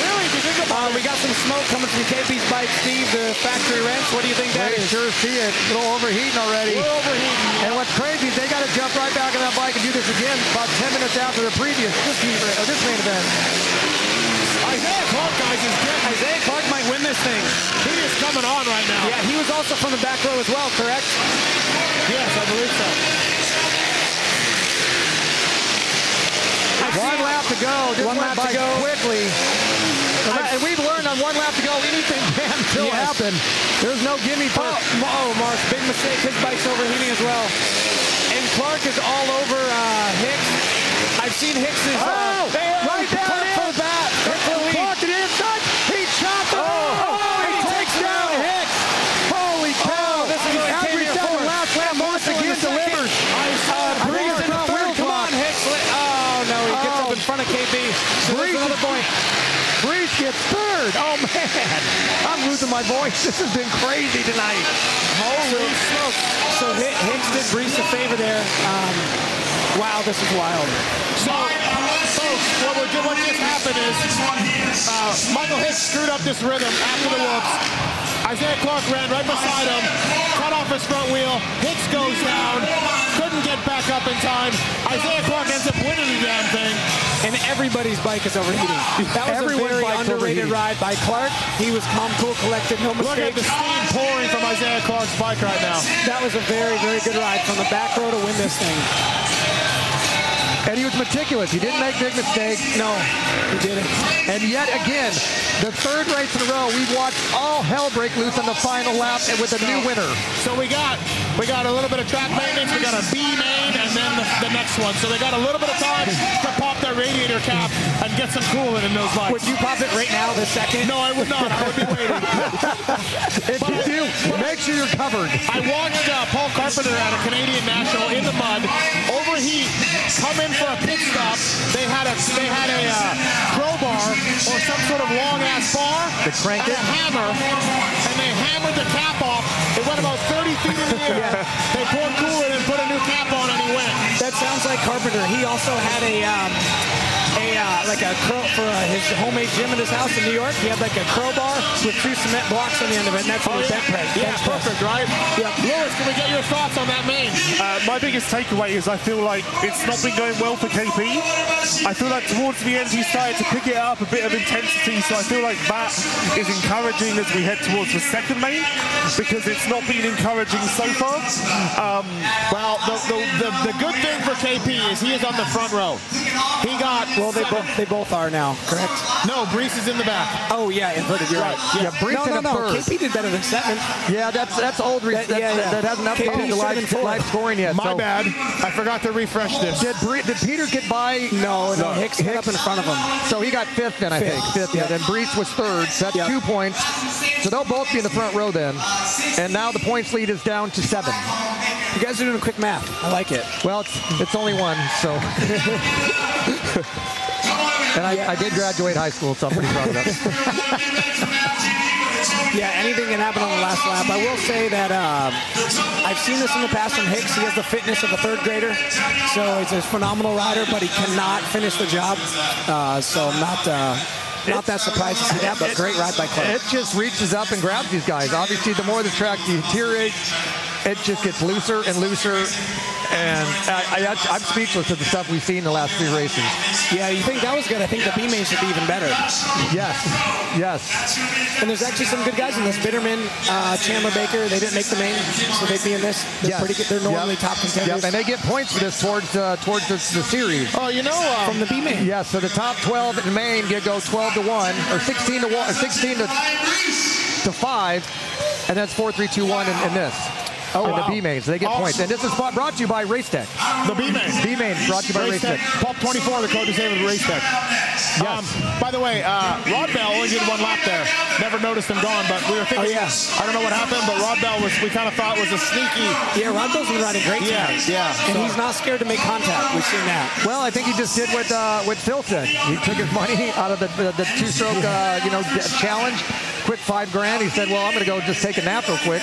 Really, if you think Uh, about we got some smoke coming from KP's bike, Steve, the factory wrench. What do you think that They is? sure see it. A little overheating already. it, we're overheating. And what's crazy is they got to jump right back on that bike and do this again about 10 minutes after the previous this, heat, or this main event. Isaiah Clark, guys, is good. Isaiah Clark might win this thing. He is coming on right now. Yeah, he was also from the back row as well, correct? Yes, I believe so. One lap to go. This One went lap to by go. quickly. And that- and we've learned on one lap to go, anything can still Yes. happen. There's no gimme for. Oh, M- oh, Mars, big mistake. His bike's overheating as well. And Clark is all over uh, Hicks. I've seen Hicks's. Oh, uh, right there Clark it for the bat. Clark for the lead. Blocked it inside. He chopped it. Oh, off. he takes it out. Oh, Hicks. Holy cow! this is what he As came we here said, for. the last lap, Morris Marshall in again the second. delivers. Oh, Uh, Breeze in the third. Come on, Hicks. Li- Oh, no, he gets up in front of KB. So Breeze there's another is- point. Breeze gets third. Oh man, I'm losing my voice. This has been crazy tonight. Holy smoke. So Hi- Hicks did Breeze a favor there. Um, wow, this is wild. So, folks, what, we did, what just happened is uh, Michael Hicks screwed up this rhythm after the whoops. Isaiah Clark ran right beside him, cut off his front wheel. Hicks goes down, couldn't get back up in time. Isaiah Clark ends up winning the damn thing. And everybody's bike is overheating. That was Everyone's a very bike's underrated overheating. ride by Clark. He was calm, cool, collected, no Look at mistakes. the steam pouring from Isaiah Clark's bike right now. That was a very, very good ride from the back row to win this thing. And he was meticulous. He didn't make big mistakes. No, he didn't. And yet again, the third race in a row, we've watched all hell break loose on the final lap and with a new winner. So we got we got a little bit of track maintenance, we got a B main, and then the, the next one. So they got a little bit of time to pop their radiator cap and get some coolant in those lights. Would you pop it right now, the second? No, I would not. I would be waiting. If you do, make sure you're covered. I watched uh, Paul Carpenter at a Canadian national in the mud, overheat, come in for a pit stop. They had a they had a uh, crowbar or some sort of long-ass bar They cranked and it? a hammer, and they hammered the cap off. It went about 30 feet in the air. They poured coolant and put a new cap on, and he went. That sounds like Carpenter. He also had a um, a uh, like a crow for uh, his homemade gym in his house in New York. He had like a crowbar with two cement blocks on the end of it, and that's what Oh, he bent press. Yeah, bench pressed. perfect, right? Yeah. Lewis, can we get your thoughts on that main? Uh, my biggest takeaway is I feel like it's not been going well for KP. I feel like towards the end he started to pick it up a bit of intensity, so I feel like that is encouraging as we head towards the second main because it's not been encouraging so far. Um, Well, the, the, the, the good thing for KP is he is on the front row. He uh, got Well, they seven- both they both are now, correct? No, Brees is in the back. Oh yeah, inverted. You're right. Yeah, Brees no, and no, a no. bird. KP did better than seven. Yeah, that's that's old. Re- That- that, yeah, yeah. that hasn't KP updated the seven live, four. live scoring yet. My so bad. I forgot to refresh this. Did, Bre- did Peters get by? No, no. Hicks, went up in front of him. So he got fifth then, I Fifth. think. Fifth Yeah. then. And Brees was third. So that's Yeah. two points. So they'll both be in the front row then. And now the points lead is down to seven. You guys are doing quick math. I like it. Well, it's, it's only one, so. and I, I did graduate high school, so I'm pretty proud of that. Yeah, anything can happen on the last lap. I will say that um, I've seen this in the past from Hicks. He has the fitness of a third grader, so he's a phenomenal rider, but he cannot finish the job. Uh, so I'm not uh, not that surprised to see that, but great ride by Clark. It just reaches up and grabs these guys. Obviously, the more the track deteriorates, it just gets looser and looser. And I, I, I'm speechless of the stuff we've seen in the last three races. Yeah, you think that was good? I think the B main should be even better. Yes, yes. And there's actually some good guys in this. Bitterman, uh, Chandler Baker. They didn't make the main, so they'd be in this. They're yes. pretty good. They're normally Yep. top contenders. Yep, and they get points for this towards uh, towards the, the series. Oh, you know, uh, from the B main. Yeah, so the top 12 in Maine get go 12 to one or 16 to one, or 16 to to five, and that's four, three, two, one in, in this. Oh, in wow. the B main, so they get Awesome. points. And this is brought- brought to you by Race Tech. the B-man. B main brought to you by Race, Tech. Pop 24, the code is with Race Tech. Um, by the way, uh, Rod Bell only did one lap there. Never noticed him gone, but we were thinking, Oh, yeah. I don't know what happened, but Rod Bell was, we kind of thought was a sneaky. Yeah, Rodbo's been riding great Yeah, tonight. yeah. And he's not scared to make contact. We've seen that. Well, I think he just did what uh, what Phil said. He took his money out of the the, the two stroke uh, you know d- challenge, quick five grand. He said, "Well, I'm going to go just take a nap real quick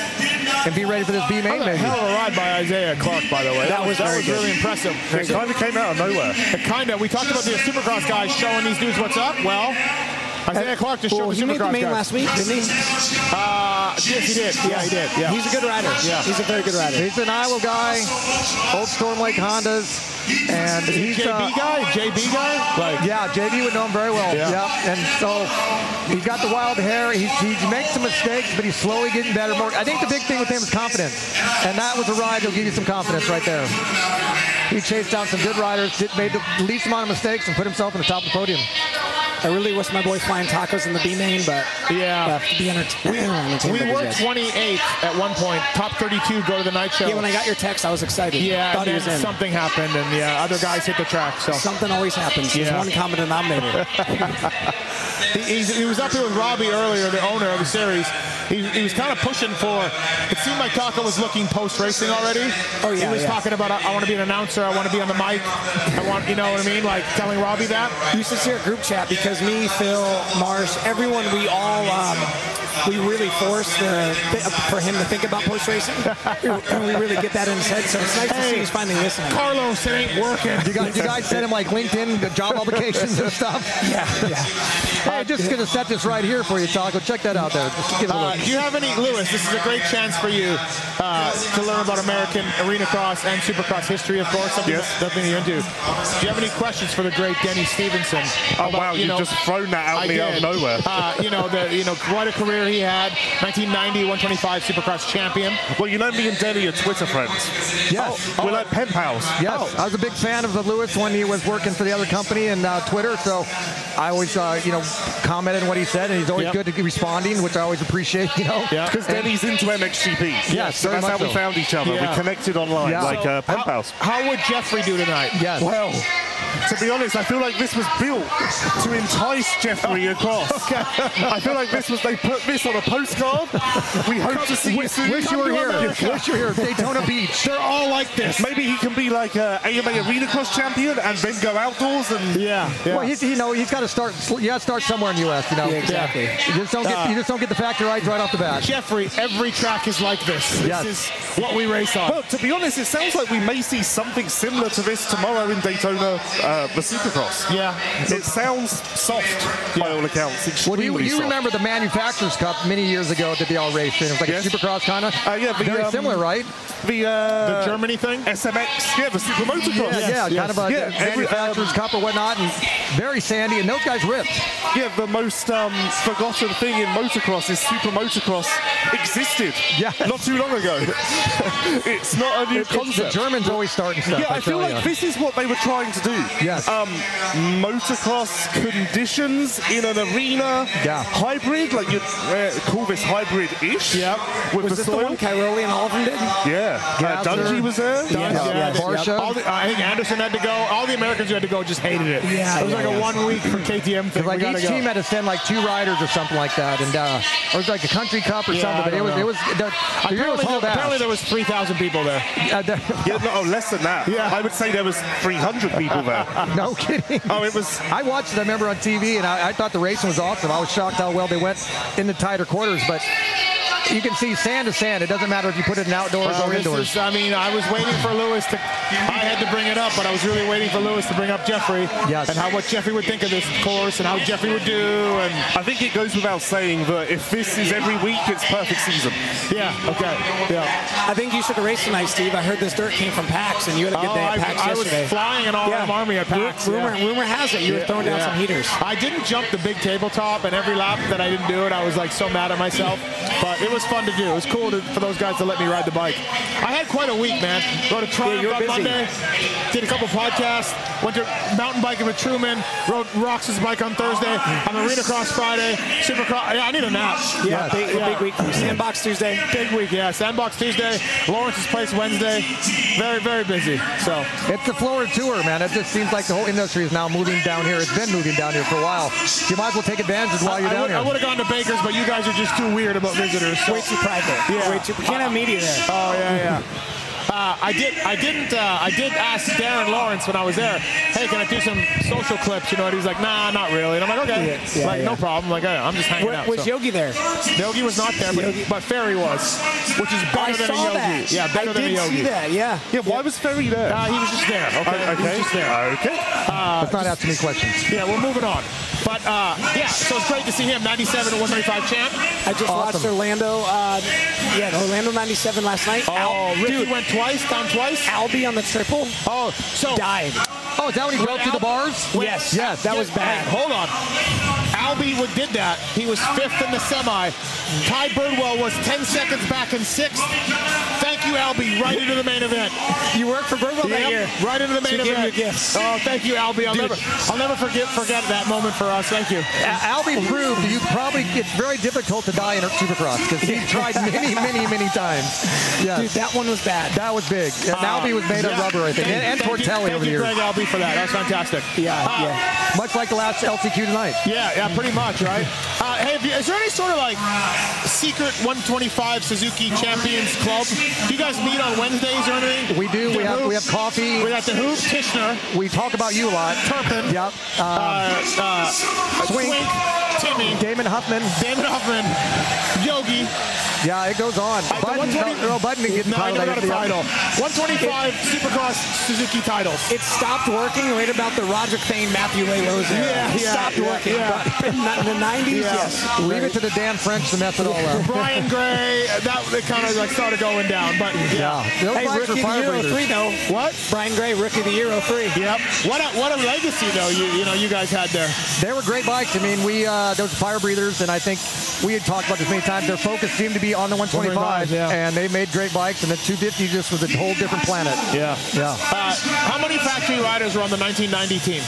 and be ready for this B main." That was a Maybe. hell of a ride by Isaiah Clark, by the way. That, was, that was really impressive. it kind of came out of nowhere. Kind of. We talked about the Supercross guys showing these dudes what's up. Well, Isaiah Clark just Uh, Well, showed he the made the Supercross main guys. last week, didn't he? Uh, yes, he did. Yeah, he did. Yeah. He's a good rider. Yeah. He's a very good rider. He's an Iowa guy, old Storm Lake Hondas, and he's JB uh, guy? JB guy? Like, Yeah, JB would know him very well. Yeah. Yeah. And so he's got the wild hair. He's, he makes some mistakes, but he's slowly getting better. More. I think the big thing with him is confidence. And that was a ride that'll give you some confidence right there. He chased down some good riders, did, made the least amount of mistakes, and put himself on the top of the podium. I really wish my boy flying tacos in the B main, but Yeah. uh, be entertained. We were 28th at one point. Top 32 go to the night show. Yeah, when I got your text, I was excited. Yeah, thought he and was then in. something happened, and yeah, other guys hit the track. So Something always happens. There's Yeah. one common denominator. he, he's, he was up here with Robbie earlier, the owner of the series. He, he was kind of pushing for. It seemed like Taco was looking post racing already. Oh, yeah, He was yeah. talking about I, I want to be an announcer. I want to be on the mic. I want, you know what I mean, like telling Robbie that. you should see our group chat because me, Phil, Marsh, everyone, we all. Um, we really force the, for him to think about post racing, and we really get that in his head. So it's nice to see he's finally listening. Carlos, it ain't working. You guys, you guys sent him like LinkedIn the job applications and stuff. Yeah, yeah. I'm just going to set this right here for you, Taco. Check that out there. Just give it a Uh, look. do you have any, Lewis? This is a great chance for you uh, to learn about American arena cross and supercross history, of course. Something, Yes. something you're into. Do you have any questions for the great Denny Stevenson? Oh, about, wow, you've know, just thrown that out I me out of did. nowhere. Uh, you know, the, you know, what a career he had. 1990, 125 Supercross champion. Well, you know me and Denny are Twitter friends. yes. Oh, We're like pen pals. Yes, I was a big fan of the Lewis when he was working for the other company and uh, Twitter. So I always, uh, you know, commented on what he said, and he's always Yep. good at responding, which I always appreciate. You know, Yeah. Because Denny's into MXGP. Yes, so very much that's how we so. found each other. Yeah. We connected online Yeah. like uh, pen pals. How would Jeffrey do tonight? yes. Well, to be honest, I feel like this was built to entice Jeffrey across. I feel like this was they put this on a postcard. We hope to see you Wish, soon. wish you were here. Wish you were here. Daytona Beach. They're all like this. Maybe he can be like a AMA Arena Cross champion and then go outdoors and Yeah. yeah. Well, he's, you know, he's got a to start. You got to start somewhere in the U.S. You know. Yeah, exactly. You just don't get. you just don't get the factor right right off the bat. Uh, Jeffrey, every track is like this. This Yes. is what we race on. Well, to be honest, it sounds like we may see something similar to this tomorrow in Daytona, uh, the Supercross. Yeah. It sounds soft by all accounts. Well, do you, extremely you soft. remember the Manufacturers Cup many years ago that they all raced in? It was like Yes. a Supercross kind of. Uh, yeah, the, Very um, similar, right? the uh, the Germany thing? SMX? Yeah, the Super Motocross. Yeah, yeah, kind of a yeah, every- um, Manufacturers Cup or whatnot, and very sandy, and those guys ripped. Yeah, the most um, forgotten thing in motocross is Super Motocross existed Yes. not too long ago. it's not a new It's- the concept. Germans always starting stuff. yeah, I tell feel like ya. this is what they were trying to do. Yes. Um, motocross conditions in an arena. Yeah. Hybrid, like you'd uh, call this hybrid-ish. Yeah. With Was the this the soil. one Cairoli and all of them did? yeah. Uh, Grouser. Dungey was there. Yeah, yeah, yeah. Barsha. All the, I think Anderson had to go. All the Americans who had to go just hated it. Yeah, it was yeah, like a yeah. one week for KTM thing. It's like we gotta each go. team had to send like two riders or something like that, and uh, or it was like a country cup or Yeah, I something. But it don't was, know. it was the, the year was apparently, hauled there, apparently ass. there was 3,000 people there. Uh, the- Yeah, no, oh, less than that. Yeah. I would say there was 300 people there. no kidding. oh, it was I watched it, I remember on TV, and I, I thought the racing was awesome. I was shocked how well they went in the tighter quarters, but you can see sand to sand. It doesn't matter if you put it in outdoors Well, or this indoors. is- I mean, I was waiting for Lewis to. I had to bring it up, but I was really waiting for Lewis to bring up Jeffrey Yes. and how what Jeffrey would think of this course and how Jeffrey would do. And I think it goes without saying that if this is every week, it's perfect season. yeah, okay, yeah. I think you should have raced tonight, Steve. I heard this dirt came from PAX, and you had a good Oh, day at I, PAX I was yesterday. flying in all Yeah. that army at PAX. rumor, yeah. rumor has it you were throwing down Yeah. some heaters. I didn't jump the big tabletop, and every lap that I didn't do it, I was like so mad at myself. But it was fun to do. It was cool to, for those guys to let me ride the bike. I had quite a week, man. Rode a Triumph you were on busy. Monday, did a couple podcasts, went to mountain biking with Truman, rode Rox's bike on Thursday. I'm arena cross Friday, supercross. Yeah, I need a nap. Yeah, big, yeah. big week for you. Sandbox Tuesday. Big week, yeah. Sandbox Tuesday, Lawrence's Place Wednesday. Very, very busy. So It's the Florida tour, man. It just seems like the whole industry is now moving down here. It's been moving down here for a while. You might as well take advantage while you're I, down would, here. have gone to Baker's, but you guys are just too weird about visitors. so- Way too private. Yeah. Way too, we can't have media there. Oh yeah, yeah. Uh, I did. I didn't. Uh, I did ask Darren Lawrence when I was there. Hey, can I do some social clips? You know, and he's like, Nah, not really. And I'm like, Okay, Yeah, yeah, like yeah. no problem. Like I, I'm just hanging Wa- out. was so. Yogi there? Yogi was not there, but, but Ferry was, which is better I than a saw Yogi. that. Yeah, better I than did a Yogi. see that. Yeah. Yeah, why was Ferry there? Uh, he was just there. Okay, He was just there. Uh, Okay. Let's not ask any questions. Yeah, we're moving on. But uh, yeah, so it's great to see him. 97 to 135 champ. I just watched Awesome. Orlando. Uh, yeah, the Orlando 97 last night. Oh, Al, Ricky dude, went twice, down twice. Albie on the triple Oh, so died. Oh, is that when he drove through the bars? Yes. Yes. That was bad. Hey, hold on. Albie would- did that. He was fifth in the semi. Ty Birdwell was 10 seconds back in sixth. Thank you, Albie. Right into the main event. You worked for Birdwell that year. Yep, Right into the main She gave event. you gifts. Oh, thank you, Albie. I'll never, I'll never forget, forget that moment for us. Thank you. Al- Albie proved that you probably it's very difficult to die in a supercross because he tried many, many, many times. Yes. Dude, that one was bad. That was big. And Albie was made of Uh, Yeah. rubber, I think, Thank- and, and thank you- Tortelli thank over the you, years. Greg Albie, for that. That was fantastic. Yeah, Uh, yeah. Much like the last LCQ tonight. Yeah, yeah, pretty much, right? Uh, hey, if you, is there any sort of like secret 125 Suzuki Champions Club? Do you guys meet on Wednesdays or anything? We do. The We have we Hoops. have coffee. We got the Hoop, Tishner, We talk about you a lot. Turpin, Yep. Uh, uh, uh, Swink, Swink. Timmy, Damon Huffman. David Hoffman, Yogi. Yeah, it goes on. I- the Button, 120 no, no, Button didn't get the no, I title. never got a Yeah. title. 125 Supercross Suzuki titles. It stopped working right about the Roger Thane, Matthew Lalo's era. Yeah, it yeah, stopped yeah, working. yeah. But in the 90s, yes. Leave it to the Dan French to mess it all up. Brian Gray, that kind of like started going down, but yeah. Yeah. Those Hey, rookie bikes are of the year firebreathers. 03, though. What? Brian Gray, rookie of the year 03. Yep. What a what a legacy though you you know you guys had there. They were great bikes. I mean, we uh, those fire breathers, and I think we had talked about this many times. Their focus seemed to be on the 125, 125, yeah. and they made great bikes. And the 250 just was a whole different planet. Yeah. Yeah, Uh, how many factory riders were on the 1990 team?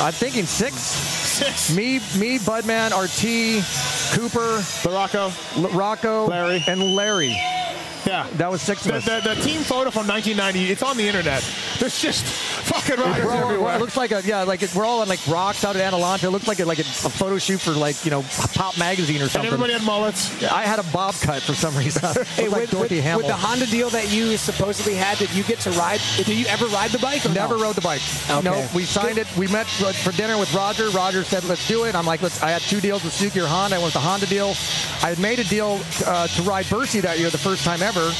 I'm thinking six. Six. Me, me, Budman, RT, Cooper, Baracco. L- Rocco, Larry. and Larry. Yeah. That was six of The, us. the, the team photo from 1990, it's on the internet. There's just fucking riders We're all- everywhere. It looks like a yeah, like it, we're all on like rocks out at Atalanta. It looks like a, like a, a photo shoot for like you know Pop Magazine or and something. everybody had mullets. I had a bob cut for some reason. hey, like Dorothy Hamill. with the Honda deal that you supposedly had, did you get to ride? Did you ever ride the bike? Or no? Never rode the bike. Okay. No, we signed it. We met for for dinner with Roger. Roger said, "Let's do it." I'm like, "Let's." I had two deals with Suzuki or Honda. I went with the Honda deal. I had made a deal uh, to ride Bercy that year, the first time ever,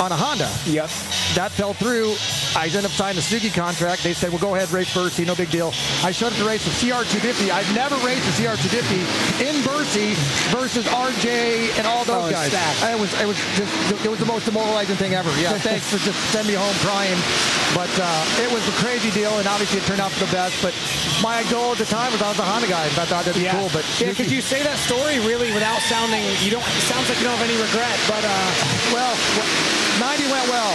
on a Honda. Yep. That fell through. I ended up signing the Suzuki contract. They said, well, go ahead, race Bercy, no big deal. I showed up to race the CR250. I've never raced the CR250 in Bercy versus RJ and all Oh, those it's guys. stacked. It was, it was just, it was the most demoralizing thing ever. Yeah, thanks for just sending me home crying. But uh, it was a crazy deal, and obviously it turned out for the best. But my goal at the time was I was a Honda guy, and I thought that'd be Yeah. cool. But yeah, because you say that story really without sounding, you don't. It sounds like you don't have any regret, but uh, well, 90 went well.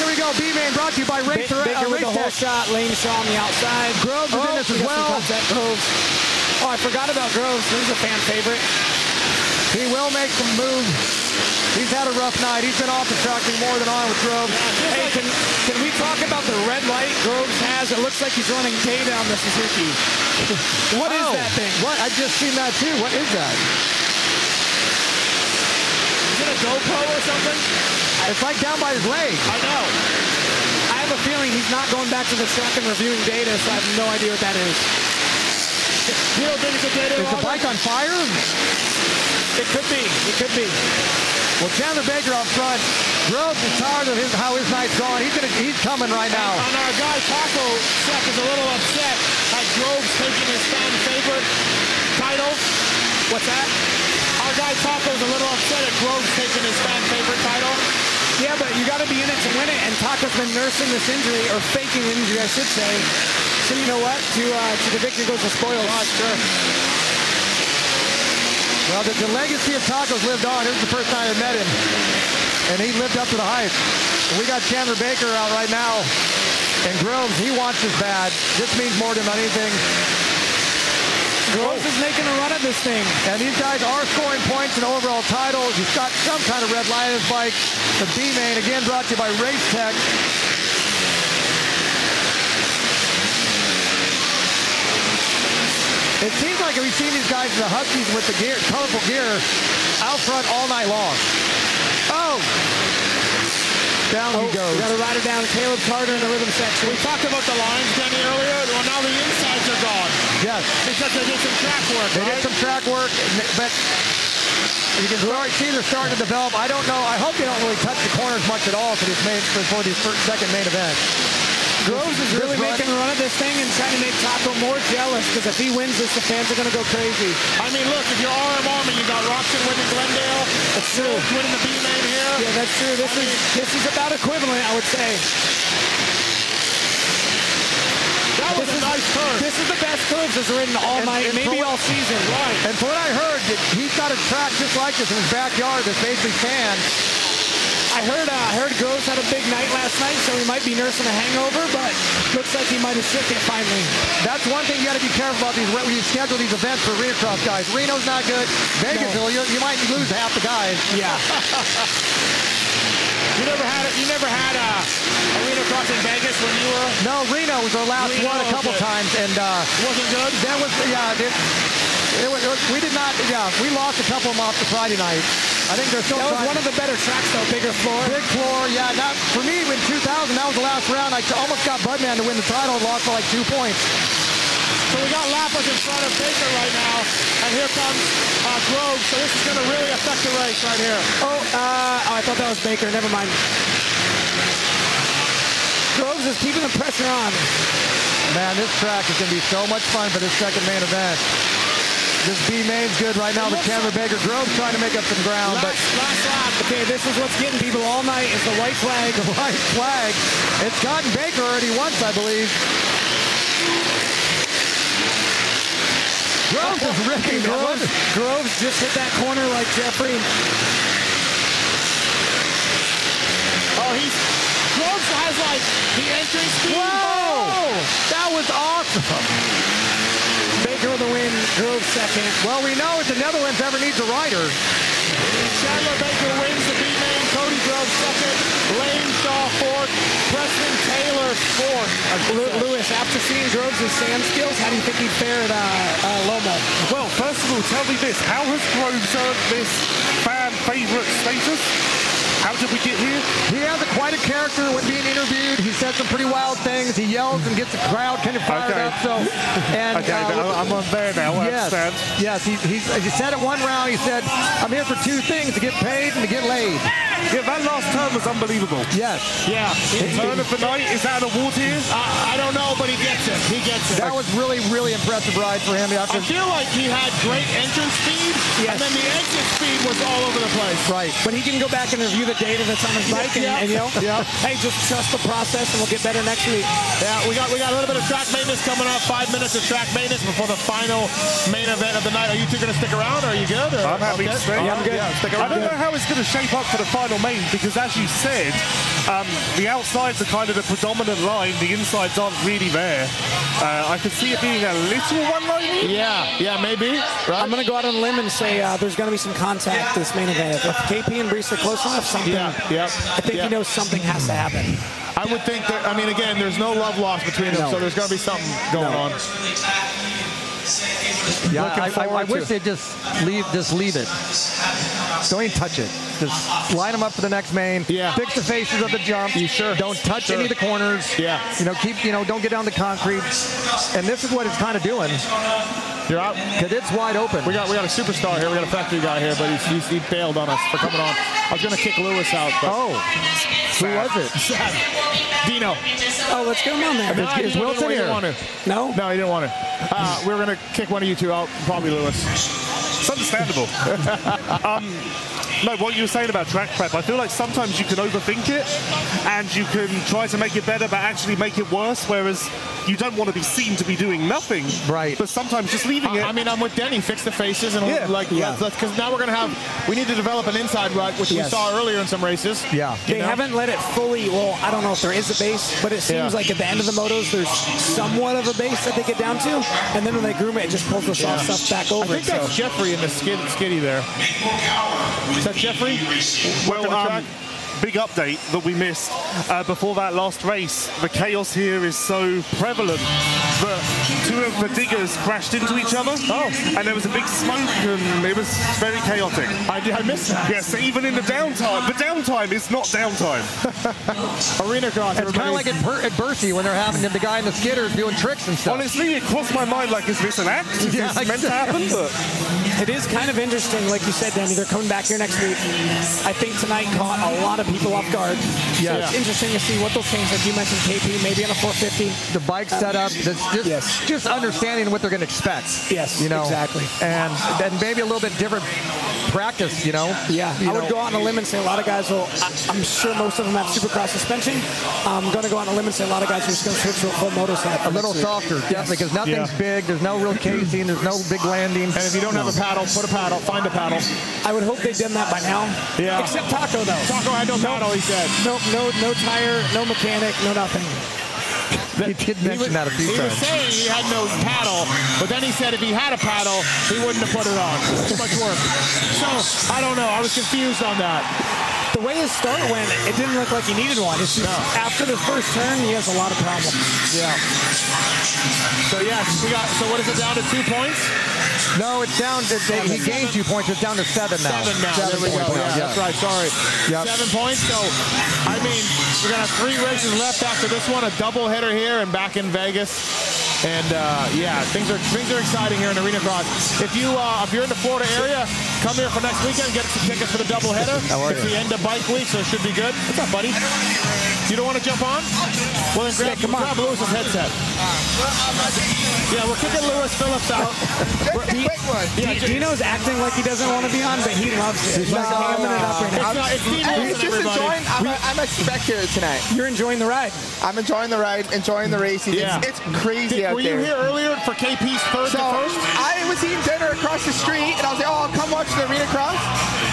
Here we go, B-Man, brought to you by Race, Baker, uh, with the Race whole Tech. shot, Lane Shaw on the outside. Oh, Groves is in this as we got some well. contact. Groves. Oh, I forgot about Groves. He's a fan favorite. He will make some moves. He's had a rough night. He's been off the track more than on with Groves. Hey, can, can we talk about the red light Groves has? It looks like he's running K down the Suzuki. What is Oh, that thing? What? I've just seen that too. What is that? Is it a GoPro or something? It's like down by his leg. I know. I have a feeling he's not going back to the track and reviewing data, so I have no idea what that is. You don't think it's a data Is the bike on fire? It could be. It could be. Well, Chandler Baker up front. Groves is tired of his, how his night's going. He's gonna, he's coming right now. And our guy Taco Sec is a little upset at Groves taking his fan favorite title. What's that? Our guy Taco's a little upset at Groves taking his fan favorite title. Yeah, but you got to be in it to win it. And Taco's been nursing this injury, or faking the injury, I should say. So you know what? To uh, to the victor goes the spoils. Well, the, the legacy of tacos lived on. This is the first time I met him, and he lived up to the hype. We got Chandler Baker out right now, and Groves. He wants this bad. This means more to him than anything. Groves is making a run at this thing. And these guys are scoring points and overall titles. He's got some kind of red light on his bike. The B-Main, again brought to you by Race Tech. It seems like we've seen these guys in the Huskies with the gear, colorful gear out front all night long. Oh! Down he We goes. got to Oh, ride it down. Caleb Carter in the rhythm section. We talked about the lines, Denny, earlier. Well, now the insides are gone Yes. because they did some track work, They right? did some track work, but you can start, see they're starting to develop. I don't know. I hope they don't really touch the corners much at all for this main for this first, second main event. Groves is really Good run. making a run at this thing and trying to make Taco more jealous because if he wins this, the fans are going to go crazy. I mean, look, if you're RM Army, you got Roxon winning Glendale, That's true. Groves winning the B-Main here. Yeah, that's true. This is this is about equivalent, I would say. That was a nice turn. This is the best Groves has ridden all And- night, and maybe for- all season. Right. And from what I heard, that he's got a track just like this in his backyard that's basically sand. I heard uh, I heard Groves had a big night last night, so he might be nursing a hangover, but looks like he might have shook it finally. That's one thing you got to be careful about these when you schedule these events for arena cross guys. Reno's not good. Vegasville, you, you might lose half the guys. Yeah. You never had you never had a arena cross in Vegas when you were No, Reno was our last Reno, one a couple okay. times, and uh, wasn't good. that was yeah. It, it was, it was- we did not yeah. We lost a couple of them off the Friday night. I think they're still That was trying- one of the better tracks though, bigger floor. Big floor, yeah. That, for me, in 2000, that was the last round. I almost got Budman to win the title and lost by like two points. So we got Lappas in front of Baker right now, and here comes uh, Groves. So this is going to really affect the race right here. Oh, uh, oh, I thought that was Baker. Never mind. Groves is keeping the pressure on. Man, this track is going to be so much fun for this second main event. This B main's good right now, but Chandler Baker Groves trying to make up some ground, but Last, last lap. Okay, this is what's getting people all night is the white flag. the white flag. It's gotten Baker already once, I believe. Groves is ripping. Groves, Groves. Groves just hit that corner like Jeffrey. Oh, he's Groves has like the entry speed. Whoa! That was awesome. Baker with the win. Groves second. Uh, Well, we know if the Netherlands ever needs a rider, Chandler Baker wins the B-Main Cody Grove second, Lane Shaw fourth, Preston Taylor fourth. Lewis, after seeing Groves' Sam skills, how do you think he'd fare at uh, uh, Loma? Well, first of all, tell me this. How has Groves earned this fan favorite status? How did we get here? He has a, quite a character when being interviewed. He said some pretty wild things. He yells and gets the crowd kind of fired Okay. up. So, and Okay, uh, now I'm on there now. I yes, understand. yes. He, he's, he said it one round. He said, "I'm here for two things: to get paid and to get laid." Yeah, that last term was unbelievable. Yes, Yeah, Turn of the night, is that an award here? Uh, I, I don't know, but he gets it. He gets it. that was really, really impressive ride for him. I After feel like he had great entrance speed, Yes. and then the exit speed was all over the place. right. But he can go back and review the data that's on his bike and, and you know, Yep. hey, just trust the process and we'll get better next week. Yeah, we got we got a little bit of track maintenance coming up. Five minutes of track maintenance before the final main event of the night. Are you two going to stick around? Are you good? Or, I'm happy to stay. Yeah, I'm good. stick I around. don't know how it's going to shape up for the final main because, as you said, um, the outsides are kind of the predominant line. The insides aren't really there. Uh, I could see it being a little one-line. Yeah, yeah, maybe. Right? I'm going to go out on a limb and say uh, there's going to be some contact this main event. If KP and Brees are close enough, something. Yeah, yeah, I think yeah. he knows something has to happen. I would think that. I mean, again, there's no love lost between them, so there's going to be something going on. Yeah, Looking I, I, I forward to wish it. they'd just leave, just leave it. Don't even touch it. Just line them up for the next main. Yeah. Fix the faces of the jump. You sure? Don't touch Sure. any of the corners. Yeah. You know, keep. You know, don't get down the concrete. And this is what it's kind of doing You're out. because it's wide open. We got we got a superstar here. We got a factory guy here, but he's, he's, he failed on us for coming on. I was going to kick Lewis out, but oh, who was it? Sad. Dino. Oh, let's get him on there. Nah, is Dino Wilson didn't, he didn't here? Want to. No? No, he didn't want to. Uh, we were going to kick one of you two out, probably Lewis. It's understandable. um, no, what you were saying about track prep, I feel like sometimes you can overthink it and you can try to make it better, but actually make it worse. Whereas you don't want to be seen to be doing nothing. Right. But sometimes just leaving it. I, I mean, I'm with Denny. Fix the faces and Yeah. like, Yeah. let's because now we're gonna have. We need to develop an inside rut, which we Yes. saw earlier in some races. Yeah. They know? haven't let it fully. Well, I don't know if there is a base, but it seems Yeah. like at the end of the motos, there's somewhat of a base that they get down to, and then when they groom it, it just pulls the soft stuff back I over. think it, so. that's Jeffrey in the skid, skiddy there. Is that Jeffrey? Well, Working the track? um, big update that we missed uh, before that last race. The chaos here is so prevalent that two of the diggers crashed into each other. Oh. And there was a big smoke and it was very chaotic. I, did- I missed that. Yes, even in the downtime, the downtime is not downtime. Arena cross. It's kind of like everybody. at, Bur- at Bercy when they're having the guy in the skidders doing tricks and stuff. Honestly, it crossed my mind like, is this an act? Is Yeah, this meant to happen? But It is kind of interesting, like you said, Danny. They're coming back here next week. I think tonight caught a lot of people off guard. So Yes. it's interesting to see what those things, like you mentioned, KP, maybe on a 450. the bike setup, that's just, Yes. just understanding what they're going to expect. Yes, you know, exactly. And then maybe a little bit different practice. You know, Yeah, You I would know. go out on a limb and say a lot of guys will. I, I'm sure most of them have supercross suspension. I'm going to go out on a limb and say a lot of guys are just going to switch to a full moto setup. a little softer, definitely, because nothing's big. There's no real casing. There's no big landing. and if you don't have a paddle, put a paddle. Find a paddle. I would hope they've done that by now. Yeah. Except Taco though. Taco had no paddle. He said. No, no, no tire, no mechanic, no nothing. he did mention was- that a few He was times. saying he had no paddle, but then he said if he had a paddle, he wouldn't have put it on. Too much work. So I don't know. I was confused on that. The way his start went, it didn't look like he needed one. It's just after the first turn, he has a lot of problems. Yeah. So yes, we got. So what is it down to? Two points. No, it's down. To, they, he gained two points. It's down to seven now. Seven now. there we points go. now, Yeah, that's right. Sorry. Yep. Seven points. So I mean, we're gonna have three races left after this one. A double header here and back in Vegas. And uh, yeah, things are things are exciting here in Arena Cross. If you uh, if you're in the Florida area, come here for next weekend. Get some tickets for the double header. How are it's you? the end of Bike Week, so it should be good. What's up, buddy? You don't want to jump on? Well, then grab, grab Lewis's headset. Yeah, we're kicking Lewis Phillips out. D- Dino's acting like he doesn't want to be on, but he loves it. He's like "Oh, hamming it up right now. It's, not, it's Dean Wilson, He's just everybody. enjoying. I'm a, I'm a spectator tonight. You're enjoying the ride. I'm enjoying the ride, enjoying the racing. Yeah. It's, it's crazy Did- out were there. you here earlier for KP's third So to first? I was eating dinner across the street, and I was like, "Oh, I'll come watch the arena cross."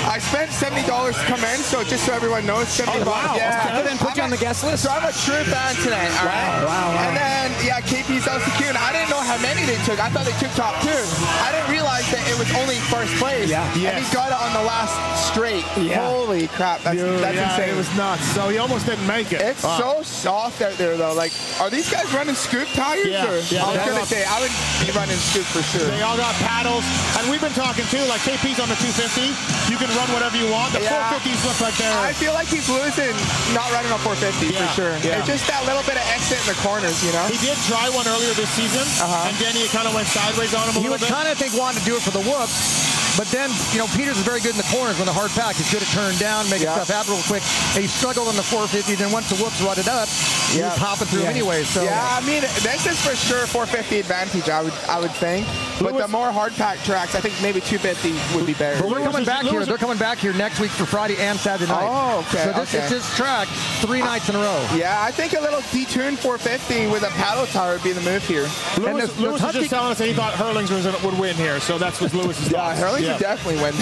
I spent seventy dollars to come in, so just so everyone knows, seventy Oh, wow. bucks. Yeah. Okay, then put you I'm on a- the guest list. So I'm a true fan tonight. All right. wow, wow. And then yeah, KP's LCQ, and I didn't know how many they took. I thought they took top two. I didn't realize that it was only first place. Yeah. And Yes. he got it on the last straight. Yeah. Holy crap, that's, Dude, that's yeah, insane. It was nuts. So he almost didn't make it. It's Uh, so soft out there though. Like, are these guys running scoop tires? Yeah, or? yeah, I was they gonna all- say I would be running scoop for sure. They all got paddles, and we've been talking too. Like KP's on the 250, you can run whatever you want. The Yeah. 450s look like they're. I feel like he's losing, not running on 450 Yeah, for sure. yeah. It's just that little bit of exit in the corners, you know. Uh-huh. He did try one earlier this season, and then he kind of went sideways on him a He little was bit. kind of, I think, wanting to do it for the whoops. But then, you know, Peters is very good in the corners when the hard pack. He's good at turning down, making Yeah. stuff happen real quick. And he struggled on the 450. Then once the whoops rutted up, he was Yeah. hopping through Yeah. anyway. So yeah, I mean, this is for sure 450 advantage. I would, I would think. But the more hard pack tracks, I think maybe 250 would be better. But we're coming back here. They're coming back here next week for Friday and Saturday night. Oh, okay, So this okay. is his track three nights in a row. Yeah, I think a little detuned 450 with a paddle tire would be the move here. Lewis, the- the Lewis was Hutchins- just telling us that he thought Hurlings was gonna- would win here, so that's what Lewis is. Yeah, Hurley yeah. could definitely win.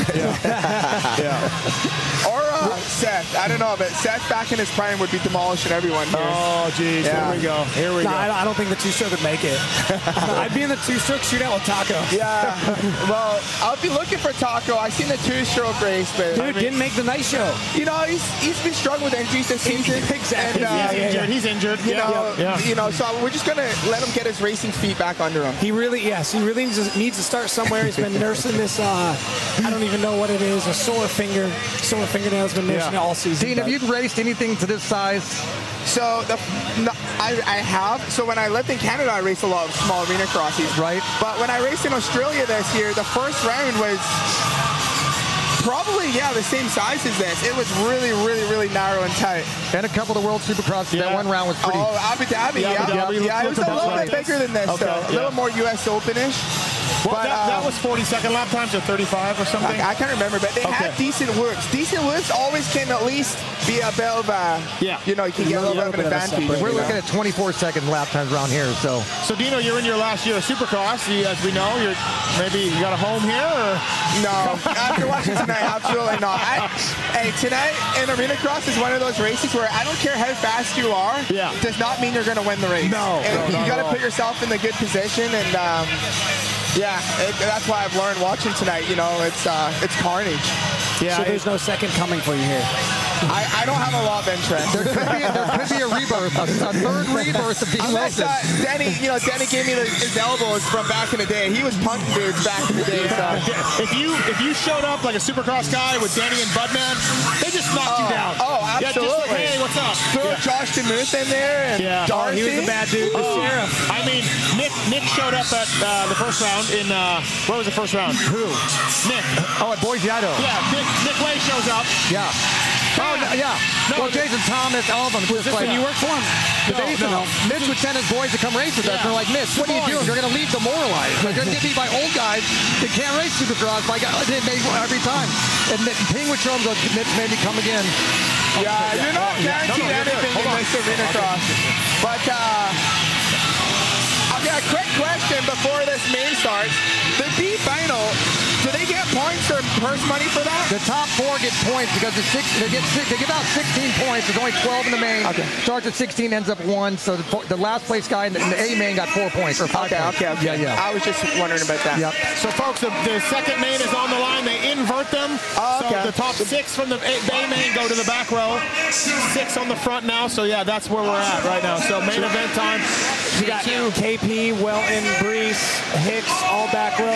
Or uh, Seth. I don't know, but Seth back in his prime would be demolishing everyone here. Oh, geez. Yeah. Here we go. Here we No, go. I, don't- I don't think the two stroke would make it. I'd be in the two stroke shootout with Taco. Yeah. well, I'll be looking for Taco. I seen the two-stroke race, but Dude, didn't make the night show. you know he's he's been struggling with injuries this season. Exactly. And, uh, He's injured. He's injured. You yeah. know, yeah. you know. So we're just gonna let him get his racing feet back under him. He really, yes, he really needs, needs to start somewhere. He's been nursing this, uh, I don't even know what it is, a sore finger, sore fingernail's been nursing Yeah. it all season. Dean, have but- you raced anything to this size? So the no, I, I have. So when I lived in Canada, I raced a lot of small arena crosses. Right. But when I raced in Australia this year, the first round was probably yeah the same size as this. It was really, really, really narrow and tight. And a couple of the World Supercross. Yeah. That one round was pretty. Oh, Abu Dhabi, Yeah, yeah, Abu Dhabi yeah, looks- it looks was a about little right. bit bigger than this Okay, though, a yeah. little more U.S. Openish. well, but, that, that um, was 40 second lap times or 35 or something. I, I can't remember, but they had Okay. decent whoops. Decent whoops always can at least be a bit of a, Yeah. you know, you can get a little bit of an advantage. We're you know? looking at 24 second lap times around here. So so Dino, you're in your last year of Supercross. You, as we know, you're maybe you got a home here. Or? No, after watching tonight, absolutely not. I, hey, tonight in arena cross is one of those races where I don't care how fast you are, Yeah. does not mean you're going to win the race. No, And no, not you at got to all. put yourself in the good position, and um, yeah, it, that's why I've learned watching tonight. You know, it's uh, it's carnage. so there's no second coming for you here. I, I don't have a lot of there interest. could be, there could be a rebirth, a, a third rebirth of Dean Unless Wilson. uh, Denny, you know, Denny gave me the, his elbows from back in the day. He was punk dudes back in the day. So. If you if you showed up like a Supercross guy with Danny and Budman, they just knocked you down. Oh, Yeah, just like, absolutely. hey, what's up? Throw Josh DeMuth in there and Yeah. Oh. Darcy. Oh, dude. The sheriff. I mean, Nick Nick showed up at uh, the first round in uh, where was the first round? Who? Nick. oh, at Boise, Idaho. Yeah, Nick Nick Way shows up. Yeah. Oh, no, yeah. well, No, the- Jason Thomas, all of them. Just like, When you work for him. But they used to know. Mitch would send his boys to come race with us. Yeah. And they're like, Mitch, what are you doing? You're going to leave demoralized. Like, you're going to get beat by old guys that can't race Supercross. Like, uh, they, they, every time. And Mi- Ping would show him, goes, Mitch made me come again. Yeah, you're not guaranteed No, no, you're good. anything in this arena cross. But uh, I've got a quick question before this main starts. The B final, do they get points or purse money for that? The top four get points because the six, they get six, they give out 16 points. There's only 12 in the main. Okay. Starts at 16, ends up one. So the, fo- the last place guy in the, in the A main got four points or five Okay, points. okay, okay. Yeah, yeah. I was just wondering about that. Yep. So, folks, the, the second main is on the line. They invert them. Oh, okay. So the top six from the A, the A main go to the back row. Six on the front now. So yeah, that's where we're at right now. So main event time. You got KP, Welton, Brees, Hicks, all back row.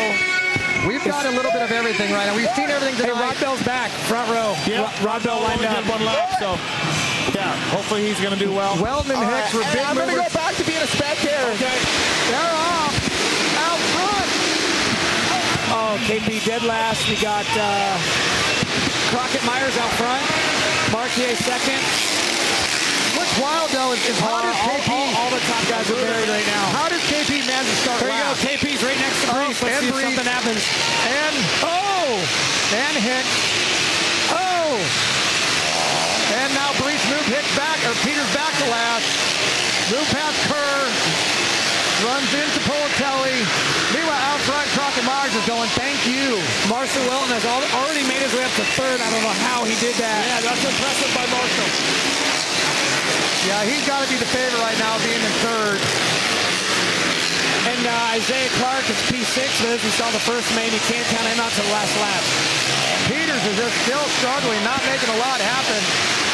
We've got a little bit of everything right now. We've seen everything Hey, tonight. Rod Bell's back, front row. Yeah, Ro- Rod Bell lined only up. did one lap. So yeah, hopefully he's gonna do well. Weldon and All Hicks were right, and big I'm going to go movers. back to being a spectator. They're off. Out front. Oh, KP dead last. We got uh, Crockett Myers out front. Marquier second. What's wild though is, is Uh, how does all, KP all- all the top guys are buried right now. how does KP manage to start There you go. last? KP's right next to Oh, Brees. Let's see if and Brees. something happens. And oh, and Hicks. Oh, and now Brees moved Hicks back or Peters back to last. Move past Kerr. Runs into Politelli. Meanwhile, out front, Crockett Myers is going, thank you. Marcel Welton has al- already made his way up to third. I don't know how he did that. Yeah, that's impressive by Marshall. Yeah, he's got to be the favorite right now, being in third. uh, Isaiah Clark is P6, but as we saw the first main, you can't count him out to the last lap. Peters is just still struggling, not making a lot happen.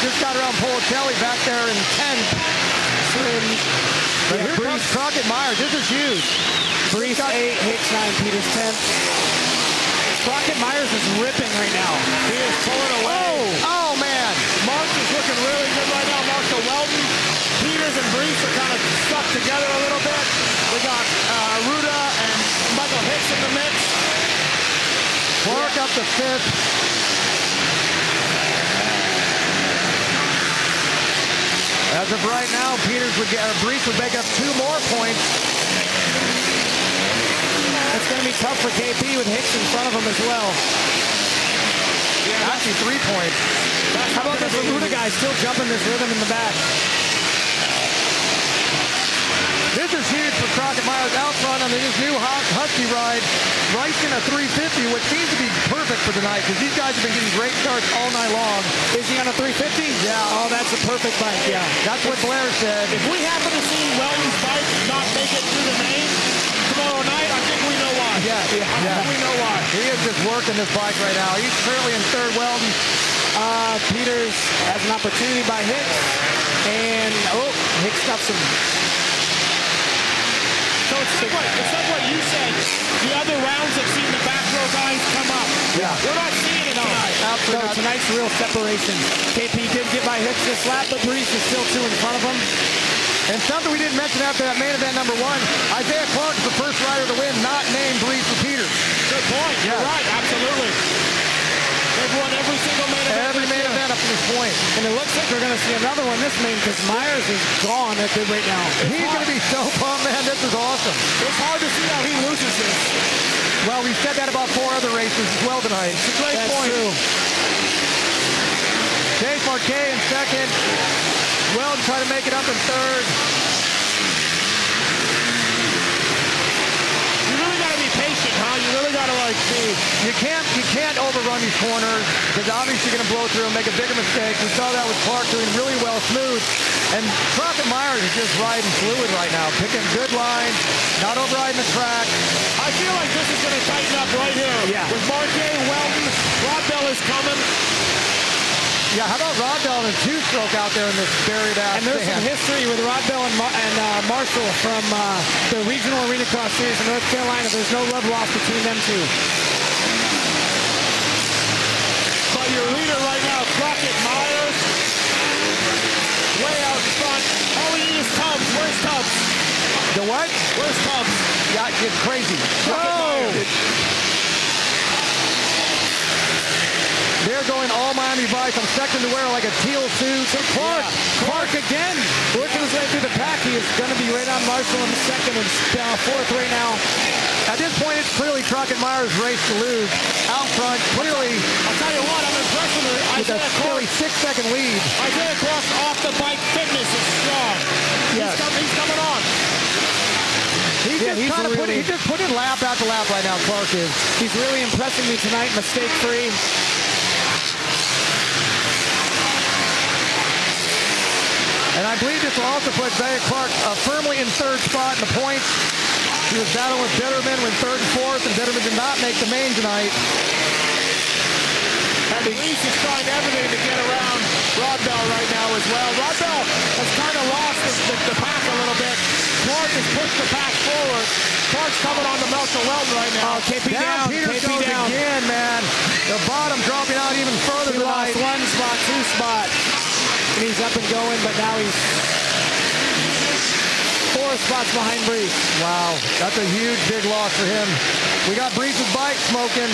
Just got around Politelli back there in 10th. So, yeah, here comes Crockett Myers. This is huge. Brees 8, Hicks 9, Peters 10th. Crockett Myers is ripping right now. He is pulling away. Oh, oh man. Marks is looking really good right now. Marks to Weldon. Peters and Brees are kind of stuck together a little bit. We got uh, Ruda and Michael Hicks in the mix. Clark yeah. up to fifth. As of right now, Peters would get, or Brees would make up two more points it's going to be tough for KP with Hicks in front of him as well. Yeah, actually three points. How about this Lamuda guy still jumping this rhythm in the back? This is huge for Crockett Myers out front on his new Husky ride, racing a 350, which seems to be perfect for tonight because these guys have been getting great starts all night long. Is he on a 350? Yeah. Oh, that's a perfect bike, yeah. That's what Blair said. If we happen to see Weldon's bike not make it through the main, tomorrow night, I think we know why. Yeah, yeah, yeah. we know why. He is just working this bike right now. He's currently in third. Weldon. Uh, Peters has an opportunity by Hicks. And, oh, Hicks stops him. So it's like, what, it's like what you said. The other rounds have seen the back row guys come up. Yeah. We're not seeing it tonight. No, so tonight's real separation. KP did get by Hicks this lap, but Brees is still two in front of him. And something we didn't mention after that main event number one, Isaiah Clark is the first rider to win, not named Reese Peters. Good point. You're yeah. right. Absolutely. They've won every single main event. Every main event up to this point. And it looks like we're going to see another one this main because Myers is gone at good right now. He's going to be so pumped, man. This is awesome. It's hard to see how he loses this. Well, we said that about four other races as well tonight. It's a great That's point. True. Dave Marquet in second. Well, try to make it up in third. You really got to be patient, huh? You really got to like be. You can't you can't overrun these corners because obviously you're going to blow through and make a bigger mistake. We saw that with Clark doing really well, smooth, and Crockett Myers is just riding fluid right now, picking good lines, not overriding the track. I feel like this is going to tighten up right here. Yeah. With Marquet, Weldon, Rod Bell is coming. Yeah, how about Rodbell and two stroke out there in this buried ass And there's some stand. history with Rodbell and, Mar- and uh, Marshall from uh, the Regional Arena Cross Series in North Carolina. There's no love lost between them two. But your leader right now, Crockett Myers, way out front. All we need is Tubbs. Where's Tubbs? The what? Where's Tubbs? Yeah, it's crazy. Whoa! They're going all Miami Vice. I'm expecting to wear like a teal suit. So Clark, yeah. Clark again, working his way through the pack. He is going to be right on Marshall in second and fourth right now. At this point, it's clearly Crockett Myers' race to lose. Out front, clearly. I'll tell you what, I'm impressed with her. With Isaiah a Clark, six-second lead. Isaiah Clark's off-the-bike fitness is strong. Yes. He's, come, he's coming on. He's yeah, just he's really, putting, he just putting lap after lap right now, Clark is. He's really impressing me tonight, mistake-free. And I believe this will also put Zaya Clark uh, firmly in third spot in the points. He was battling with Betterman when third and fourth, and Betterman did not make the main tonight. And the East is trying everything to get around Rodbell right now as well. Rodbell has kind of lost the, the, pack a little bit. Clark has pushed the pack forward. Clark's coming on to Melcher Weldon right Oh, now. KP down. down. Peters KP goes down. again, man. The bottom dropping out even further he lost tonight. one spot, two spot and he's up and going, but now he's four spots behind Brees. Wow, that's a huge, big loss for him. We got Brees' bike smoking.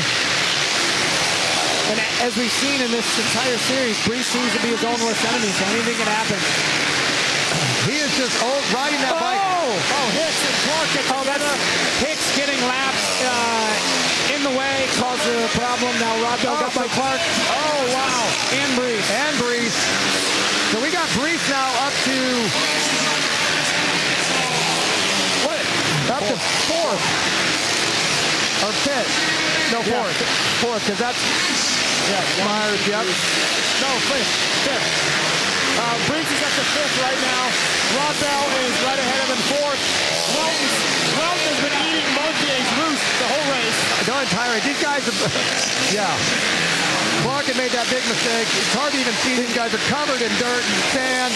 And as we've seen in this entire series, Brees seems to be his own worst enemy, so anything can happen. He is just old riding that oh! bike. Oh, Hicks and Clark. Oh, that's Hicks getting laps uh, in the way caused a problem. Now Rodbell Oh, got by so- Clark. Oh, wow. And Brees. And Brees. So we got Brees now up to what? Up to fourth or fifth? No, Yeah. fourth. Fourth, because that's yeah, Myers. Yep. No, fifth. Fifth. Uh, Brees is at the fifth right now. Rodbell is right ahead of him fourth. Welton, Welton has been eating guys, have, yeah. Clark had made that big mistake. It's hard to even see. These guys are covered in dirt and sand.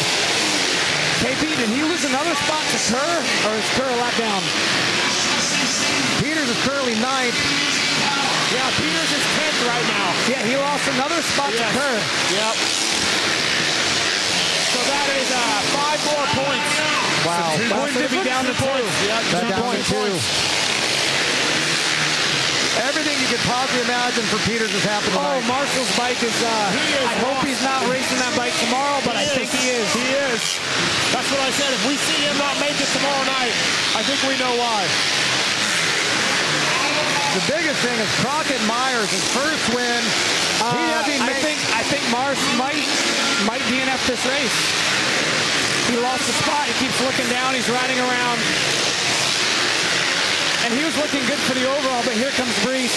KP, did he lose another spot to Kerr, or is Kerr a lap down? Peters is currently ninth. Yeah, Peters is 10th right now. Yeah, he lost another spot Yes. to Kerr. Yep. So that is uh, five more points. Wow. Two Wow, points so to be good. down to two. Yep, Back two down to points. two. Everything you could possibly imagine for Peters has happened Oh, tonight. Marshall's bike is, uh, I hope he's not racing that bike tomorrow, but I think he is. He is. That's what I said. If we see him not make it tomorrow night, I think we know why. the biggest thing is Crockett Myers, his first win. he Uh, hasn't I even made- think I think Mars might might DNF this race. He lost the spot. He keeps looking down. He's riding around. And he was looking good for the overall, but here comes Brees.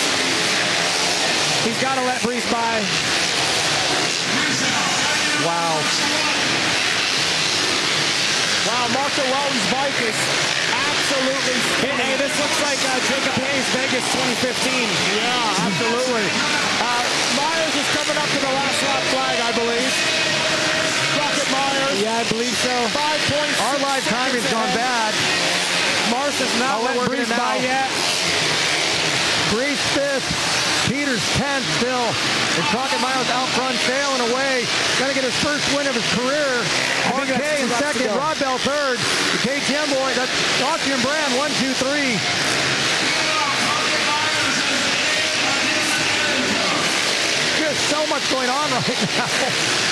He's got to let Brees by. Wow. Wow, Marco Weldon's bike is absolutely Hey, hey, this looks like uh, Jacob Hayes Vegas 2015. Yeah, absolutely. Uh, Myers is coming up to the last lap flag, I believe. Rocket Myers. Yeah, I believe so. Five points. Our live time has gone bad. Mars has not I'll let work it Brees now. by yet. Brees fifth. Peters 10th still. And Crockett Myers out front, sailing away. Going to get his first win of his career. think RK that's in two laps to second. go. Rod Bell third. The KTM boy. That's Austrian brand. One, two, three. There's so much going on right now.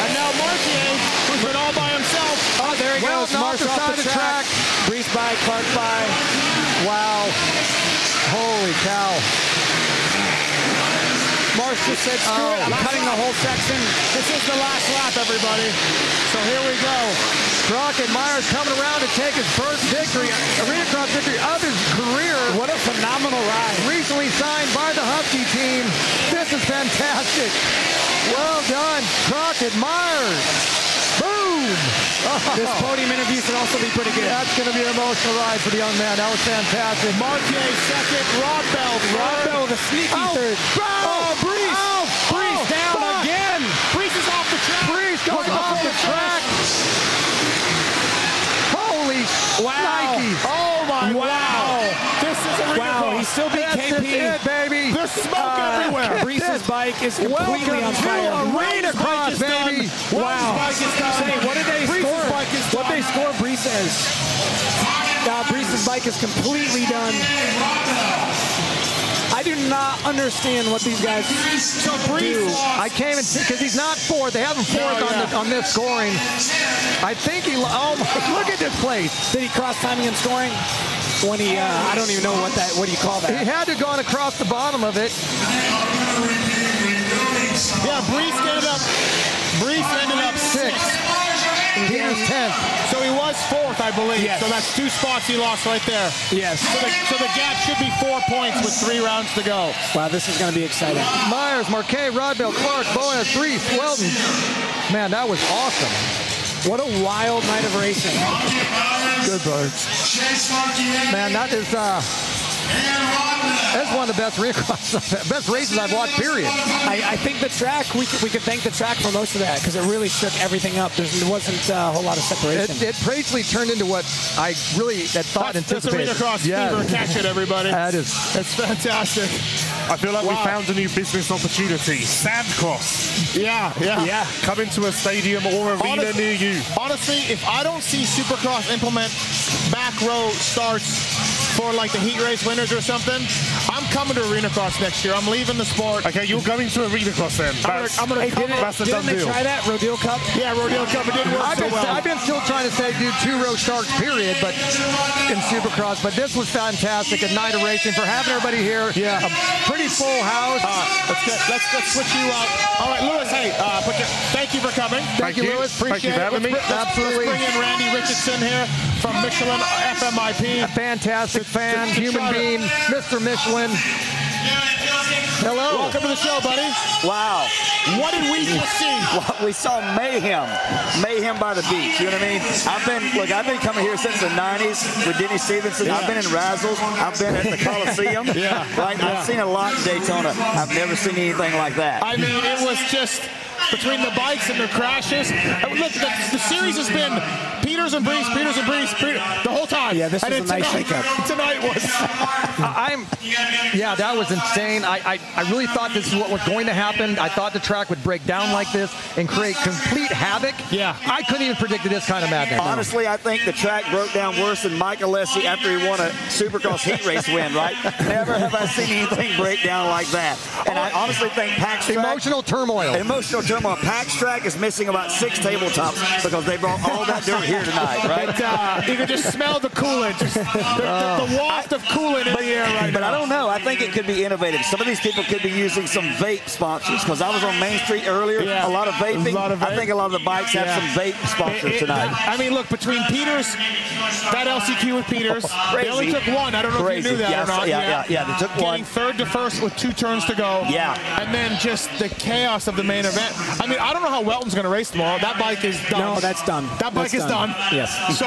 And now Martier, who's been all by himself. Oh, there he Well, goes. not Mars the off the side of the track. track. Brees by, Clark by. Wow. Holy cow. Mars just said, screw Oh. it. I'm cutting the whole section. This is the last lap, everybody. So here we go. Crockett Myers coming around to take his first victory, arena cross victory of his career. What a phenomenal ride. Recently signed by the Husky team. This is fantastic. Well done, Crockett Myers. Boom! Oh, This podium interview should also be pretty good. that's going to be an emotional ride for the young man. That was fantastic. Martier second, Rob Bell Rob third. Bell with a sneaky Oh, third. Oh, Brees. Oh, Brees Oh, down fuck. again. Brees is off the track. Brees goes Right off before the track. Holy Wow. shnikes. Oh my Wow. wow. This is a Wow, he still beat That's just KP. it, baby. There's smoke everywhere. Brees' bike Uh, is completely on Welcome fire. to Arena Cross, baby. Wow. Bike is done. Say, what did they Brees' score? bike is What they score, Brees is. Uh, Brees' bike is completely done. I do not understand what these guys So Brees Dude, lost. I can't even because he's not fourth. They have him fourth No, on, yeah. the, on this scoring. I think he. lo- Oh my! Look at this place. did. He cross timing and scoring when he. Uh, I don't even know what that. What do you call He that? had to gone across the bottom of it. Yeah, Brees ended up. Brees ended up sixth. Peter's tenth. So he was fourth, I believe. Yes. So that's two spots he lost right there. Yes. So the, so the gap should be four points with three rounds to go. Wow, this is going to be exciting. Myers, Marquet, Rodbell, Clark, Bowen, three, Weldon. Man, that was awesome. What a wild night of racing. Good birds. Man, that is uh, that's one of the best arena cross, best races I've watched. Period. I, I think the track, we could, we could thank the track for most of that because it really shook everything up. There's, there wasn't uh, a whole lot of separation. It, it basically turned into what I really had thought That's, that's anticipated. arena cross Yes. fever. Catch it, everybody. That is That's fantastic. I feel like Wow. we found a new business opportunity. Sandcross. Yeah, yeah. Yeah. Coming to a stadium or arena Honest- near you. Honestly, if I don't see Supercross implement back row starts for like the heat race winners or something, I'm coming to arena cross next year. I'm leaving the sport. Okay, you're going to arena cross then. That's, I'm gonna hey, come didn't- up- that's a Didn't done they deal. try that? Rodeo Cup? Yeah, Rodeo Cup. It didn't work I've so been, well. I've been still trying to say do two row starts, period, but in Supercross. But this was fantastic. A night of racing for having everybody here. Yeah. A pretty full house. All right, let's, get, let's let's switch you out. All right, Lewis. Hey, uh, put your, thank you for coming. Thank you, you. Lewis. Thank Appreciate you for having it. me. Let's, br- let's- Absolutely. Let's bring in Randy Richardson here from Michelin FMIP. a fantastic fan, to- to human try to- being, Mr. Michelin. Hello. Welcome to the show, buddy. Wow. What did we just see? Well, we saw mayhem. Mayhem by the beach. You know what I mean? I've been look, I've been coming here since the nineties with Denny Stevenson. I've been in Razzles. I've been at the Coliseum. Yeah. Right? Yeah. I've seen a lot in Daytona. I've never seen anything like that. I mean, it was just between the bikes and the crashes. I mean, Look, the, the series has been Peters and Breeze, Peters and Breeze, Peter, the whole time. Yeah, this and was then a nice tonight, shakeup. Tonight was. I- I'm, yeah, that was insane. I, I, I really thought this is what was going to happen. I thought the track would break down like this and create complete havoc. Yeah. I couldn't even predict this kind of madness. Honestly, I think the track broke down worse than Mike Alessi after he won a Supercross heat race win, right? Never have I seen anything break down like that. And I honestly think Pax Track, Emotional turmoil. Emotional turmoil. Pax Track is missing about six tabletops because they brought all that dirt here tonight, right? But, uh, you can just smell the coolant, just the, the, the waft of coolant in the air Oh. right But I now. don't know. I think it could be innovative. Some of these people could be using some vape sponsors because I was on Main Street earlier. Yeah. A lot of vaping. A lot of I vape. think a lot of the bikes have Yeah. some vape sponsors It- it- tonight. I mean, look between Peters, that LCQ with Peters, they only Crazy. took one. I don't know if Crazy. you knew that Yeah, or not. yeah, yeah, yeah, they took Getting one. third to first with two turns to go. Yeah. And then just the chaos of the main event. I mean, I don't know how Welton's going to race tomorrow. That bike is done. No, that's done. That bike That's is done. Yes. So,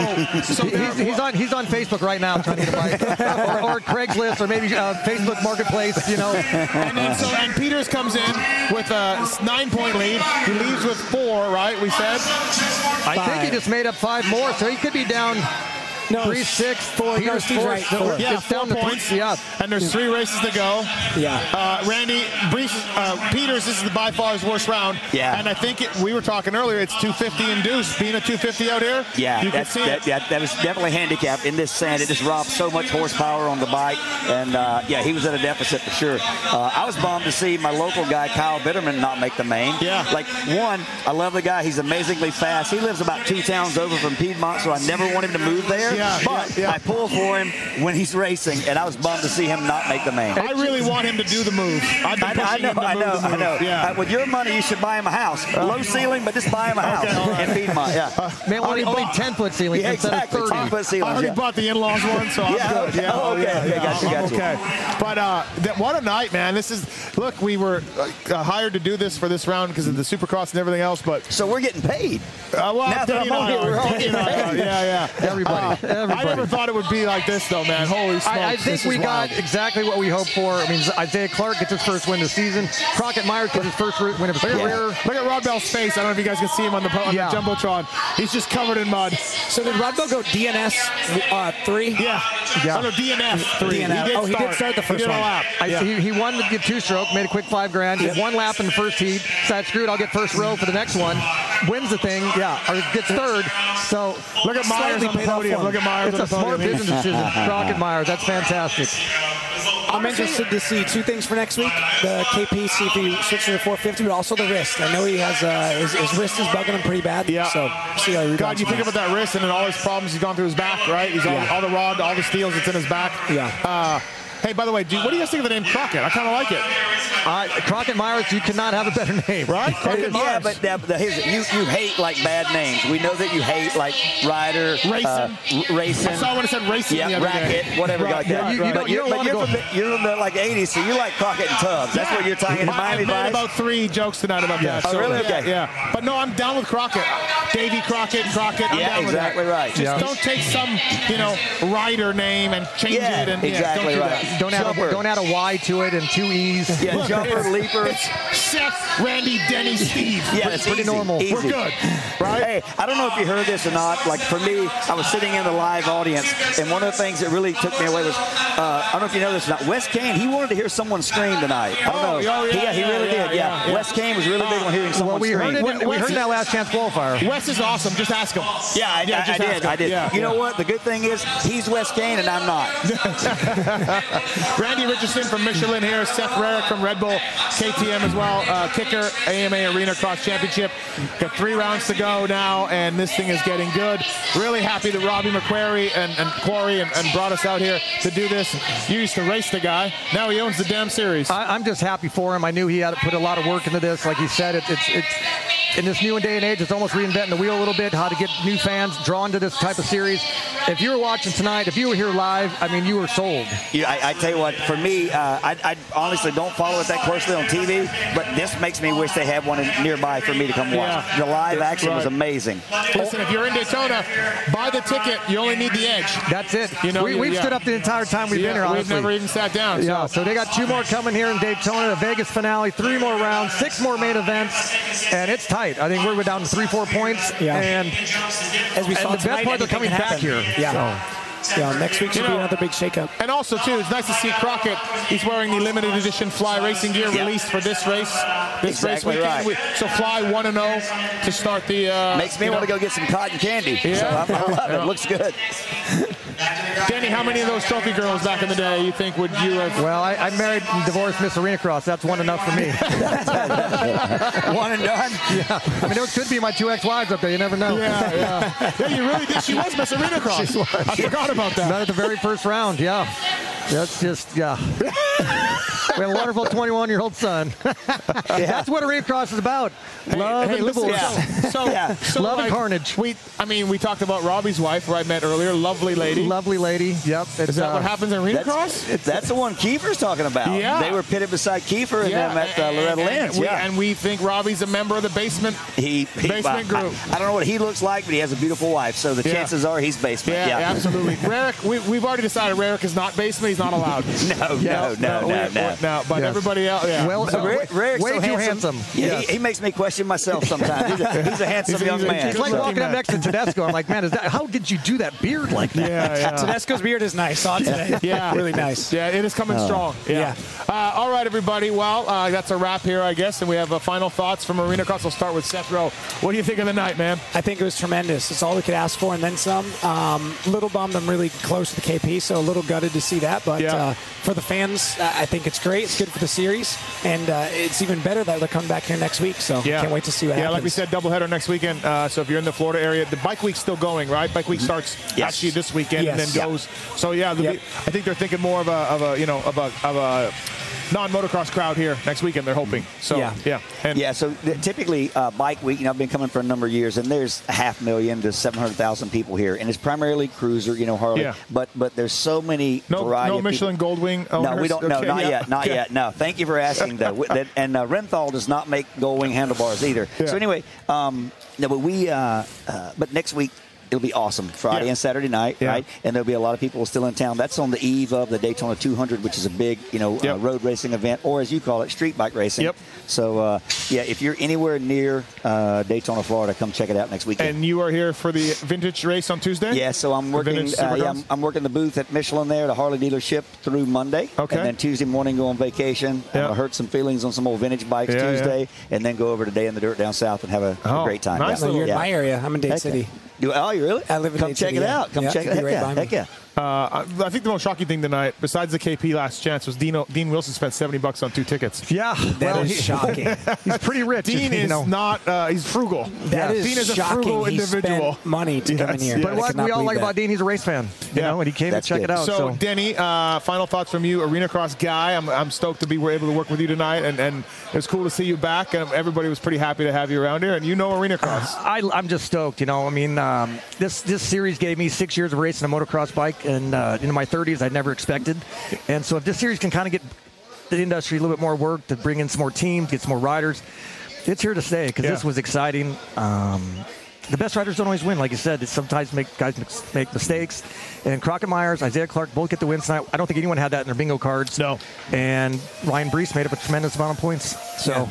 so He's, there- he's on he's on Facebook right now trying to get a bike, or, or Craigslist, or maybe uh, Facebook Marketplace. You know, And then so and Peters comes in with a nine point lead. He leaves with four, right? We said. I think he just made up five more, so he could be down No, three, six, four. Peter's Steve's four. right, four. Yeah, it's down four to points. Three, yeah. And there's three races to go. Yeah. Uh, Randy, brief, uh, Peters, this is the by far his worst round. Yeah. And I think it, we were talking earlier, it's 250 induced. Being a 250 out here, Yeah, you can that's, see that, it. yeah, that was definitely handicapped in this sand. It just robbed so much horsepower on the bike, and uh, yeah, he was at a deficit for sure. Uh, I was bummed to see my local guy Kyle Bitterman not make the main. Yeah. like one, I love the guy. He's amazingly fast. He lives about two towns over from Piedmont, so I never want him to move there. Yeah, but yeah, yeah. I pull for him when he's racing, and I was bummed to see him not make the main. I really want him to do the move. I've been I know, I pushing know, him to I move know, the I move. know. Yeah. Uh, with your money, you should buy him a house. Low ceiling, but just buy him a house all right. in Piedmont. Yeah. Man, Already only, only bought- ten foot ceilings Yeah, instead exactly. of Ten thirty. foot I ceilings. already yeah. bought the in-laws one, so Yeah, I'm good. okay. Yeah, Oh, okay. yeah, Okay, yeah, gotcha, I'm gotcha. okay. But uh, that, what a night, man! This is look. We were uh, hired to do this for this round because of the Supercross and everything else. But So we're getting paid. Uh, well, Now that Danny I'm and I on here, are. we're all Danny and I getting are. paid. Yeah, yeah. Uh, Everybody, I never everybody. thought it would be like this, though, man. Holy smokes. I, I think this we is wild. got exactly what we hoped for. I mean, Isaiah Clark gets his first win of the season. Crockett Myers gets his first win of his Look at, career. look at Rod Bell's face. I don't know if you guys can see him on the, on Yeah. the Jumbotron. He's just covered in mud. So did Rodwell go DNS uh, three? Yeah. Yeah. Oh, no, DNF. Three. DNF. Oh, he did start the first he did a one. lap. I, Yeah. he, he won the two-stroke, made a quick five grand, did one lap in the first heat, said, screw it, I'll get first row for the next one, wins the thing, yeah, or gets third. So Look at Myers Slightly on the paid off podium. one. Look at Myers it's on a the smart podium. business decision, Crockett Myers. That's fantastic. I'm interested to see two things for next week: the KP, see if he switches to 450, but also the wrist. I know he has uh, his, his wrist is bugging him pretty bad. Yeah. So see how he God, rebounds you think from about that wrist and then all his problems he's gone through his back, right? He's all, Yeah. all the rod, all the steals that's in his back. Yeah. Uh, hey, by the way, do, what do you guys think of the name Crockett? I kind of like it, Uh, Crockett Myers, you cannot have a better name. right? Crockett Yeah, Myers. but that, the, his, you you hate like bad names. We know that you hate like Ryder, Racing. uh, R- racing. I saw when it said racing the yeah, other day. racket, whatever Right, like that. right, You- you right. don't- But you you're, don't but wanna you're go- from the, you're from the like '80s, so you like Crockett and Tubbs. That's what you're talking. I- Miami I've made Vice. about three jokes tonight about Yeah. that. Oh, really? Yeah, Okay. Yeah. But no, I'm down with Crockett. Davy Crockett, Crockett. I'm Yeah, down with exactly that. right. Just Yeah. don't take some, you know, writer name and change Yeah, it. And, exactly yeah, don't do right. that. Don't add, a, Jumper. don't add a Y to it and two E's. yeah, Look, jumper, it's- leaper. It's Seth, Randy, Denny, Steve. yeah, it's pretty easy, normal. Easy. We're good. Hey, I don't know if you heard this or not. Like for me, I was sitting in the live audience, and one of the things that really took me away was uh, I don't know if you know this or not. Wes Kane, he wanted to hear someone scream tonight. I don't Oh, know. oh, yeah, he, he yeah, really yeah, did. Yeah. yeah, yeah. Wes Kane was really big on hearing someone Well, we scream. heard, it, in- we Wes heard is- that last chance qualifier. Wes is awesome. Just ask him. Yeah, I, I- I just ask did. him. I did. Yeah, you know yeah. what? The good thing is he's Wes Kane and I'm not. Randy Richardson from Michelin here. Seth Rarick from Red Bull KTM as well. Uh, kicker, AMA Arena Cross Championship. Got three rounds to go now, and this thing is getting good. Really happy that Robbie McQuarrie and, and Quarry and, and brought us out here to do this. You used to race the guy. Now he owns the damn series. I, I'm just happy for him. I knew he had put a lot of work into this. Like he said, it, it's it's in this new day and age, it's almost reinventing the wheel a little bit, how to get new fans drawn to this type of series. if you were watching tonight, if you were here live, I mean, you were sold. Yeah, I, I tell you what, for me, uh, I, I honestly don't follow it that closely on TV, but this makes me wish they had one in, nearby for me to come watch. Yeah. The live That's action was right. amazing. Listen, if you're in Daytona, buy the ticket. You only need the edge. That's it. You know, we, you- we've yeah. stood up the entire time we've Yeah, been here. we've honestly. never even sat down, so- Yeah, so they got two more coming here in Daytona, the Vegas finale, three more rounds, six more main events, and it's tight. I think we're down to three, four points. Yeah. And As we and saw the best tonight, part, they're coming anything can back here. happen. Yeah. Yeah, next week You should be know- another big shakeup. And also, too, it's nice to see Crockett. He's wearing the limited edition Fly racing gear released for this race, this race Exactly weekend. right. We- So Fly one and zero to start the. Uh, Makes me you want to know- go get some cotton candy. Yeah. So I, I love Yeah. it. Looks good. Danny, how many of those trophy girls back in the day you think would you have? Well, I, I married and divorced Miss Arena Cross. That's one enough for me. One and done. Yeah. I mean, those could be my two ex-wives up there. You never know. Yeah, yeah. yeah, you really did. She was Miss Arena Cross. She was. I forgot about that. Not at the very first round, yeah. That's just, yeah. we have a wonderful 21 year old son. That's what a Reef Cross is about love Hey, and listen, divorce. so, so, Yeah. so, Uh, Love and like, carnage. We, I mean, we talked about Robbie's wife, who I met earlier. Lovely lady. Lovely lady. Yep. uh, Is that what happens in Arena Cross? That's, that's the one Kiefer's talking about. Yeah. They were pitted beside Kiefer and them at uh, and- Loretta and- Lynn's. And we, yeah. and we think Robbie's a member of the basement. He, he Basement I- group. I, I don't know what he looks like, but he has a beautiful wife. So the Yeah. chances are he's basement. Yeah, Yeah, absolutely. Rarick, we, we've already decided Rarick is not basement. He's not allowed. No, Yeah. no, no, no, we- no. no, But Yes. everybody else, yeah. Well, But Rick- Rick's way so too handsome. handsome. Yeah, Yes. he, he makes me question myself sometimes. He's a, he's a handsome He's a- young he's a man. It's like Good walking looking up next to Tedesco. I'm like, man, is that, how did you do that beard like that? yeah, yeah. Tedesco's beard is nice. Saw it today. Yeah. really nice. Yeah, it is Oh. coming strong. Yeah. Uh, all right, everybody. Well, uh, that's a wrap here, I guess. And we have uh, final thoughts from Arena Cross. We'll start with Seth Rowe. What do you think of the night, man? I think it was tremendous. It's all we could ask for, and then some. Um, little bummed I'm really close to the KP, so a little gutted to see that. But Yeah. uh, for the fans, I I think it's great. It's good for the series, and uh, it's even better that they're coming back here next week. So Yeah. can't wait to see what yeah, happens. like we said, doubleheader next weekend. Uh, so if you're in the Florida area, the bike week's still going, right? Bike week starts Mm-hmm. Yes. actually this weekend and Yes. then Yeah. goes. So yeah, the, Yep. I think they're thinking more of a, of a you know of a of a non-motocross crowd here next weekend. They're hoping. So yeah, Yeah. And Mm-hmm. yeah, so th- typically uh, bike week, you know, I've been coming for a number of years, and there's a half million to seven hundred thousand people here, and it's primarily cruiser, you know, Harley. Yeah. But but there's so many No, variety. no of Michelin people. Goldwing. No, we owners? don't. No, Okay, not yeah. yet. Not Okay. yet. No, thank you for asking though. With that- and uh, Renthal does not make Goldwing handlebars either. Yeah. So anyway, um, no, but we, uh, uh, but next week. It'll be awesome Friday Yeah. and Saturday night, Yeah. right? And there'll be a lot of people still in town. That's on the eve of the Daytona 200, which is a big, you know, uh, Yep. road racing event, or as you call it, street bike racing. Yep. So uh, yeah, if you're anywhere near uh, Daytona, Florida, come check it out next weekend. And you are here for the vintage race on Tuesday. yeah, so I'm The working. vintage Uh, yeah, Supercross? I'm, I'm working the booth at Michelin there, the Harley dealership, through Monday. Okay. And then Tuesday morning, go on vacation. I'm Yeah. gonna hurt some feelings on some old vintage bikes Yeah, yeah. Tuesday, and then go over to Day in the Dirt down south and have a, a Oh, great time. nice yeah. little- you're Yeah. in my area. I'm in Dade Heck City. Yeah. Do, oh, you really? I live in Come Dade check City, it yeah. out. Come Yeah, check it'd it be right out. by Yeah, me. heck yeah. Uh, I I think the most shocking thing tonight, besides the KP last chance, was Dean, Dean Wilson spent 70 bucks on two tickets. Yeah. That well, is he- shocking. he's pretty rich. Dean you is know. not, uh, he's frugal. That is Dean is a shocking. frugal he individual. spent money to come in Yes, here. yes. But I what cannot we all believe like that. about Dean, he's a race fan. You Yeah. know, and he came That's to check good. it out. So, so. Denny, uh, final thoughts from you, Arena Cross guy. I'm, I'm stoked to be we're able to work with you tonight, and, and it was cool to see you back. And everybody was pretty happy to have you around here, and you know Arena Cross. I, I'm just stoked. You know, I mean, um, this this series gave me six years of racing a motocross bike, and uh, in my 30s, I never expected. And so, if this series can kind of get the industry a little bit more work to bring in some more teams, get some more riders, it's here to stay because Yeah. this was exciting. Um, the best riders don't always win, like you said. It sometimes make guys mix- make mistakes. And Crockett Myers, Isaiah Clark both get the wins tonight. I don't think anyone had that in their bingo cards. No. And Ryan Brees made up a tremendous amount of points. So.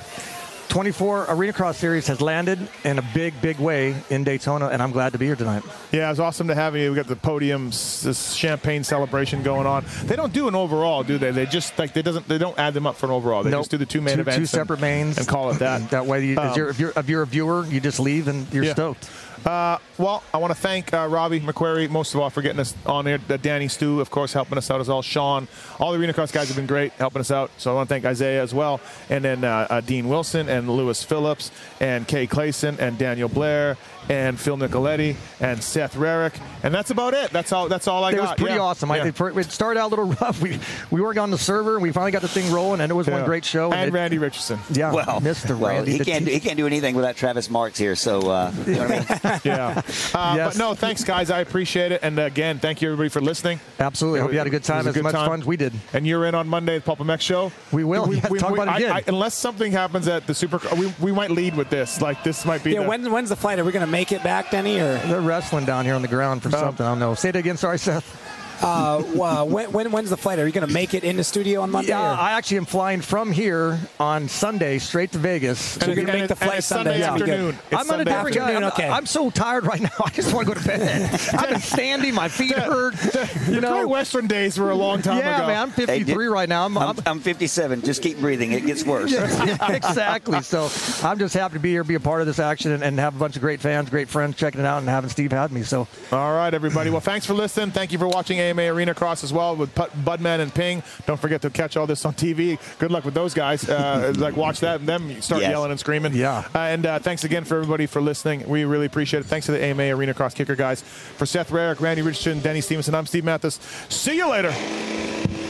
24 Arena Cross Series has landed in a big, big way in Daytona, and I'm glad to be here tonight. Yeah, it's awesome to have you. We got the podiums, this champagne celebration going on. They don't do an overall, do they? They just like they doesn't they don't add them up for an overall. Oh, They Nope. just do the two main two, events, two and- separate mains, and call it that. That way, you, Um, as you're, if you're if you're a viewer, you just leave and you're Yeah. stoked. Uh, well, I want to thank uh, Robbie McQuarrie, most of all, for getting us on here. Uh, Danny Stu, of course, helping us out as all. Sean, all the Arena Cross guys have been great helping us out. So I want to thank Isaiah as well. And then uh, uh, Dean Wilson and Lewis Phillips and Kay Clayson and Daniel Blair and Phil Nicoletti and Seth Rarick. And that's about it. That's all, that's all I It got. was pretty Yeah. awesome. Yeah. I, it, it started out a little rough. We we worked on the server, and we finally got the thing rolling, and it was one Yeah. great show. And it- Randy Richardson. yeah, Well, Mr. well, Oh, Randy, he the can't do, he team- can't do anything without Travis Marks here. So uh, you know what I mean? yeah. Uh, But no, thanks, guys. I appreciate it. And uh, again, thank you everybody for listening. Absolutely. Hope you had a good It was time. As much fun as we did. And you're in on Monday at Pulp MX Show. We will. Yeah, talk about it I- again. I- unless something happens at the Super, we, we might lead with this. Like this might be. Yeah, the- when, when's the flight? Are we going to make it back, Denny? Or they're wrestling down here on the Uh, ground for something. I don't know. Say it again. Sorry, Seth. uh, well, when, when when's the flight? Are you going to make it in the studio on Monday? Yeah, or- I actually am flying from here on Sunday straight to Vegas. So you're gonna make the flight Sunday afternoon. It's I'm Sunday gonna do it, guy. afternoon, I'm, okay. I'm so tired right now. I just want to go to bed. I've been standing. My feet hurt. You know, Great Western days were a long time yeah, ago. man. I'm 53 right now. I'm, I'm, I'm 57. Just keep breathing. It gets worse. Yeah, exactly. So I'm just happy to be here, be a part of this action, and, and have a bunch of great fans, great friends checking it out, and having Steve had me. So All right, everybody. Well, thanks for listening. Thank you for watching AMA Arena Cross as well with Put, Budman and Ping. Don't forget to catch all this on TV. Good luck with those guys. Uh, like, watch that and them start Yes. yelling and screaming. Yeah. and uh, thanks again for everybody for listening. We really appreciate it. Thanks to the AMA Arena Cross Kicker guys. For Seth Rarick, Randy Richardson, Denny Stevenson, I'm Steve Mathis. See you later.